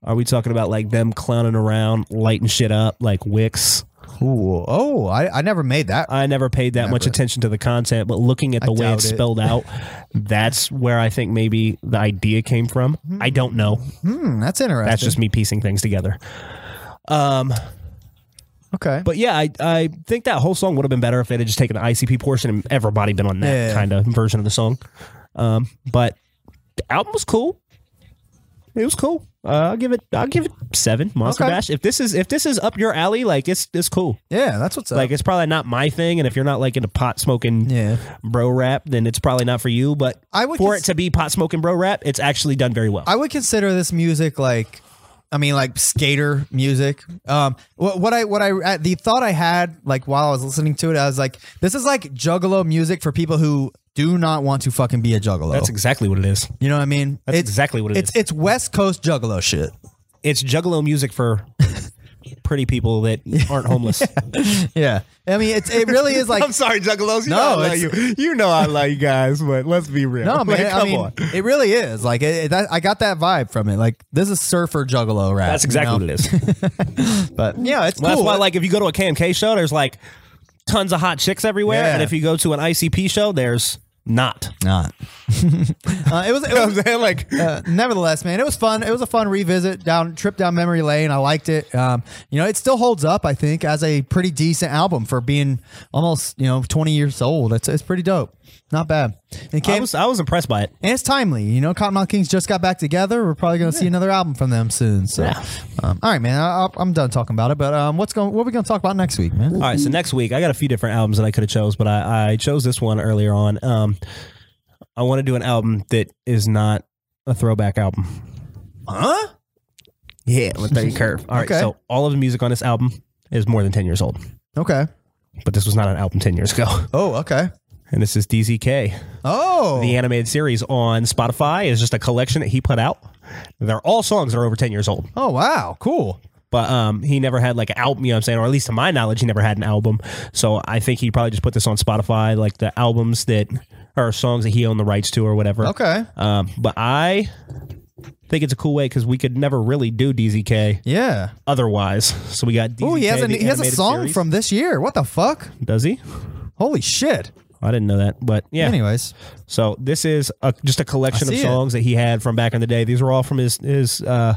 [SPEAKER 3] Are we talking about like them clowning around, lighting shit up, like Wicks?
[SPEAKER 1] Cool. Oh, I, I never made that.
[SPEAKER 3] I never paid that much attention to the content, but looking at the way
[SPEAKER 1] doubt
[SPEAKER 3] it's
[SPEAKER 1] it.
[SPEAKER 3] spelled out, that's where I think maybe the idea came from. I don't know.
[SPEAKER 1] Hmm, that's interesting.
[SPEAKER 3] That's just me piecing things together. Um,
[SPEAKER 1] okay.
[SPEAKER 3] but yeah, I, I think that whole song would have been better if they would just taken the ICP portion and everybody been on that
[SPEAKER 1] Yeah.
[SPEAKER 3] kind of version of the song. Um, but the album was cool. It was cool. Uh, I'll give it. I'll give it seven. Monster
[SPEAKER 1] Okay.
[SPEAKER 3] Bash. If this is if this is up your alley, like it's it's cool.
[SPEAKER 1] yeah, that's what's up.
[SPEAKER 3] Like it's probably not my thing, and if you're not like into pot smoking
[SPEAKER 1] Yeah.
[SPEAKER 3] bro rap, then it's probably not for you. But
[SPEAKER 1] I would
[SPEAKER 3] for
[SPEAKER 1] cons-
[SPEAKER 3] it to be pot smoking bro rap, it's actually done very well.
[SPEAKER 1] I would consider this music like, I mean, like skater music. Um, what, what I what I the thought I had like while I was listening to it, I was like, this is like Juggalo music for people who do not want to fucking be a Juggalo.
[SPEAKER 3] that's exactly what it is.
[SPEAKER 1] you know what I mean?
[SPEAKER 3] That's exactly what it
[SPEAKER 1] it's,
[SPEAKER 3] is.
[SPEAKER 1] It's West Coast Juggalo shit.
[SPEAKER 3] It's juggalo music for pretty people that aren't homeless.
[SPEAKER 1] Yeah, I mean, it's it really is like.
[SPEAKER 8] I'm sorry, Juggalos. You
[SPEAKER 1] No,
[SPEAKER 8] know I love you.
[SPEAKER 1] it's-
[SPEAKER 8] You know I love you guys, but let's be real.
[SPEAKER 1] No
[SPEAKER 8] Like,
[SPEAKER 1] man, I
[SPEAKER 8] come
[SPEAKER 1] mean,
[SPEAKER 8] on.
[SPEAKER 1] it really is like it, it- that, I got that vibe from it. Like this is surfer juggalo rap.
[SPEAKER 3] That's exactly
[SPEAKER 1] you know?
[SPEAKER 3] what it is.
[SPEAKER 1] But yeah, it's
[SPEAKER 3] Well,
[SPEAKER 1] cool.
[SPEAKER 3] That's why, like, if you go to a KMK show, there's like tons of hot chicks everywhere,
[SPEAKER 1] Yeah.
[SPEAKER 3] and if you go to an ICP show, there's not.
[SPEAKER 1] Not. uh, it was. It was
[SPEAKER 9] I'm saying? Like,
[SPEAKER 1] uh, nevertheless, man, it was fun. It was a fun revisit down trip down memory lane. I liked it. Um, you know, it still holds up. I think as a pretty decent album for being almost you know twenty years old. It's it's pretty dope. Not bad. It
[SPEAKER 3] I
[SPEAKER 1] came
[SPEAKER 3] was I was impressed by it.
[SPEAKER 1] and it's timely. You know, Cottonmouth Kings just got back together. We're probably going to see another album from them soon. So, um, all right, man, I, I'm done talking about it. But um, what's going? What are we going to talk about next week, man?
[SPEAKER 3] All right, so next week I got a few different albums that I could have chose, but I, I chose this one earlier on. Um, I want to do an album that is not a throwback album.
[SPEAKER 1] Huh?
[SPEAKER 3] Yeah, with the curve. All right,
[SPEAKER 1] Okay.
[SPEAKER 3] so all of the music on this album is more than ten years old,
[SPEAKER 1] Okay.
[SPEAKER 3] but this was not an album ten years ago.
[SPEAKER 1] Oh, okay.
[SPEAKER 3] And this is DZK.
[SPEAKER 1] Oh,
[SPEAKER 3] The animated series on Spotify is just a collection that he put out. They're all songs that are over ten years old.
[SPEAKER 1] oh, wow, cool.
[SPEAKER 3] but um, he never had like an album. You know what I'm saying? Or at least to my knowledge, he never had an album. So I think he probably just put this on Spotify, like the albums that are songs that he owned the rights to or whatever.
[SPEAKER 1] Okay.
[SPEAKER 3] Um, but I think it's a cool way because we could never really do DZK
[SPEAKER 1] Yeah.
[SPEAKER 3] otherwise. So we got. DZK,
[SPEAKER 1] Oh, he has a
[SPEAKER 3] the
[SPEAKER 1] he has a
[SPEAKER 3] animated
[SPEAKER 1] song
[SPEAKER 3] series.
[SPEAKER 1] from this year. What the fuck?
[SPEAKER 3] Does he?
[SPEAKER 1] Holy shit.
[SPEAKER 3] I didn't know that, but yeah.
[SPEAKER 1] Anyways,
[SPEAKER 3] So this is a, just a collection
[SPEAKER 1] I
[SPEAKER 3] of
[SPEAKER 1] see it.
[SPEAKER 3] songs that he had from back in the day. These were all from his his uh,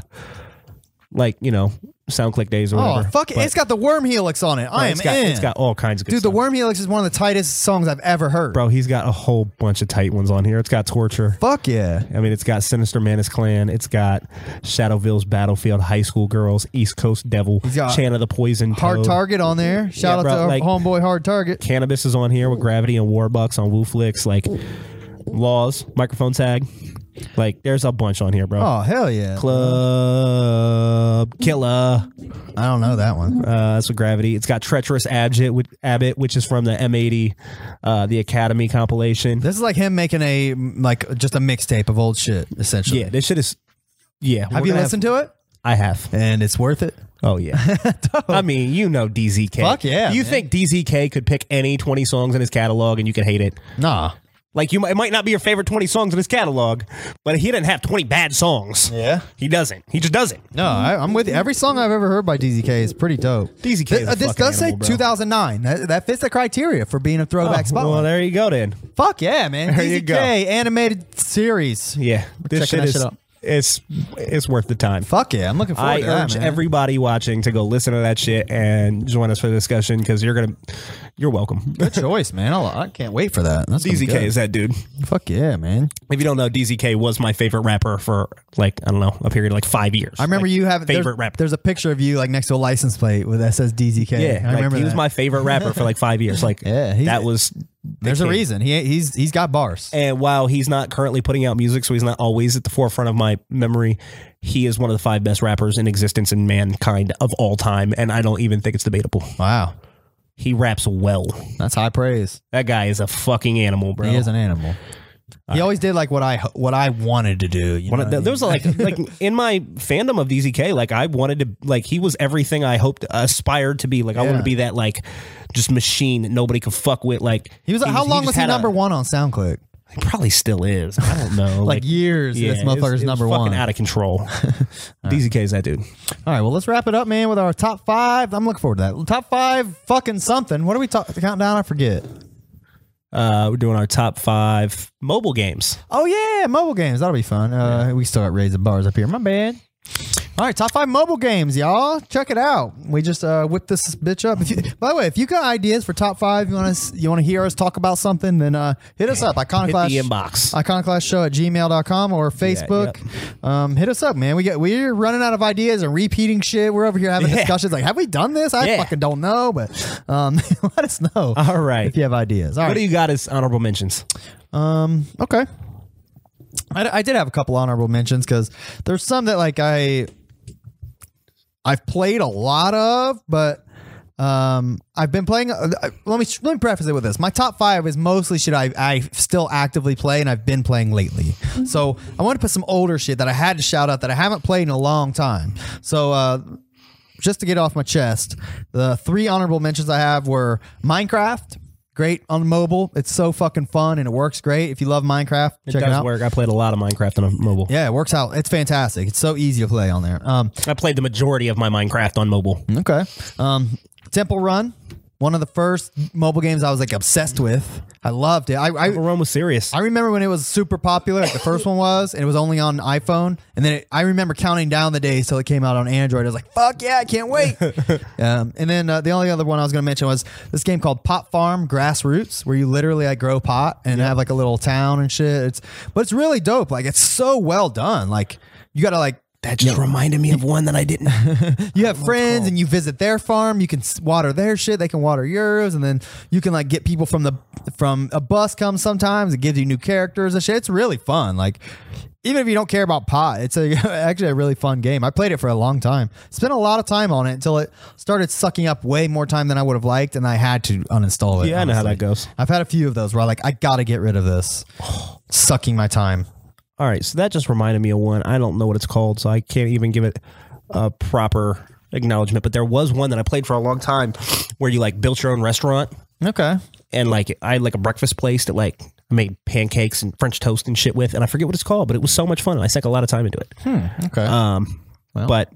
[SPEAKER 3] like you know SoundClick days or
[SPEAKER 1] oh
[SPEAKER 3] whatever.
[SPEAKER 1] fuck it,
[SPEAKER 3] But-
[SPEAKER 1] it's got the Worm Helix on it.
[SPEAKER 3] Oh,
[SPEAKER 1] I am
[SPEAKER 3] it's got,
[SPEAKER 1] in.
[SPEAKER 3] It's got all kinds of good
[SPEAKER 1] Dude, the
[SPEAKER 3] stuff.
[SPEAKER 1] Worm Helix is one of the tightest songs I've ever heard.
[SPEAKER 3] Bro, he's got a whole bunch of tight ones on here. It's got torture.
[SPEAKER 1] Fuck yeah.
[SPEAKER 3] I mean, it's got Sinister Manus Clan. It's got Shadowville's Battlefield, High School Girls, East Coast Devil,
[SPEAKER 1] got
[SPEAKER 3] Chana the Poison
[SPEAKER 1] Hard
[SPEAKER 3] Toad.
[SPEAKER 1] Target on there. Shout out
[SPEAKER 3] bro,
[SPEAKER 1] to our
[SPEAKER 3] like-
[SPEAKER 1] homeboy Hard Target.
[SPEAKER 3] Cannabis is on here with Gravity and Warbucks on Wooflix. Like Laws, Microphone Tag. Like there's a bunch on here, bro.
[SPEAKER 1] Oh hell yeah.
[SPEAKER 3] Club Killer.
[SPEAKER 1] I don't know that one.
[SPEAKER 3] Uh, that's with Gravity. It's got Treacherous Abject with Abbott, which is from the M80, uh, the Academy compilation.
[SPEAKER 1] This is like him making a like just a mixtape of old shit essentially.
[SPEAKER 3] Yeah, this shit is. Yeah,
[SPEAKER 1] Have you listened to it?
[SPEAKER 3] I have.
[SPEAKER 1] And it's worth it.
[SPEAKER 3] Oh yeah. I mean, you know DZK.
[SPEAKER 1] Fuck yeah,
[SPEAKER 3] You
[SPEAKER 1] man.
[SPEAKER 3] think DZK could pick any twenty songs in his catalog and you could hate it?
[SPEAKER 1] Nah.
[SPEAKER 3] Like you, mi- it might not be your favorite twenty songs in his catalog, but he didn't have twenty bad songs.
[SPEAKER 1] Yeah.
[SPEAKER 3] He doesn't. He just doesn't.
[SPEAKER 1] No, I, I'm with you. Every song I've ever heard by DZK is pretty dope.
[SPEAKER 3] DZK
[SPEAKER 1] This,
[SPEAKER 3] is a
[SPEAKER 1] uh, this
[SPEAKER 3] fucking
[SPEAKER 1] does say
[SPEAKER 3] animal, bro. Oh,
[SPEAKER 1] 2009. That, that fits the criteria for being a throwback spot.
[SPEAKER 3] well, there you go then.
[SPEAKER 1] Fuck yeah, man.
[SPEAKER 3] There
[SPEAKER 1] DZK
[SPEAKER 3] you go.
[SPEAKER 1] animated series.
[SPEAKER 3] Yeah, this
[SPEAKER 1] checking that
[SPEAKER 3] shit is
[SPEAKER 1] shit out.
[SPEAKER 3] it's it's worth the time.
[SPEAKER 1] Fuck yeah, I'm looking forward
[SPEAKER 3] I
[SPEAKER 1] to that,
[SPEAKER 3] urge
[SPEAKER 1] man.
[SPEAKER 3] everybody watching to go listen to that shit and join us for the discussion because you're gonna, you're welcome.
[SPEAKER 1] Good choice, man. I'll, I can't wait for that. That's gonna be
[SPEAKER 3] DZK
[SPEAKER 1] good.
[SPEAKER 3] is that dude.
[SPEAKER 1] Fuck yeah, man.
[SPEAKER 3] If you don't know, DZK was my favorite rapper for like I don't know a period of like five years.
[SPEAKER 1] I remember
[SPEAKER 3] Like,
[SPEAKER 1] you having
[SPEAKER 3] favorite
[SPEAKER 1] there's,
[SPEAKER 3] rapper.
[SPEAKER 1] There's a picture of you like next to a license plate with that says DZK.
[SPEAKER 3] yeah,
[SPEAKER 1] I
[SPEAKER 3] like,
[SPEAKER 1] remember
[SPEAKER 3] he was
[SPEAKER 1] that.
[SPEAKER 3] my favorite rapper for like five years. Like
[SPEAKER 1] Yeah, he's-
[SPEAKER 3] that was. the
[SPEAKER 1] There's a
[SPEAKER 3] king.
[SPEAKER 1] reason he he's he's got bars.
[SPEAKER 3] And while he's not currently putting out music, so he's not always at the forefront of my memory, he is one of the five best rappers in existence in mankind of all time, and I don't even think it's debatable.
[SPEAKER 1] Wow,
[SPEAKER 3] He raps well.
[SPEAKER 1] that's high praise.
[SPEAKER 3] That guy is a fucking animal, bro.
[SPEAKER 1] He is an animal. He always did like what I what I wanted to do. You
[SPEAKER 3] One
[SPEAKER 1] know what
[SPEAKER 3] of the,
[SPEAKER 1] I
[SPEAKER 3] there
[SPEAKER 1] mean?
[SPEAKER 3] was like like in my fandom of DZK, like I wanted to like he was everything I hoped aspired to be. Like I wanted
[SPEAKER 1] Yeah.
[SPEAKER 3] to be that like just machine that nobody could fuck with. Like
[SPEAKER 1] He was. how long was he
[SPEAKER 3] had a-
[SPEAKER 1] number one on SoundClick?
[SPEAKER 3] He probably still is. I don't know.
[SPEAKER 1] Like, years. this motherfucker's
[SPEAKER 3] it's- it
[SPEAKER 1] number
[SPEAKER 3] was
[SPEAKER 1] one.
[SPEAKER 3] Fucking out of control. DZK's that dude.
[SPEAKER 1] All right. Well, let's wrap it up, man, with our top five. I'm looking forward to that. Top five, fucking something. What are we talking? Countdown. I forget.
[SPEAKER 3] Uh, we're doing our top five mobile games.
[SPEAKER 1] Oh yeah, mobile games. That'll be fun. Uh, We still got raising bars up here. My bad. All right, top five mobile games, y'all. Check it out. We just uh, whipped this bitch up. If you, by the way, if you got ideas for top five, you want to you want to hear us talk about something, then uh, hit us up.
[SPEAKER 3] Hit
[SPEAKER 1] Iconoclash.
[SPEAKER 3] the inbox.
[SPEAKER 1] iconoclastshow at gmail.com or Facebook. Um, hit us up, man. We get we're running out of ideas and repeating shit. We're over here having discussions like, have we done this? I
[SPEAKER 3] Yeah.
[SPEAKER 1] fucking don't know, but um, let us know.
[SPEAKER 3] All right.
[SPEAKER 1] If you have ideas. All
[SPEAKER 3] What
[SPEAKER 1] right.
[SPEAKER 3] do you got as honorable mentions?
[SPEAKER 1] okay. I, I did have a couple honorable mentions because there's some that like I I've played a lot of, but um, I've been playing. Uh, I- let me let me preface it with this: my top five is mostly shit I I still actively play and I've been playing lately. So I want to put some older shit that I had to shout out that I haven't played in a long time. So. Uh, just to get off my chest, the three honorable mentions I have were Minecraft, great on mobile. It's so fucking fun and it works great. If you love Minecraft,
[SPEAKER 3] It
[SPEAKER 1] check it
[SPEAKER 3] does
[SPEAKER 1] out.
[SPEAKER 3] work. I played a lot of Minecraft on a mobile.
[SPEAKER 1] Yeah, it works out. It's fantastic. It's so easy to play on there. Um, Mm.
[SPEAKER 3] I played the majority of my Minecraft on mobile.
[SPEAKER 1] okay. Um, Temple Run, One of the first mobile games I was like obsessed with. I loved it. I I,
[SPEAKER 3] Rome was serious.
[SPEAKER 1] I remember when it was super popular, like the first one was, and it was only on iPhone. And then it, I remember counting down the days till it came out on Android. I was like, "Fuck yeah, I can't wait!" um, and then uh, the only other one I was going to mention was this game called Pot Farm Grassroots, where you literally like grow pot and have like a little town and shit. It's but it's really dope. Like it's so well done. Like you got to like
[SPEAKER 4] That just reminded me of one that I didn't.
[SPEAKER 1] you have friends and you
[SPEAKER 3] oh.
[SPEAKER 1] visit their farm. You can s- water their shit. They can water yours, and then you can like get people from the from a bus comes sometimes. It gives you new characters and shit. It's really fun. Like even if you don't care about pot, it's a, actually a really fun game. I played it for a long time. Spent a lot of time on it until it started sucking up way more time than I would have liked, and I had to uninstall it.
[SPEAKER 3] Yeah, I know how
[SPEAKER 1] honestly.
[SPEAKER 3] that goes.
[SPEAKER 1] I've had a few of those where I like I gotta get rid of this, sucking my time.
[SPEAKER 3] All right, so that just reminded me of one. I don't know what it's called, so I can't even give it a proper acknowledgement. But there was one that I played for a long time, where you like built your own restaurant
[SPEAKER 1] Okay,
[SPEAKER 3] and like I had like a breakfast place that like I made pancakes and French toast and shit with, and I forget what it's called, but it was so much fun. and I sank a lot of time into it.
[SPEAKER 1] okay.
[SPEAKER 3] Um, but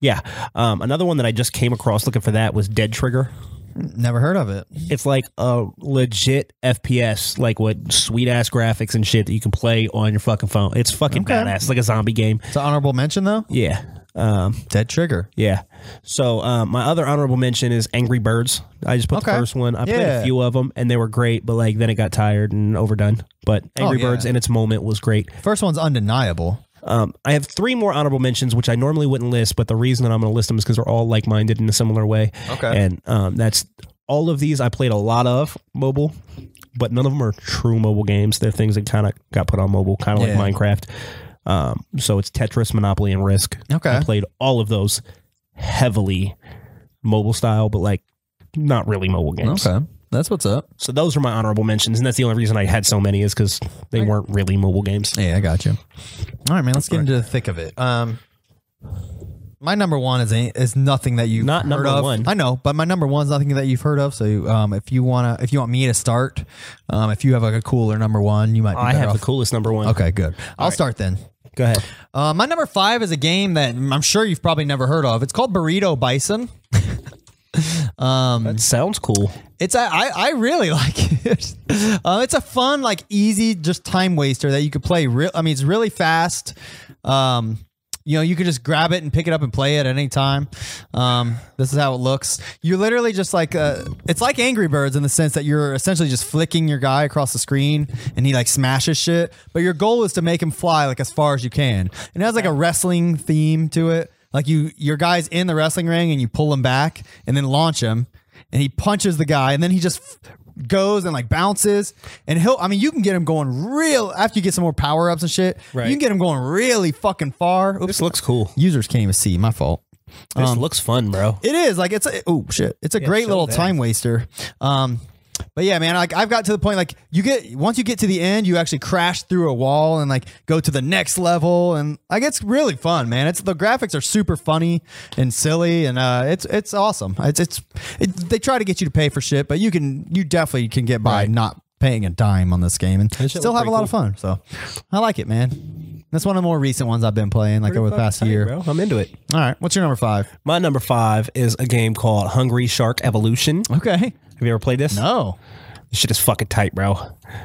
[SPEAKER 3] yeah, um, another one that I just came across looking for that was Dead Trigger.
[SPEAKER 1] Never heard of it.
[SPEAKER 3] It's like a legit FPS, like what sweet ass graphics and shit that you can play on your fucking phone. It's fucking badass. It's like a zombie game.
[SPEAKER 1] It's an honorable mention though.
[SPEAKER 3] Yeah. Um,
[SPEAKER 1] Dead trigger.
[SPEAKER 3] yeah. So um, my other honorable mention is Angry Birds. I just put
[SPEAKER 1] Okay.
[SPEAKER 3] the first one. I played
[SPEAKER 1] Yeah.
[SPEAKER 3] a few of them and they were great, but like then it got tired and overdone. But Angry
[SPEAKER 1] Oh, yeah.
[SPEAKER 3] Birds in its moment was great.
[SPEAKER 1] First one's undeniable.
[SPEAKER 3] Um, I have three more honorable mentions, which I normally wouldn't list, but the reason that I'm going to list them is because they're all like minded in a similar way.
[SPEAKER 1] Okay.
[SPEAKER 3] And um, that's all of these I played a lot of mobile, but none of them are true mobile games. They're things that kind of got put on mobile, kind of
[SPEAKER 1] Yeah.
[SPEAKER 3] like Minecraft. Um, so it's Tetris, Monopoly, and Risk.
[SPEAKER 1] Okay.
[SPEAKER 3] I played all of those heavily mobile style, but like not really mobile games.
[SPEAKER 1] That's what's up.
[SPEAKER 3] So those are my honorable mentions, and that's the only reason I had so many is because they weren't really mobile games.
[SPEAKER 1] Yeah, I got you. All right, man. Let's get into the thick of it. Um, my number one is ain't- is nothing that you
[SPEAKER 3] Not
[SPEAKER 1] heard
[SPEAKER 3] number
[SPEAKER 1] of.
[SPEAKER 3] one.
[SPEAKER 1] I know, but my number one's nothing that you've heard of. So, um, if you wanna, if you want me to start, um, if you have like a cooler number one, you might. Be
[SPEAKER 3] I
[SPEAKER 1] better
[SPEAKER 3] have the
[SPEAKER 1] off.
[SPEAKER 3] coolest number one.
[SPEAKER 1] Okay, good. I'll start then.
[SPEAKER 3] Go ahead.
[SPEAKER 1] Uh, my number five is a game that I'm sure you've probably never heard of. It's called Burrito Bison.
[SPEAKER 3] That sounds cool.
[SPEAKER 1] It's I I I really like it. Uh, it's a fun, like easy, just time waster that you could play. Real, I mean, it's really fast. Um, you know, you could just grab it and pick it up and play it at any time. Um, this is how it looks. You're literally just like uh, it's like Angry Birds in the sense that you're essentially just flicking your guy across the screen and he like smashes shit. But your goal is to make him fly like as far as you can. And it has like a wrestling theme to it. Like you, your guy's in the wrestling ring and you pull him back and then launch him and he punches the guy and then he just f- goes and like bounces and he'll I mean you can get him going real after you get some more power ups and shit. You can get him going really fucking far. Oops.
[SPEAKER 3] This looks cool. Um,
[SPEAKER 1] Users can't even see. My fault.
[SPEAKER 3] This looks fun, bro.
[SPEAKER 1] It is like it's a oh shit. It's a great little time waster. Um but yeah, man, like I've got to the point like you get once you get to the end, you actually crash through a wall and like go to the next level and like it's really fun, man. It's the graphics are super funny and silly and uh it's it's awesome. It's it's it, they try to get you to pay for shit, but you can you definitely can get by not paying a dime on this game and still have a lot of fun. So I like it, man. That's one of the more recent ones I've been playing like over the past year.
[SPEAKER 3] Bro, I'm into it.
[SPEAKER 1] All right, what's your number 5?
[SPEAKER 3] My number five is a game called Hungry Shark Evolution.
[SPEAKER 1] Okay.
[SPEAKER 3] Have you ever played this?
[SPEAKER 1] No.
[SPEAKER 3] This shit is fucking tight, bro.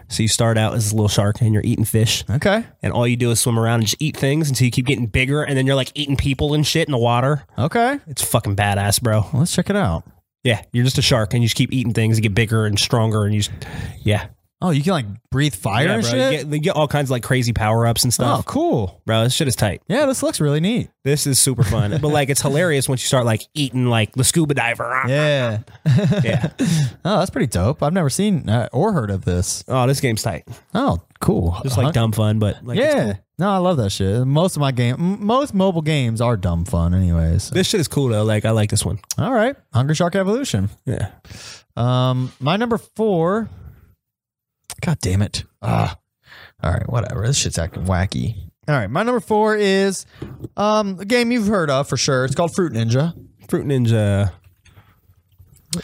[SPEAKER 3] So you start out as a little shark and you're eating fish.
[SPEAKER 1] Okay.
[SPEAKER 3] And all you do is swim around and just eat things until you keep getting bigger and then you're like eating people and shit in the water.
[SPEAKER 1] Okay.
[SPEAKER 3] It's fucking badass, bro.
[SPEAKER 1] Well, let's check it out.
[SPEAKER 3] Yeah, you're just a shark and you just keep eating things and get bigger and stronger and you just, yeah.
[SPEAKER 1] Oh, you can like breathe fire
[SPEAKER 3] Yeah,
[SPEAKER 1] and
[SPEAKER 3] bro. You
[SPEAKER 1] shit.
[SPEAKER 3] get, you get all kinds of like crazy power ups and
[SPEAKER 1] oh,
[SPEAKER 3] stuff.
[SPEAKER 1] cool.
[SPEAKER 3] Bro, this shit is tight.
[SPEAKER 1] Yeah, this looks really neat.
[SPEAKER 3] This is super fun. but like it's hilarious once you start like eating like the scuba diver.
[SPEAKER 1] Yeah.
[SPEAKER 3] yeah.
[SPEAKER 1] Oh, that's pretty dope. I've never seen uh, or heard of this.
[SPEAKER 3] Oh, this game's tight.
[SPEAKER 1] Oh, cool.
[SPEAKER 3] Just like
[SPEAKER 1] Huh?
[SPEAKER 3] dumb fun, but like it's
[SPEAKER 1] yeah.
[SPEAKER 3] cool.
[SPEAKER 1] No, I love that shit. Most of my game, m- most mobile games are dumb fun, anyways.
[SPEAKER 3] This shit is cool though. Like I like this one.
[SPEAKER 1] All right, Hunger Shark Evolution.
[SPEAKER 3] Yeah.
[SPEAKER 1] Um, my number four. God damn it! Ah, all right, whatever. This shit's acting wacky. All right, my number four is um a game you've heard of for sure. It's called Fruit Ninja.
[SPEAKER 3] Fruit Ninja.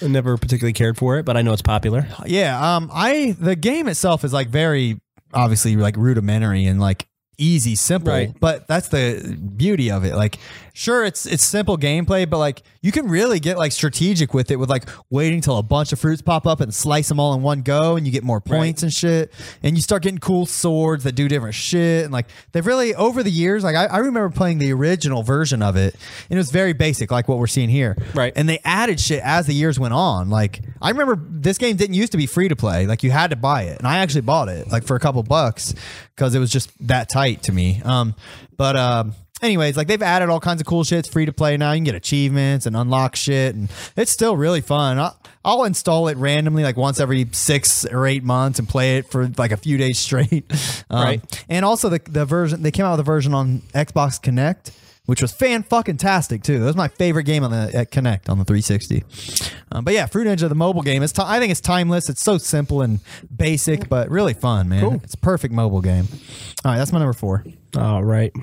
[SPEAKER 3] I never particularly cared for it, but I know it's popular.
[SPEAKER 1] Yeah, um, I the game itself is like very obviously like rudimentary and like easy, simple.
[SPEAKER 3] Right.
[SPEAKER 1] But that's the beauty of it. Like sure it's it's simple gameplay, but like you can really get like strategic with it with like waiting till a bunch of fruits pop up and slice them all in one go and you get more points and shit. And you start getting cool swords that do different shit. And like they've really over the years, like I, I remember playing the original version of it, and it was very basic, like what we're seeing here.
[SPEAKER 3] Right.
[SPEAKER 1] And they added shit as the years went on. Like I remember this game didn't used to be free to play. Like you had to buy it. And I actually bought it like for a couple bucks because it was just that tight to me. Um but um anyways, like they've added all kinds of cool shit. It's free to play now. You can get achievements and unlock shit, and it's still really fun. I'll, I'll install it randomly, like once every six or eight months, and play it for like a few days straight. Um,
[SPEAKER 3] Right.
[SPEAKER 1] And also the the version they came out with a version on Xbox Connect. Which was fan fucking tastic too. That was my favorite game on the at Connect on the 360. Um, but yeah, Fruit Ninja, the mobile game, it's ti- I think it's timeless. It's so simple and basic, but really fun, man. It's a perfect mobile game. All right, that's my number four.
[SPEAKER 3] All right.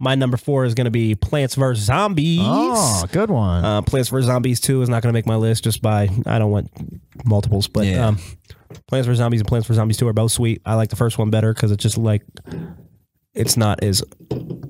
[SPEAKER 3] My number four is going to be Plants vs. Zombies.
[SPEAKER 1] Oh, good one.
[SPEAKER 3] Uh, Plants vs. Zombies 2 is not going to make my list just by, I don't want multiples, but
[SPEAKER 1] Yeah.
[SPEAKER 3] um, Plants vs. Zombies and Plants vs. Zombies 2 are both sweet. I like the first one better because it's just like, it's not as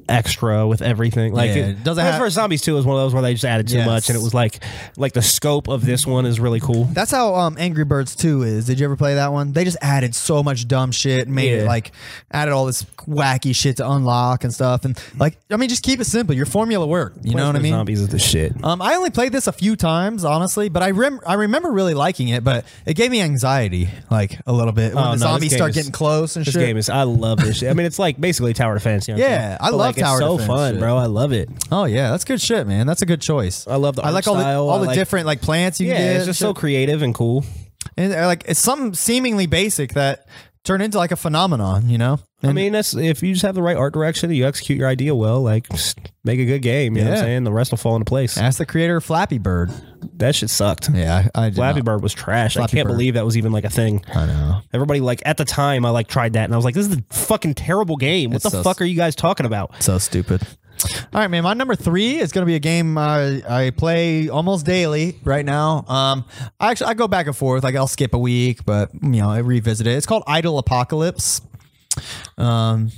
[SPEAKER 3] extra with everything. Like,
[SPEAKER 1] Yeah,
[SPEAKER 3] it,
[SPEAKER 1] it doesn't
[SPEAKER 3] Plants
[SPEAKER 1] have-
[SPEAKER 3] vs. Zombies 2 is one of those where they just added too
[SPEAKER 1] Yes.
[SPEAKER 3] much and it was like, like the scope of this one is really cool.
[SPEAKER 1] That's how um, Angry Birds 2 is. Did you ever play that one? They just added so much dumb shit, made it
[SPEAKER 3] Yeah.
[SPEAKER 1] like added all this wacky shit to unlock and stuff. And like, I mean, just keep it simple. Your formula worked. You know what I
[SPEAKER 3] Plants vs.
[SPEAKER 1] mean?
[SPEAKER 3] Zombies is the shit.
[SPEAKER 1] Um, I only played this a few times, honestly, but I rem- I remember really liking it, but it gave me anxiety like a little bit when the
[SPEAKER 3] Oh, no, this
[SPEAKER 1] zombies
[SPEAKER 3] game
[SPEAKER 1] start
[SPEAKER 3] is-
[SPEAKER 1] getting close and
[SPEAKER 3] This
[SPEAKER 1] shit.
[SPEAKER 3] game is. I love this. shit. I mean, it's like basically tower defense. You know what I'm
[SPEAKER 1] Yeah,
[SPEAKER 3] saying?
[SPEAKER 1] I
[SPEAKER 3] But,
[SPEAKER 1] love
[SPEAKER 3] like, it's
[SPEAKER 1] tower
[SPEAKER 3] so
[SPEAKER 1] defense
[SPEAKER 3] fun,
[SPEAKER 1] shit.
[SPEAKER 3] bro. I love it.
[SPEAKER 1] oh yeah, that's good shit, man. That's a good choice.
[SPEAKER 3] I love the
[SPEAKER 1] I like
[SPEAKER 3] art
[SPEAKER 1] all
[SPEAKER 3] style.
[SPEAKER 1] the all
[SPEAKER 3] I
[SPEAKER 1] the
[SPEAKER 3] like-
[SPEAKER 1] different like plants you
[SPEAKER 3] Yeah,
[SPEAKER 1] can get.
[SPEAKER 3] it's
[SPEAKER 1] and
[SPEAKER 3] just
[SPEAKER 1] shit.
[SPEAKER 3] so creative and cool.
[SPEAKER 1] and, uh, like it's something seemingly basic that turned into like a phenomenon, you know?
[SPEAKER 3] I mean, that's if you just have the right art direction, you execute your idea well, like just make a good game. You know what
[SPEAKER 1] Yeah.
[SPEAKER 3] I'm saying? The rest will fall into place.
[SPEAKER 1] Ask the creator of Flappy Bird.
[SPEAKER 3] That shit sucked.
[SPEAKER 1] Yeah, I, I did
[SPEAKER 3] Flappy
[SPEAKER 1] not-
[SPEAKER 3] Bird was trash.
[SPEAKER 1] Flappy
[SPEAKER 3] I can't
[SPEAKER 1] Bird.
[SPEAKER 3] believe that was even like a thing.
[SPEAKER 1] I know.
[SPEAKER 3] Everybody like at the time, I like tried that and I was like, "This is a fucking terrible game. What
[SPEAKER 1] It's
[SPEAKER 3] the
[SPEAKER 1] so
[SPEAKER 3] fuck
[SPEAKER 1] s-
[SPEAKER 3] are you guys talking about?"
[SPEAKER 1] So stupid. All right, man. My number three is going to be a game I, I play almost daily right now. Um, I actually I go back and forth. Like I'll skip a week, but you know I revisit it. It's called Idle Apocalypse. Um,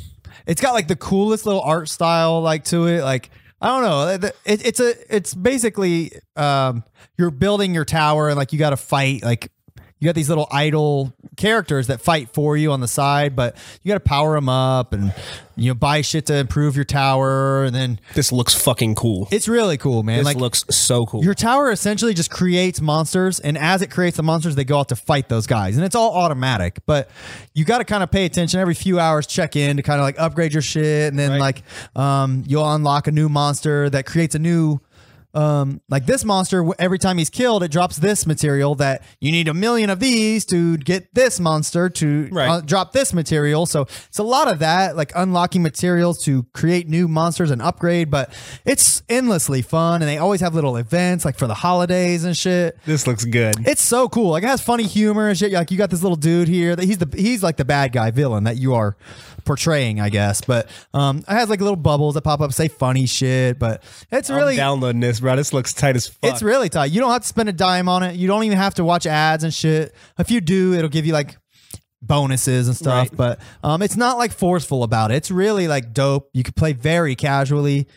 [SPEAKER 1] it's got like the coolest little art style like to it. Like I don't know. It, it's a it's basically um, you're building your tower and like you got to fight like you got these little idle characters that fight for you on the side, but you got to power them up and you know buy shit to improve your tower. And then
[SPEAKER 3] This looks fucking cool.
[SPEAKER 1] it's really cool, man.
[SPEAKER 3] this
[SPEAKER 1] like
[SPEAKER 3] looks so cool.
[SPEAKER 1] your tower essentially just creates monsters, and as it creates the monsters, they go out to fight those guys, and it's all automatic. But you got to kind of pay attention every few hours, check in to kind of like upgrade your shit, and then like um, you'll unlock a new monster that creates a new. Um, like this monster, wh- every time he's killed, it drops this material that you need a million of these to get this monster to
[SPEAKER 3] Right.
[SPEAKER 1] uh, drop this material. So it's a lot of that, like unlocking materials to create new monsters and upgrade. But it's endlessly fun, and they always have little events like for the holidays and shit.
[SPEAKER 3] this looks good.
[SPEAKER 1] It's so cool. Like it has funny humor and shit. Like you got this little dude here that he's the he's like the bad guy villain that you are portraying, I guess. But um, it has like little bubbles that pop up, say funny shit. But it's really
[SPEAKER 3] I'm downloading this, bro. This looks tight as fuck.
[SPEAKER 1] it's really tight. You don't have to spend a dime on it. You don't even have to watch ads and shit. If you do, it'll give you like bonuses and stuff.
[SPEAKER 3] Right.
[SPEAKER 1] But um, it's not like forceful about it. It's really like dope. You can play very casually.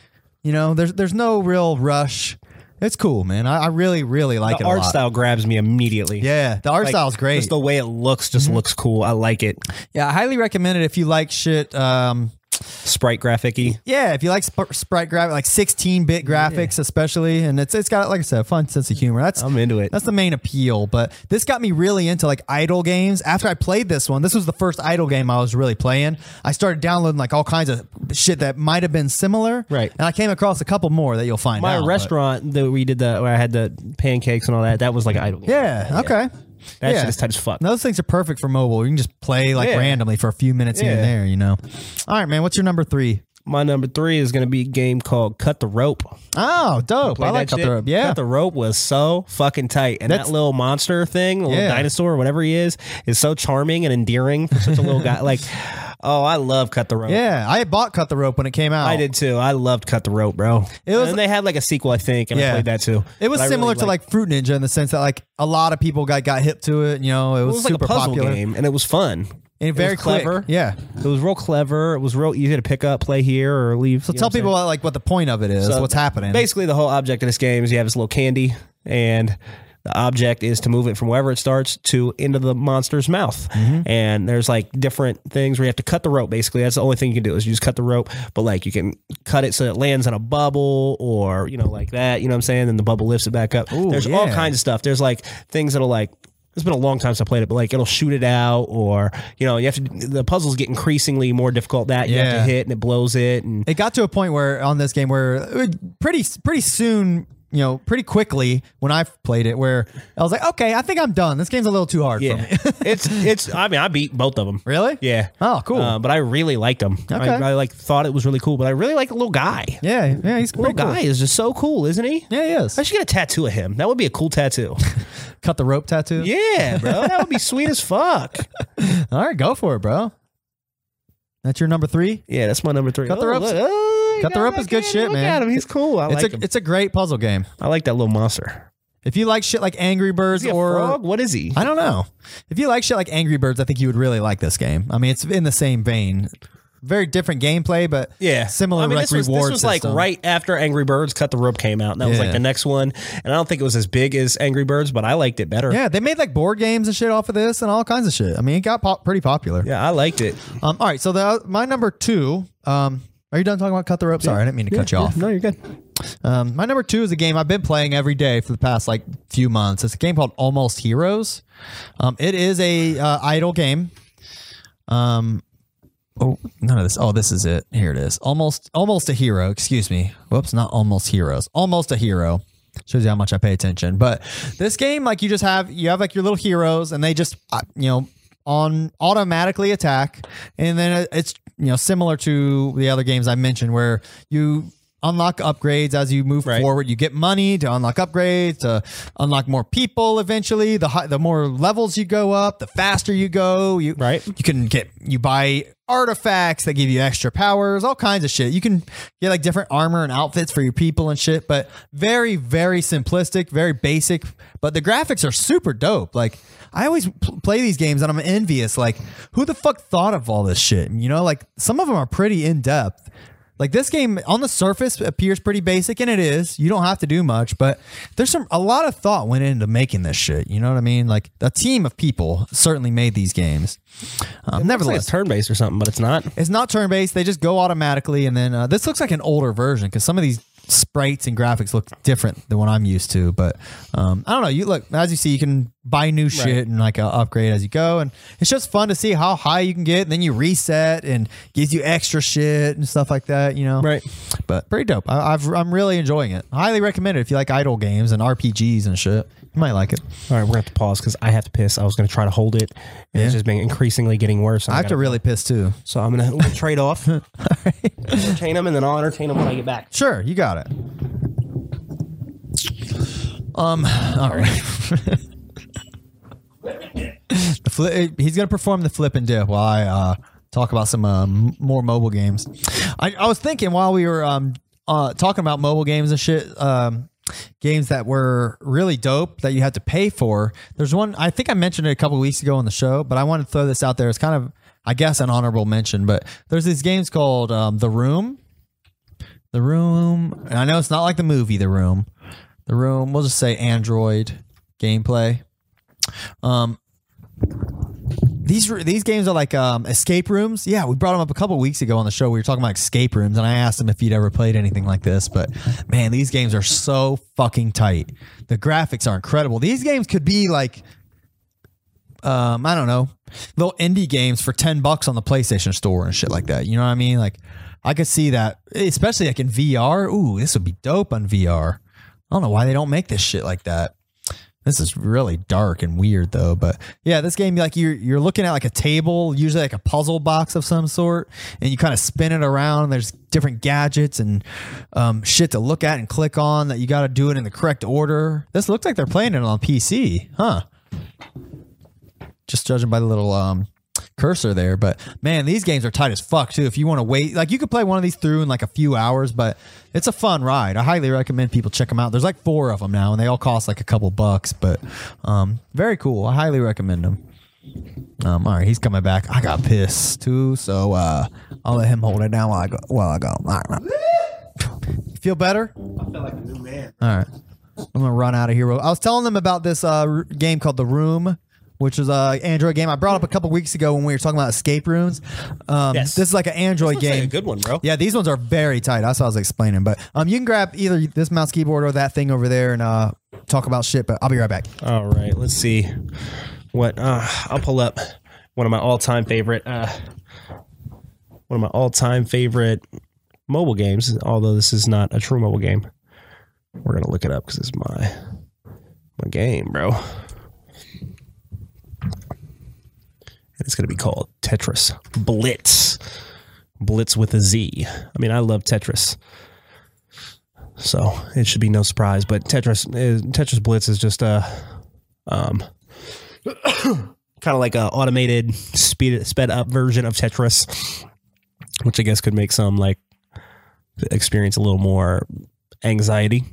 [SPEAKER 1] You know, there's there's no real rush. It's cool, man. I, I really really like
[SPEAKER 3] the
[SPEAKER 1] it. a
[SPEAKER 3] art
[SPEAKER 1] lot.
[SPEAKER 3] style grabs me immediately.
[SPEAKER 1] Yeah, the art
[SPEAKER 3] Like,
[SPEAKER 1] style's great. Mm-hmm.
[SPEAKER 3] Just the way it looks just looks cool. I like it.
[SPEAKER 1] yeah, I highly recommend it if you like shit. Um,
[SPEAKER 3] Sprite graphic-y.
[SPEAKER 1] yeah, if you like sp- sprite graphic, like 16 bit graphics, especially, and it's it's got like I said, a fun sense of humor. That's
[SPEAKER 3] I'm into it.
[SPEAKER 1] That's the main appeal. But this got me really into like idle games. After I played this one, this was the first idle game I was really playing. I started downloading like all kinds of shit that might have been similar.
[SPEAKER 3] Right.
[SPEAKER 1] And I came across a couple more that you'll find
[SPEAKER 3] My
[SPEAKER 1] out. but-
[SPEAKER 3] restaurant that we did the where I had the pancakes and all that, that was like an idol. game.
[SPEAKER 1] Yeah. Okay.
[SPEAKER 3] That
[SPEAKER 1] yeah.
[SPEAKER 3] shit is tight as fuck.
[SPEAKER 1] Those things are perfect for mobile. You can just play like
[SPEAKER 3] Yeah.
[SPEAKER 1] randomly for a few minutes here and
[SPEAKER 3] Yeah.
[SPEAKER 1] there, you know. All right, man. What's your number three?
[SPEAKER 3] My number three is gonna be a game called Cut the Rope.
[SPEAKER 1] Oh, dope. I
[SPEAKER 3] Played
[SPEAKER 1] like
[SPEAKER 3] that shit.
[SPEAKER 1] Cutthroat. Yeah.
[SPEAKER 3] Cut the Rope was so fucking tight. And
[SPEAKER 1] That's-
[SPEAKER 3] that little monster thing, the little
[SPEAKER 1] Yeah.
[SPEAKER 3] dinosaur or whatever he is, is so charming and endearing for such a little guy. Like, oh, I love Cut the Rope.
[SPEAKER 1] yeah. I had bought Cut the Rope when it came out.
[SPEAKER 3] I did too. I loved Cut the Rope, bro.
[SPEAKER 1] It was-
[SPEAKER 3] and they had like a sequel, I think, and I
[SPEAKER 1] Yeah.
[SPEAKER 3] played that too.
[SPEAKER 1] It was
[SPEAKER 3] But I
[SPEAKER 1] similar
[SPEAKER 3] really
[SPEAKER 1] to
[SPEAKER 3] liked
[SPEAKER 1] like Fruit Ninja in the sense that like a lot of people got got hip to it. You know, it was,
[SPEAKER 3] it was like
[SPEAKER 1] super
[SPEAKER 3] a puzzle
[SPEAKER 1] popular.
[SPEAKER 3] game and it was fun.
[SPEAKER 1] and very
[SPEAKER 3] was clever.
[SPEAKER 1] Quick. Yeah.
[SPEAKER 3] It was real clever. It was real easy to pick up, play here, or leave.
[SPEAKER 1] So
[SPEAKER 3] you know
[SPEAKER 1] tell
[SPEAKER 3] what I'm
[SPEAKER 1] people
[SPEAKER 3] saying?
[SPEAKER 1] what, like what the point of it is,
[SPEAKER 3] So
[SPEAKER 1] what's happening.
[SPEAKER 3] Basically, the whole object of this game is you have this little candy, and the object is to move it from wherever it starts to into the monster's mouth.
[SPEAKER 1] Mm-hmm.
[SPEAKER 3] And there's like different things where you have to cut the rope. Basically, that's the only thing you can do is you just cut the rope. But like you can cut it so it lands on a bubble or you know like that. You know what I'm saying? Then the bubble lifts it back up. there's all
[SPEAKER 1] yeah.
[SPEAKER 3] kinds of stuff. There's like things that'll like. It's been a long time since I played it, but like it'll shoot it out, or you know, you have to. The puzzles get increasingly more difficult. That you have
[SPEAKER 1] Yeah.
[SPEAKER 3] to hit, and it blows it, and
[SPEAKER 1] it got to a point where on this game where it would- pretty pretty soon you know pretty quickly when i played it where i was like okay i think i'm done this game's a little too hard for me
[SPEAKER 3] it's it's. I mean, I beat both of them.
[SPEAKER 1] really
[SPEAKER 3] Yeah.
[SPEAKER 1] oh cool
[SPEAKER 3] Uh, but I really liked them.
[SPEAKER 1] Okay.
[SPEAKER 3] I, I like thought it was really cool. But I really like the little guy.
[SPEAKER 1] yeah yeah he's a
[SPEAKER 3] Little
[SPEAKER 1] cool
[SPEAKER 3] guy is just so cool, isn't he?
[SPEAKER 1] yeah he is
[SPEAKER 3] I should get a tattoo of him. That would be a cool tattoo.
[SPEAKER 1] cut the rope tattoo
[SPEAKER 3] yeah, bro. That would be sweet as fuck.
[SPEAKER 1] all right go for it bro that's your number three
[SPEAKER 3] Yeah, that's my number three.
[SPEAKER 1] Cut the
[SPEAKER 3] Oh,
[SPEAKER 1] ropes.
[SPEAKER 3] look. Oh, you
[SPEAKER 1] Cut the
[SPEAKER 3] got
[SPEAKER 1] rope
[SPEAKER 3] that
[SPEAKER 1] is good
[SPEAKER 3] kid.
[SPEAKER 1] shit,
[SPEAKER 3] Look
[SPEAKER 1] man.
[SPEAKER 3] at him. He's cool. I
[SPEAKER 1] it's
[SPEAKER 3] like
[SPEAKER 1] a
[SPEAKER 3] him.
[SPEAKER 1] it's a great puzzle game
[SPEAKER 3] I like that little monster.
[SPEAKER 1] if you like shit like angry birds
[SPEAKER 3] Is he a
[SPEAKER 1] or
[SPEAKER 3] frog? What is he?
[SPEAKER 1] I don't know. If you like shit like Angry Birds, I think you would really like this game. I mean, it's in the same vein. Very different gameplay, but similar
[SPEAKER 3] I mean,
[SPEAKER 1] like
[SPEAKER 3] this was,
[SPEAKER 1] reward
[SPEAKER 3] This was like
[SPEAKER 1] system.
[SPEAKER 3] right after Angry Birds Cut the Rope came out, and that was like
[SPEAKER 1] Yeah.
[SPEAKER 3] the next one. And I don't think it was as big as Angry Birds, but I liked it better.
[SPEAKER 1] Yeah, they made like board games and shit off of this and all kinds of shit. I mean, it got pop- pretty popular.
[SPEAKER 3] Yeah, I liked it.
[SPEAKER 1] Um, all right, so the, my number two. Um, are you done talking about cut the rope? Sorry, I didn't mean to cut you off.
[SPEAKER 3] No, you're good.
[SPEAKER 1] Um, my number two is a game I've been playing every day for the past like few months. It's a game called Almost Heroes. Um, it is a uh, idle game. Um, oh, none of this. Oh, this is it. Here it is. Almost, almost a hero. Excuse me. Whoops, not almost heroes. Almost a hero. Shows you how much I pay attention. But this game, like you just have, you have like your little heroes, and they just, uh, you know, on automatically attack, and then it's you know similar to the other games I mentioned where you unlock upgrades as you move forward. You get money to unlock upgrades, to unlock more people eventually. The high, the more levels you go up, the faster you go. You
[SPEAKER 3] Right.
[SPEAKER 1] You can get you buy artifacts that give you extra powers, all kinds of shit. You can get like different armor and outfits for your people and shit, but very very simplistic, very basic, but the graphics are super dope. Like I always pl- play these games and I'm envious like who the fuck thought of all this shit? You know, like some of them are pretty in depth. Like this game on the surface appears pretty basic, and it is. You don't have to do much, but there's some a lot of thought went into making this shit. You know what I mean? Like a team of people certainly made these games. Um,
[SPEAKER 3] It's like
[SPEAKER 1] nevertheless,
[SPEAKER 3] it's turn based or something, but it's not.
[SPEAKER 1] it's not turn based. They just go automatically, and then uh, this looks like an older version because some of these sprites and graphics look different than what I'm used to. But um, I don't know. You look as you see, you can buy new shit and like uh, upgrade as you go, and it's just fun to see how high you can get. And then you reset and gives you extra shit and stuff like that. You know,
[SPEAKER 3] Right.
[SPEAKER 1] But pretty dope. I, I've, I'm really enjoying it. Highly recommend it if you like idle games and RPGs and shit. You might like it.
[SPEAKER 3] All right, we're gonna have to pause because I have to piss. I was gonna try to hold it, and it's just been increasingly getting worse. and
[SPEAKER 1] I have to
[SPEAKER 3] gotta-
[SPEAKER 1] really piss too.
[SPEAKER 3] so I'm gonna we'll trade off, entertain him, and then I'll entertain him when I get back.
[SPEAKER 1] Sure, you got it. Um, all right. the fli he's gonna perform the flip and dip while I uh, talk about some uh, m- more mobile games. I, I was thinking while we were um, uh, talking about mobile games and shit, um, games that were really dope that you had to pay for. There's one I think I mentioned it a couple weeks ago on the show, but I wanted to throw this out there. It's kind of I guess an honorable mention, but there's these games called um, The Room. The Room. And I know it's not like the movie The Room. The Room. We'll just say Android gameplay. Um, these r- these games are like um, escape rooms. Yeah, we brought them up a couple weeks ago on the show. We were talking about escape rooms, and I asked him if he'd ever played anything like this. But man, these games are so fucking tight. The graphics are incredible. These games could be like um, I don't know, little indie games for 10 bucks on the PlayStation store and shit like that. You know what I mean? Like, I could see that, especially like in VR. Ooh, this would be dope on VR. I don't know why they don't make this shit like that. This is really dark and weird though, but yeah, this game like you're you're looking at like a table, usually like a puzzle box of some sort, and you kind of spin it around. And there's different gadgets and um, shit to look at and click on that you got to do it in the correct order. This looks like they're playing it on PC, huh? just judging by the little um cursor there but man these games are tight as fuck too if you want to wait like you could play one of these through in like a few hours but it's a fun ride i highly recommend people check them out there's like four of them now and they all cost like a couple bucks but um very cool i highly recommend them Um, all right, he's coming back. I got pissed too, so uh, I'll let him hold it down while I go. While I go. All right. You feel better? I feel like a new man. All right. I'm gonna run out of here. real- I was telling them about this uh, r- game called The Room, which is a Android game I brought up a couple weeks ago when we were talking about escape rooms. Um,
[SPEAKER 4] Yes.
[SPEAKER 1] This is like an Android
[SPEAKER 4] That's
[SPEAKER 1] game.
[SPEAKER 4] like a good one, bro.
[SPEAKER 1] Yeah, these ones are very tight. That's what I was explaining. But um, you can grab either this mouse keyboard or that thing over there and uh, talk about shit. But I'll be right back.
[SPEAKER 3] All right, let's see what uh, I'll pull up. One of my all-time favorite, uh, one of my all-time favorite mobile games. Although this is not a true mobile game, we're gonna look it up because it's my my game, bro. And it's gonna be called Tetris Blitz. Blitz with a Z. I mean, I love Tetris. So it should be no surprise. But Tetris, uh, Tetris Blitz is just uh, a, um, kind of like a automated speed sped up version of Tetris, which I guess could make some like experience a little more anxiety.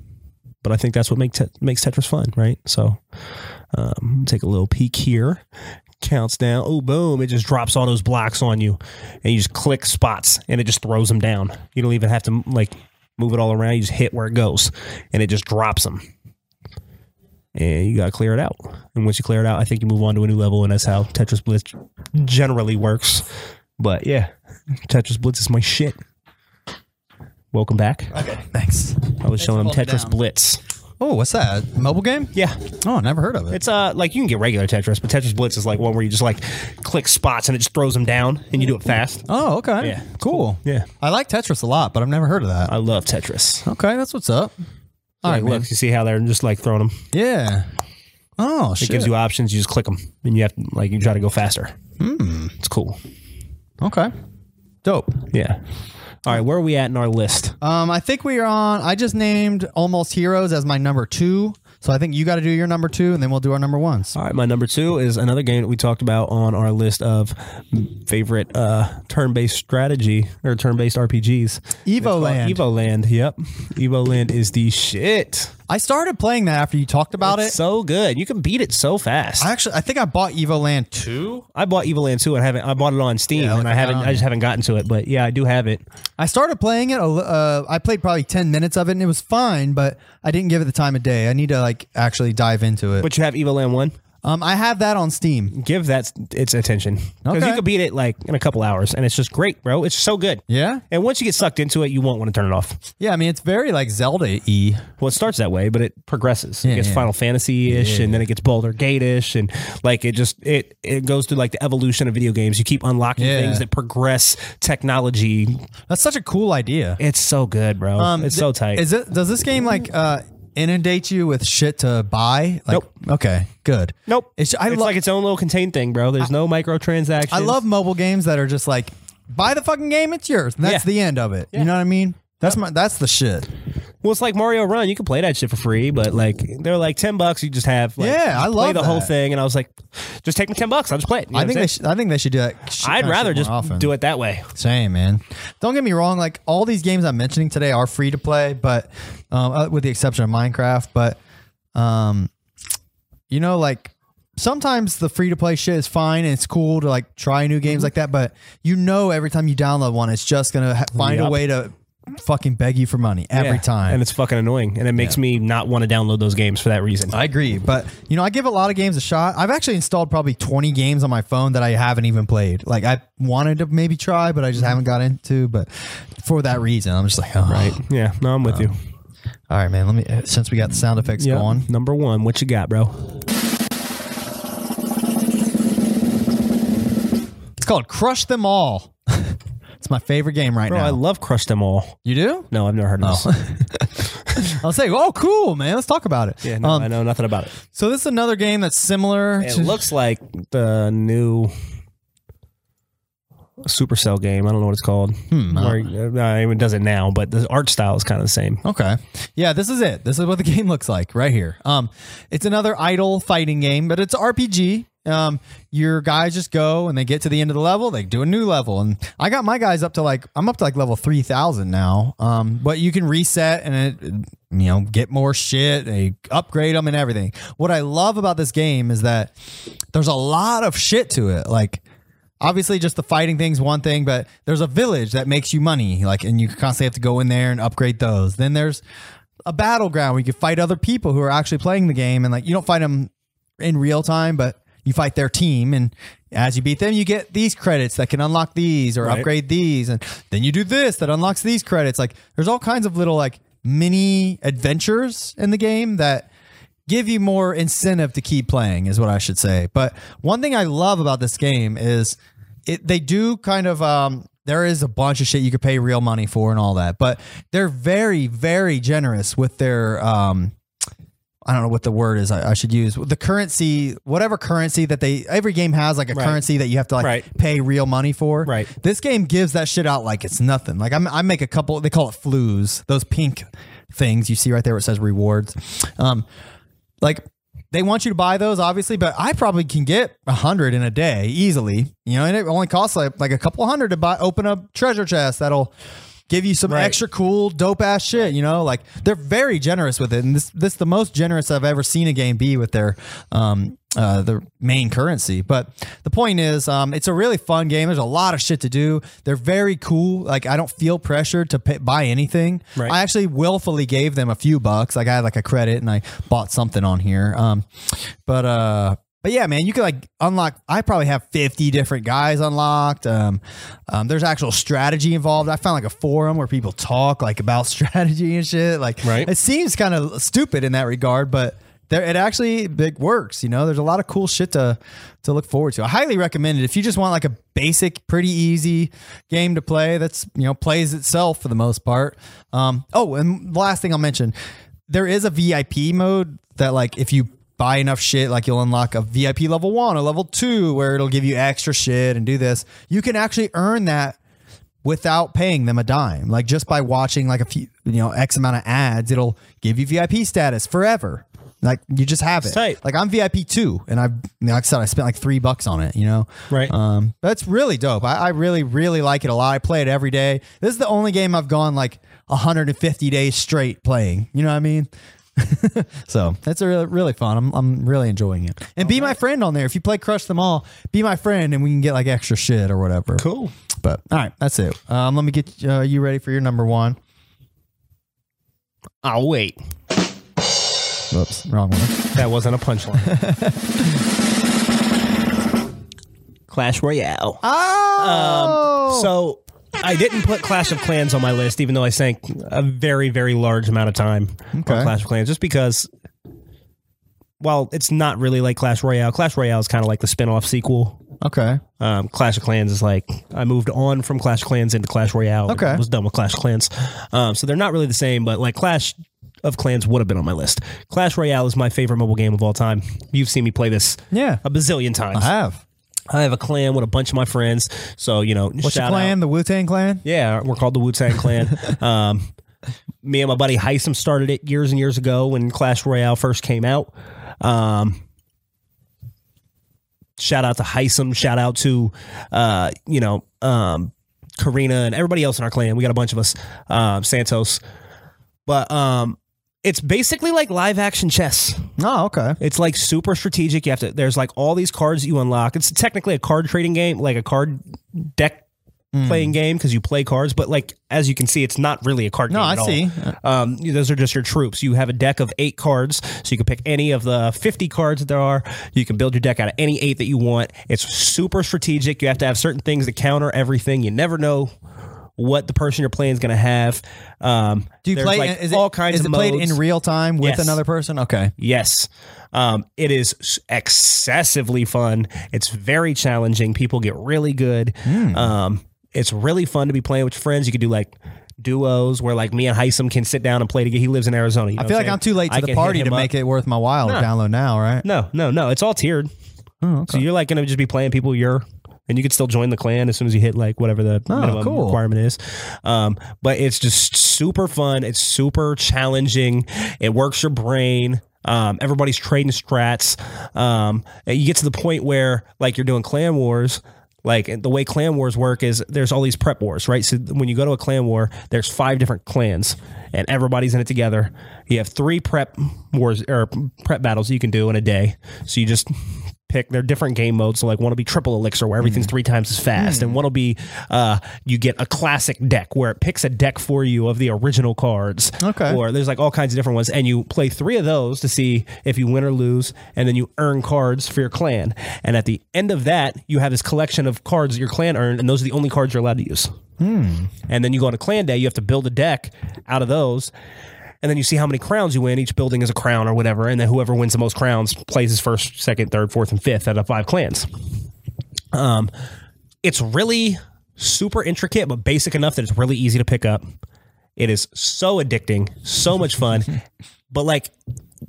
[SPEAKER 3] But I think that's what make te- makes Tetris fun, right? So um, take a little peek here. Counts down. Oh, boom! It just drops all those blocks on you, and you just click spots, and it just throws them down. You don't even have to like move it all around. You just hit where it goes, and it just drops them. And you gotta clear it out. And once you clear it out, I think you move on to a new level, and that's how Tetris Blitz generally works. But yeah, Tetris Blitz is my shit. Welcome back.
[SPEAKER 1] Okay, thanks.
[SPEAKER 3] I was showing them
[SPEAKER 1] for holding it
[SPEAKER 3] Tetris
[SPEAKER 1] down.
[SPEAKER 3] Blitz.
[SPEAKER 1] Oh, what's that mobile game?
[SPEAKER 3] Yeah,
[SPEAKER 1] Oh, never heard of it.
[SPEAKER 3] It's uh like you can get regular Tetris, but Tetris Blitz is like one where you just like click spots and it just throws them down and you do it fast.
[SPEAKER 1] oh, okay.
[SPEAKER 3] Yeah.
[SPEAKER 1] cool.
[SPEAKER 3] Yeah.
[SPEAKER 1] I like Tetris a lot, but I've never heard of that.
[SPEAKER 3] I love Tetris.
[SPEAKER 1] Okay, that's what's up. All right,
[SPEAKER 3] Like,
[SPEAKER 1] man.
[SPEAKER 3] look, you see how they're just like throwing them.
[SPEAKER 1] Yeah. Oh,
[SPEAKER 3] It
[SPEAKER 1] shit.
[SPEAKER 3] gives you options. You just click them and you have to, like you try to go faster.
[SPEAKER 1] Hmm.
[SPEAKER 3] It's cool.
[SPEAKER 1] okay. Dope.
[SPEAKER 3] Yeah. All right, where are we at in our list?
[SPEAKER 1] Um, I think we are on. I just named Almost Heroes as my number two, so I think you got to do your number two, and then we'll do our number ones.
[SPEAKER 3] All right, my number two is another game that we talked about on our list of favorite uh, turn-based strategy or turn-based RPGs.
[SPEAKER 1] Evo Land.
[SPEAKER 3] Evo Land. Yep. Evo Land is the shit.
[SPEAKER 1] I started playing that after you talked about it.
[SPEAKER 3] So good. You can beat it so fast.
[SPEAKER 1] I actually, I think I bought Evo Land two.
[SPEAKER 3] I bought Evil Land 2 and haven't I bought it on Steam
[SPEAKER 1] Yeah,
[SPEAKER 3] and I
[SPEAKER 1] look
[SPEAKER 3] haven't
[SPEAKER 1] around.
[SPEAKER 3] I just haven't gotten to it, but yeah, I do have it.
[SPEAKER 1] I started playing it. a li- Uh, I played probably ten minutes of it, and it was fine, but I didn't give it the time of day. I need to like actually dive into it.
[SPEAKER 3] But you have Evil Land 1?
[SPEAKER 1] um, I have that on Steam.
[SPEAKER 3] Give that its attention. Because
[SPEAKER 1] Okay.
[SPEAKER 3] you could beat it like in a couple hours and it's just great, bro. It's so good.
[SPEAKER 1] Yeah,
[SPEAKER 3] And once you get sucked into it, you won't want to turn it off.
[SPEAKER 1] yeah. I mean, it's very like Zelda e.
[SPEAKER 3] Well, it starts that way, but it progresses.
[SPEAKER 1] Yeah,
[SPEAKER 3] it gets
[SPEAKER 1] yeah.
[SPEAKER 3] Final Fantasy ish, and then it gets Boulder Gate ish, and like it just it it goes through like the evolution of video games. You keep unlocking
[SPEAKER 1] Yeah.
[SPEAKER 3] things that progress technology.
[SPEAKER 1] That's such a cool idea.
[SPEAKER 3] It's so good, bro. it's so
[SPEAKER 1] th-
[SPEAKER 3] tight.
[SPEAKER 1] Um, Is it? Does this game like uh, inundate you with shit to buy? Like,
[SPEAKER 3] Nope.
[SPEAKER 1] Okay. Good.
[SPEAKER 3] nope.
[SPEAKER 1] It's, I
[SPEAKER 3] it's
[SPEAKER 1] lo-
[SPEAKER 3] like its own little contained thing, bro. There's no microtransactions.
[SPEAKER 1] I love mobile games that are just like buy the fucking game, it's yours. And that's
[SPEAKER 3] Yeah.
[SPEAKER 1] the end of it. You know what I mean? That's my that's the shit.
[SPEAKER 3] Well, it's like Mario Run. You can play that shit for free, but like they're like ten bucks. You just have like,
[SPEAKER 1] Yeah,
[SPEAKER 3] just
[SPEAKER 1] I
[SPEAKER 3] play
[SPEAKER 1] love
[SPEAKER 3] the whole
[SPEAKER 1] that.
[SPEAKER 3] thing. And I was like, just take me ten bucks. I'll just play it. You know
[SPEAKER 1] I
[SPEAKER 3] what
[SPEAKER 1] think
[SPEAKER 3] I'm
[SPEAKER 1] they
[SPEAKER 3] saying?
[SPEAKER 1] should, I think they should do that. shit kind
[SPEAKER 3] I'd
[SPEAKER 1] of
[SPEAKER 3] rather
[SPEAKER 1] shit
[SPEAKER 3] just
[SPEAKER 1] more often.
[SPEAKER 3] do it that way.
[SPEAKER 1] Same man. Don't get me wrong. Like all these games I'm mentioning today are free to play, but um, uh, with the exception of Minecraft. But um, you know, like sometimes the free to play shit is fine and it's cool to like try new
[SPEAKER 3] Mm-hmm.
[SPEAKER 1] games like that. But you know, every time you download one, it's just gonna ha- find a
[SPEAKER 3] Yup.
[SPEAKER 1] way to fucking beg you for money every
[SPEAKER 3] Yeah.
[SPEAKER 1] time.
[SPEAKER 3] and it's fucking annoying, and it makes me not want to download those games for that reason.
[SPEAKER 1] I agree, but you know, I give a lot of games a shot. I've actually installed probably 20 games on my phone that I haven't even played. Like I wanted to maybe try, but I
[SPEAKER 3] Mm-hmm.
[SPEAKER 1] just haven't got into. But for that reason, I'm just like, oh. right.
[SPEAKER 3] yeah, no, I'm with
[SPEAKER 1] Uh,
[SPEAKER 3] you.
[SPEAKER 1] All right, man. Let me. uh, Since we got the sound effects
[SPEAKER 3] Yeah,
[SPEAKER 1] going,
[SPEAKER 3] number one, what you got, bro?
[SPEAKER 1] it's called Crush Them All. it's my favorite game right
[SPEAKER 3] Bro,
[SPEAKER 1] now. Oh.
[SPEAKER 3] I love Crush Them All.
[SPEAKER 1] you do?
[SPEAKER 3] No, I've never heard of this.
[SPEAKER 1] I'll say, oh, cool, man. Let's talk about it.
[SPEAKER 3] Yeah, no,
[SPEAKER 1] Um,
[SPEAKER 3] I know nothing about it.
[SPEAKER 1] so this is another game that's similar.
[SPEAKER 3] It
[SPEAKER 1] to,
[SPEAKER 3] looks like the new Supercell game. I don't know what it's called.
[SPEAKER 1] Hmm,
[SPEAKER 3] Or, uh, I mean, it does it now, but the art style is kind of the same.
[SPEAKER 1] Okay. Yeah, this is it. This is what the game looks like right here. Um, it's another idle fighting game, but it's RPG. Um, your guys just go and they get to the end of the level, they do a new level, and I got my guys up to like I'm up to like level three thousand now. Um, but you can reset and it, you know, get more shit. They upgrade them and everything. What I love about this game is that there's a lot of shit to it. Like obviously just the fighting thing's one thing but there's a village that makes you money like and you constantly have to go in there and upgrade those then there's a battleground where you can fight other people who are actually playing the game and like you don't fight them in real time but you fight their team and as you beat them you get these credits that can unlock these or upgrade these and then you do this that unlocks these credits like there's all kinds of little like mini adventures in the game that give you more incentive to keep playing is what I should say. But one thing I love about this game is it they do kind of um there is a bunch of shit you could pay real money for and all that, but they're very very generous with their um I don't know what the word is I, I should use. The currency, whatever currency that they, every game has like a currency that you have to like
[SPEAKER 3] Right.
[SPEAKER 1] pay real money for.
[SPEAKER 3] Right.
[SPEAKER 1] This game gives that shit out like it's nothing. Like I'm, I make a couple, they call it flues, those pink things you see right there where it says rewards. Um, like they want you to buy those obviously but i probably can get a hundred in a day easily you know and it only costs like, like a couple hundred to buy open a treasure chest that'll give you some extra cool dope ass shit you know like they're very generous with it and this this is the most generous i've ever seen a game be with their um uh, the main currency but the point is um, it's a really fun game there's a lot of shit to do they're very cool like i don't feel pressured to pay, buy anything
[SPEAKER 3] Right.
[SPEAKER 1] i actually willfully gave them a few bucks. Like I had like a credit and I bought something on here. Um, but uh, but yeah, man, you could like unlock. I probably have fifty different guys unlocked. Um, um, there's actual strategy involved. I found like a forum where people talk like about strategy and shit. Like
[SPEAKER 3] Right.
[SPEAKER 1] it seems kind of stupid in that regard, but. There, it actually big works, you know. There's a lot of cool shit to to look forward to. I highly recommend it if you just want like a basic, pretty easy game to play. That's you know plays itself for the most part. Um, oh, and the last thing I'll mention, there is a VIP mode that like if you buy enough shit, like you'll unlock a VIP level one or level two, where it'll give you extra shit and do this. You can actually earn that without paying them a dime. Like just by watching like a few, you know, X amount of ads, it'll give you VIP status forever. Like you just have it.
[SPEAKER 3] Tight.
[SPEAKER 1] Like I'm VIP two, and I like I said I spent like three bucks on it. You know,
[SPEAKER 3] Right.
[SPEAKER 1] Um, that's really dope. I, I really really like it a lot. I play it every day. This is the only game I've gone like 150 days straight playing. You know what I mean? so that's a really, really fun. I'm, I'm really enjoying it. And be my friend on there. If you play Crush Them All, be my friend, and we can get like extra shit or whatever.
[SPEAKER 3] Cool.
[SPEAKER 1] But all right, that's it. Um, let me get uh, you ready for your number one.
[SPEAKER 3] I'll wait.
[SPEAKER 1] Whoops, wrong one.
[SPEAKER 3] That wasn't a punchline.
[SPEAKER 4] Clash Royale.
[SPEAKER 1] Oh,
[SPEAKER 3] Um, so I didn't put Clash of Clans on my list, even though I sank a very, very large amount of time
[SPEAKER 1] Okay.
[SPEAKER 3] on Clash of Clans, just because. While it's not really like Clash Royale, Clash Royale is kind of like the spin off sequel
[SPEAKER 1] okay.
[SPEAKER 3] Um, Clash of Clans is like I moved on from Clash of Clans into Clash Royale. and
[SPEAKER 1] Okay.
[SPEAKER 3] was done with Clash of Clans. Um, so they're not really the same, but like Clash of Clans would have been on my list. Clash Royale is my favorite mobile game of all time. You've seen me play this
[SPEAKER 1] Yeah, Uh-huh.
[SPEAKER 3] a bazillion times.
[SPEAKER 1] I have.
[SPEAKER 3] I have a clan with a bunch of my friends, so you know,
[SPEAKER 1] What's
[SPEAKER 3] shout
[SPEAKER 1] your clan?
[SPEAKER 3] out.
[SPEAKER 1] The Wu Tang Clan.
[SPEAKER 3] Yeah, we're called the Wu Tang Clan. um, me and my buddy Heisem started it years and years ago when Clash Royale first came out. Um, shout out to Heisem. Shout out to uh, you know um, Karina and everybody else in our clan. We got a bunch of us. Um, Santos, but um, it's basically like live action chess.
[SPEAKER 1] Oh, okay.
[SPEAKER 3] It's like super strategic. You have to. There's like all these cards that you unlock. It's technically a card trading game, like a card deck
[SPEAKER 1] Mm.
[SPEAKER 3] playing game because you play cards. But like as you can see, it's not really a card
[SPEAKER 1] No,
[SPEAKER 3] game.
[SPEAKER 1] I
[SPEAKER 3] at all.
[SPEAKER 1] see.
[SPEAKER 3] Um, you- those are just your troops. You have a deck of eight cards, so you can pick any of the 50 cards that there are. You can build your deck out of any eight that you want. It's super strategic. You have to have certain things to counter everything. You never know what the person you're playing is going to have. Um,
[SPEAKER 1] Do you
[SPEAKER 3] there's,
[SPEAKER 1] play?
[SPEAKER 3] like
[SPEAKER 1] is it,
[SPEAKER 3] all
[SPEAKER 1] Is
[SPEAKER 3] kinds of
[SPEAKER 1] it played
[SPEAKER 3] modes.
[SPEAKER 1] in real time with
[SPEAKER 3] Yes.
[SPEAKER 1] another person? Okay.
[SPEAKER 3] Yes. Um, it is s- excessively fun. It's very challenging. People get really good.
[SPEAKER 1] Hmm.
[SPEAKER 3] Um, it's really fun to be playing with your friends. You could do like duos where like me and Heisem can sit down and play together. He lives in Arizona. you know
[SPEAKER 1] I feel
[SPEAKER 3] what
[SPEAKER 1] like I'm
[SPEAKER 3] saying?
[SPEAKER 1] too late to
[SPEAKER 3] I
[SPEAKER 1] the
[SPEAKER 3] can hit
[SPEAKER 1] party
[SPEAKER 3] him
[SPEAKER 1] to
[SPEAKER 3] up.
[SPEAKER 1] make it worth my while to download now, right?
[SPEAKER 3] No, no, no. It's all tiered. So you're like going to just be playing people you're, and you could still join the clan as soon as you hit like whatever the minimum
[SPEAKER 1] cool.
[SPEAKER 3] requirement is. Um, but it's just super fun. It's super challenging. It works your brain. Um, everybody's trading strats. Um, and you get to the point where like you're doing clan wars. Like and the way clan wars work is there's all these prep wars, right? So when you go to a clan war, there's five different clans, and everybody's in it together. You have three prep wars or prep battles you can do in a day. So you just pick their different game modes. So like one will be triple elixir where everything's three times as fast, and one will be uh, you get a classic deck where it picks a deck for you of the original cards.
[SPEAKER 1] Okay.
[SPEAKER 3] Or there's like all kinds of different ones, and you play three of those to see if you win or lose, and then you earn cards for your clan. And at the end of that, you have this collection of cards that your clan earned, and those are the only cards you're allowed to use. And then you go on a clan day, you have to build a deck out of those. And then you see how many crowns you win. Each building is a crown or whatever. And then whoever wins the most crowns plays his first, second, third, fourth, and fifth out of five clans. Um, it's really super intricate, but basic enough that it's really easy to pick up. It is so addicting, so much fun. but like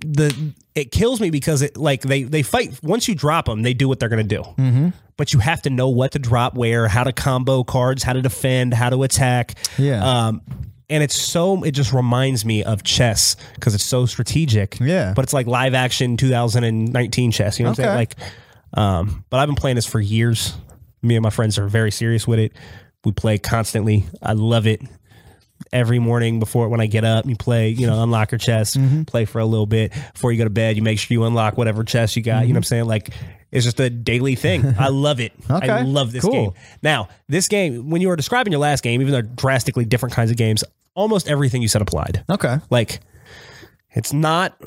[SPEAKER 3] the it kills me because it like they they fight once you drop them, they do what they're gonna do. Mm-hmm. But you have to know what to drop where, how to combo cards, how to defend, how to attack.
[SPEAKER 1] Yeah.
[SPEAKER 3] Um, and it's so it just reminds me of chess because it's so strategic.
[SPEAKER 1] Yeah.
[SPEAKER 3] But it's like live action 2019 chess. You know what
[SPEAKER 1] Okay.
[SPEAKER 3] I'm saying? Like um, but I've been playing this for years. Me and my friends are very serious with it. We play constantly. I love it. Every morning before when I get up, you play, you know, unlock your chest,
[SPEAKER 1] Mm-hmm.
[SPEAKER 3] play for a little bit. Before you go to bed, you make sure you unlock whatever chest you got. You know what I'm saying? Like it's just a daily thing. I love it. I
[SPEAKER 1] Mm-hmm. Okay.
[SPEAKER 3] love this
[SPEAKER 1] Cool.
[SPEAKER 3] game. Now, this game, when you were describing your last game, even though drastically different kinds of games, almost everything you said applied
[SPEAKER 1] Okay.
[SPEAKER 3] like it's not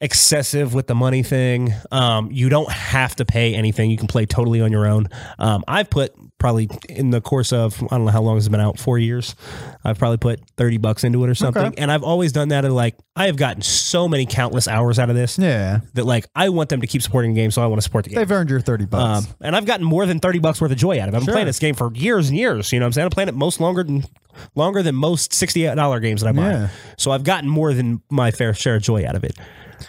[SPEAKER 3] excessive with the money thing um, you don't have to pay anything you can play totally on your own um, i've put probably in the course of i don't know how long it's been out four years i've probably put 30 bucks into it or something and i've always done that and like i have gotten so many countless hours out of this
[SPEAKER 1] Yeah.
[SPEAKER 3] that like i want them to keep supporting the game so i want to support the game
[SPEAKER 1] They've earned your 30
[SPEAKER 3] um,
[SPEAKER 1] bucks.
[SPEAKER 3] and I've gotten more than 30 bucks worth of joy out of it. I've been playing this game for years and years. You know what I'm saying? I'm playing it most longer than longer than most $68 games that I buy.
[SPEAKER 1] Yeah.
[SPEAKER 3] So I've gotten more than my fair share of joy out of it.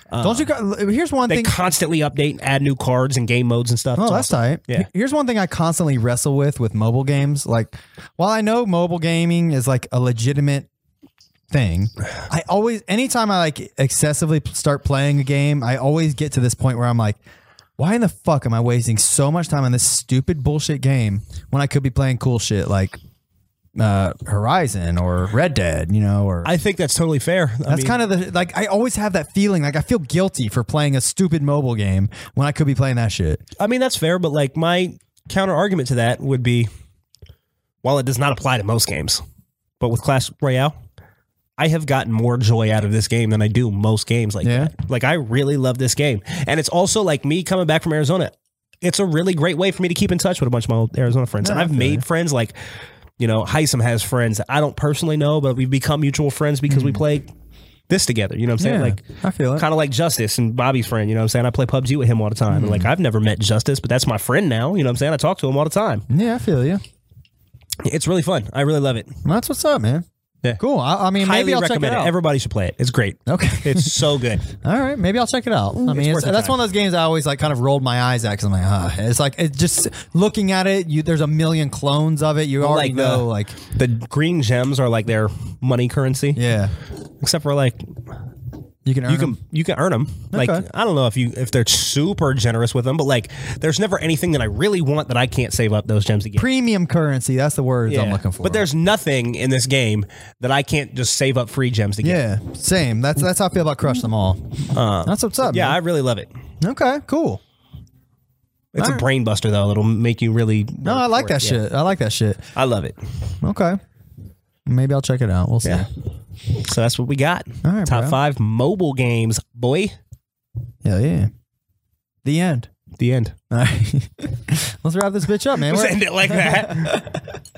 [SPEAKER 1] Don't you got Here's one
[SPEAKER 3] Um, uh, They
[SPEAKER 1] thing.
[SPEAKER 3] constantly update and add new cards and game modes and stuff.
[SPEAKER 1] Oh,
[SPEAKER 3] It's
[SPEAKER 1] that's
[SPEAKER 3] awesome.
[SPEAKER 1] tight.
[SPEAKER 3] Yeah.
[SPEAKER 1] Here's one thing I constantly wrestle with with mobile games. Like, while I know mobile gaming is like a legitimate thing, I always, anytime I like excessively p- start playing a game, I always get to this point where I'm like, why in the fuck am I wasting so much time on this stupid bullshit game when I could be playing cool shit like uh, Horizon or Red Dead, you know, or
[SPEAKER 3] I think that's totally fair. I
[SPEAKER 1] that's kind of the like I always have that feeling like I feel guilty for playing a stupid mobile game when I could be playing that shit.
[SPEAKER 3] I mean, that's fair, but like my counter argument to that would be while it does not apply to most games, but with Clash Royale, I have gotten more joy out of this game than I do most games like
[SPEAKER 1] Yeah.
[SPEAKER 3] that. Like I really love this game. And it's also like me coming back from Arizona. It's a really great way for me to keep in touch with a bunch of my old Arizona friends. and I've made friends like you know, Heisem has friends that I don't personally know, but we've become mutual friends because we play this together. You know what I'm saying?
[SPEAKER 1] Hmm. Yeah,
[SPEAKER 3] like
[SPEAKER 1] I feel it.
[SPEAKER 3] kind of like Justice and Bobby's friend. You know what I'm saying? I play PUBG with him all the time. And like
[SPEAKER 1] Hmm.
[SPEAKER 3] I've never met Justice, but that's my friend now. You know what I'm saying? I talk to him all the time.
[SPEAKER 1] Yeah, I feel you.
[SPEAKER 3] It's really fun. I really love it.
[SPEAKER 1] That's what's up, man.
[SPEAKER 3] Yeah.
[SPEAKER 1] Cool. I, I mean,
[SPEAKER 3] Highly
[SPEAKER 1] maybe I'll check it
[SPEAKER 3] recommend it,
[SPEAKER 1] out.
[SPEAKER 3] Everybody should play it. It's great.
[SPEAKER 1] okay.
[SPEAKER 3] It's so good.
[SPEAKER 1] All right. Maybe I'll check it out. I mean, it's
[SPEAKER 3] Mm, worth the
[SPEAKER 1] that's
[SPEAKER 3] time.
[SPEAKER 1] one of those games I always like kind of rolled my eyes at because I'm like, ah, it's like it just looking at it. You there's a million clones of it. You already
[SPEAKER 3] like the-
[SPEAKER 1] know, like
[SPEAKER 3] The green gems are like their money currency,
[SPEAKER 1] yeah,
[SPEAKER 3] except for like
[SPEAKER 1] you can earn
[SPEAKER 3] you can
[SPEAKER 1] 'em.
[SPEAKER 3] you can earn them. Like
[SPEAKER 1] Okay.
[SPEAKER 3] I don't know if you if they're super generous with them, but like there's never anything that I really want that I can't save up those gems to get.
[SPEAKER 1] premium currency. That's the words I'm
[SPEAKER 3] Yeah.
[SPEAKER 1] looking for.
[SPEAKER 3] But there's nothing in this game that I can't just save up free gems to get.
[SPEAKER 1] yeah, same. That's that's how I feel about Crush Them All. that's what's up.
[SPEAKER 3] Uh, Yeah, I
[SPEAKER 1] man.
[SPEAKER 3] really love it.
[SPEAKER 1] okay. Cool.
[SPEAKER 3] It's a
[SPEAKER 1] Alright.
[SPEAKER 3] brain buster though. It'll make you really.
[SPEAKER 1] No, I like that shit. I like that shit.
[SPEAKER 3] I love it.
[SPEAKER 1] Okay. Maybe I'll check it out. We'll see. Yeah,
[SPEAKER 3] Yeah. So that's what we got.
[SPEAKER 1] All right,
[SPEAKER 3] Top
[SPEAKER 1] bro.
[SPEAKER 3] five mobile games, boy.
[SPEAKER 1] yeah. yeah. The end.
[SPEAKER 3] The end.
[SPEAKER 1] All right. Let's wrap this bitch up, man.
[SPEAKER 3] Let's
[SPEAKER 1] We're-
[SPEAKER 3] end it like
[SPEAKER 1] Um,
[SPEAKER 3] that.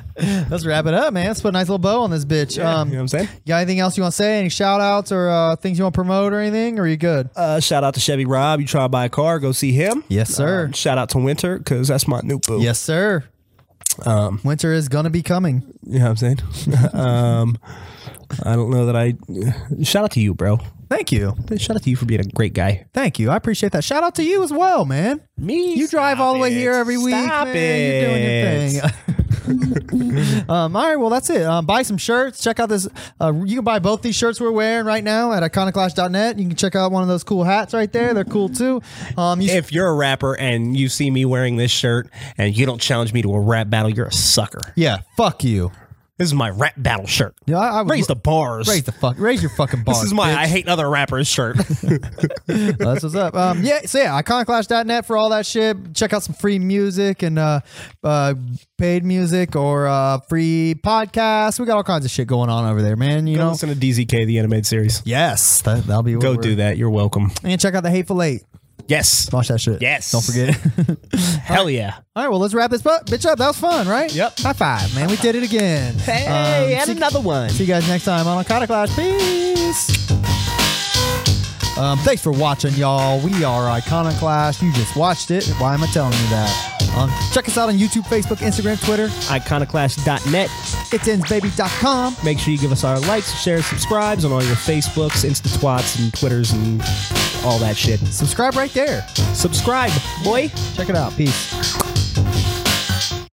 [SPEAKER 1] Let's wrap it up, man. Let's put a nice little bow on this bitch. um,
[SPEAKER 3] you know what I'm saying?
[SPEAKER 1] you got anything else you want to say? Any shout outs or uh, things you want to promote or anything? Or are you good?
[SPEAKER 3] Uh, shout out to Chevy Rob. You try to buy a car, go see him.
[SPEAKER 1] yes, sir.
[SPEAKER 3] Um, shout out to Winter because that's my new boo.
[SPEAKER 1] yes, sir.
[SPEAKER 3] Um,
[SPEAKER 1] Winter is going to be coming.
[SPEAKER 3] you know what I'm saying? um, I don't know that I. Shout out to you, bro.
[SPEAKER 1] Thank you.
[SPEAKER 3] Shout out to you for being a great guy.
[SPEAKER 1] Thank you. I appreciate that. Shout out to you as well, man.
[SPEAKER 3] Me?
[SPEAKER 1] You drive all the way
[SPEAKER 3] Stop
[SPEAKER 1] here every week.
[SPEAKER 3] Stop
[SPEAKER 1] man.
[SPEAKER 3] it.
[SPEAKER 1] You're doing your thing. Um, all right, well, that's it. Um, buy some shirts. Check out this. Uh, you can buy both these shirts we're wearing right now at iconoclash.net. You can check out one of those cool hats right there. They're cool too. Um, you
[SPEAKER 3] If you're a rapper and you see me wearing this shirt and you don't challenge me to a rap battle, you're a sucker.
[SPEAKER 1] yeah, fuck you.
[SPEAKER 3] This is my rap battle shirt.
[SPEAKER 1] Yeah, I, I would
[SPEAKER 3] raise the bars.
[SPEAKER 1] raise the fuck raise your fucking bar.
[SPEAKER 3] this is my I hate other rappers shirt.
[SPEAKER 1] That's what's up. Um, yeah, so yeah, iconoclash.net for all that shit. Check out some free music and uh, uh, paid music or uh, free podcasts. We got all kinds of shit going on over there, man. You
[SPEAKER 10] Go
[SPEAKER 1] know,
[SPEAKER 10] listen to DZK, the animated series.
[SPEAKER 1] yes, that, that'll be what
[SPEAKER 10] Go
[SPEAKER 1] we're-
[SPEAKER 10] do that. You're welcome.
[SPEAKER 1] And check out the hateful eight.
[SPEAKER 3] yes.
[SPEAKER 1] Watch that shit.
[SPEAKER 3] Yes.
[SPEAKER 1] don't forget.
[SPEAKER 3] Hell yeah.
[SPEAKER 1] all right, well, let's wrap this bu- bitch up. That was fun, right?
[SPEAKER 3] Yep.
[SPEAKER 1] High five, man. We did it again. Hey, and another one. See you guys next time on Iconoclash. Peace. Um, thanks for watching, y'all. We are Iconoclash. You just watched it. Why am I telling you that? Um, check us out on YouTube, Facebook, Instagram, Twitter,
[SPEAKER 3] Iconoclash.net.
[SPEAKER 1] itsensbaby.com.
[SPEAKER 3] Make sure you give us our likes, shares, subscribes on all your Facebooks, Insta Twats, and Twitters and all that shit.
[SPEAKER 1] Subscribe right there.
[SPEAKER 3] Subscribe, boy.
[SPEAKER 1] Check it out. Peace.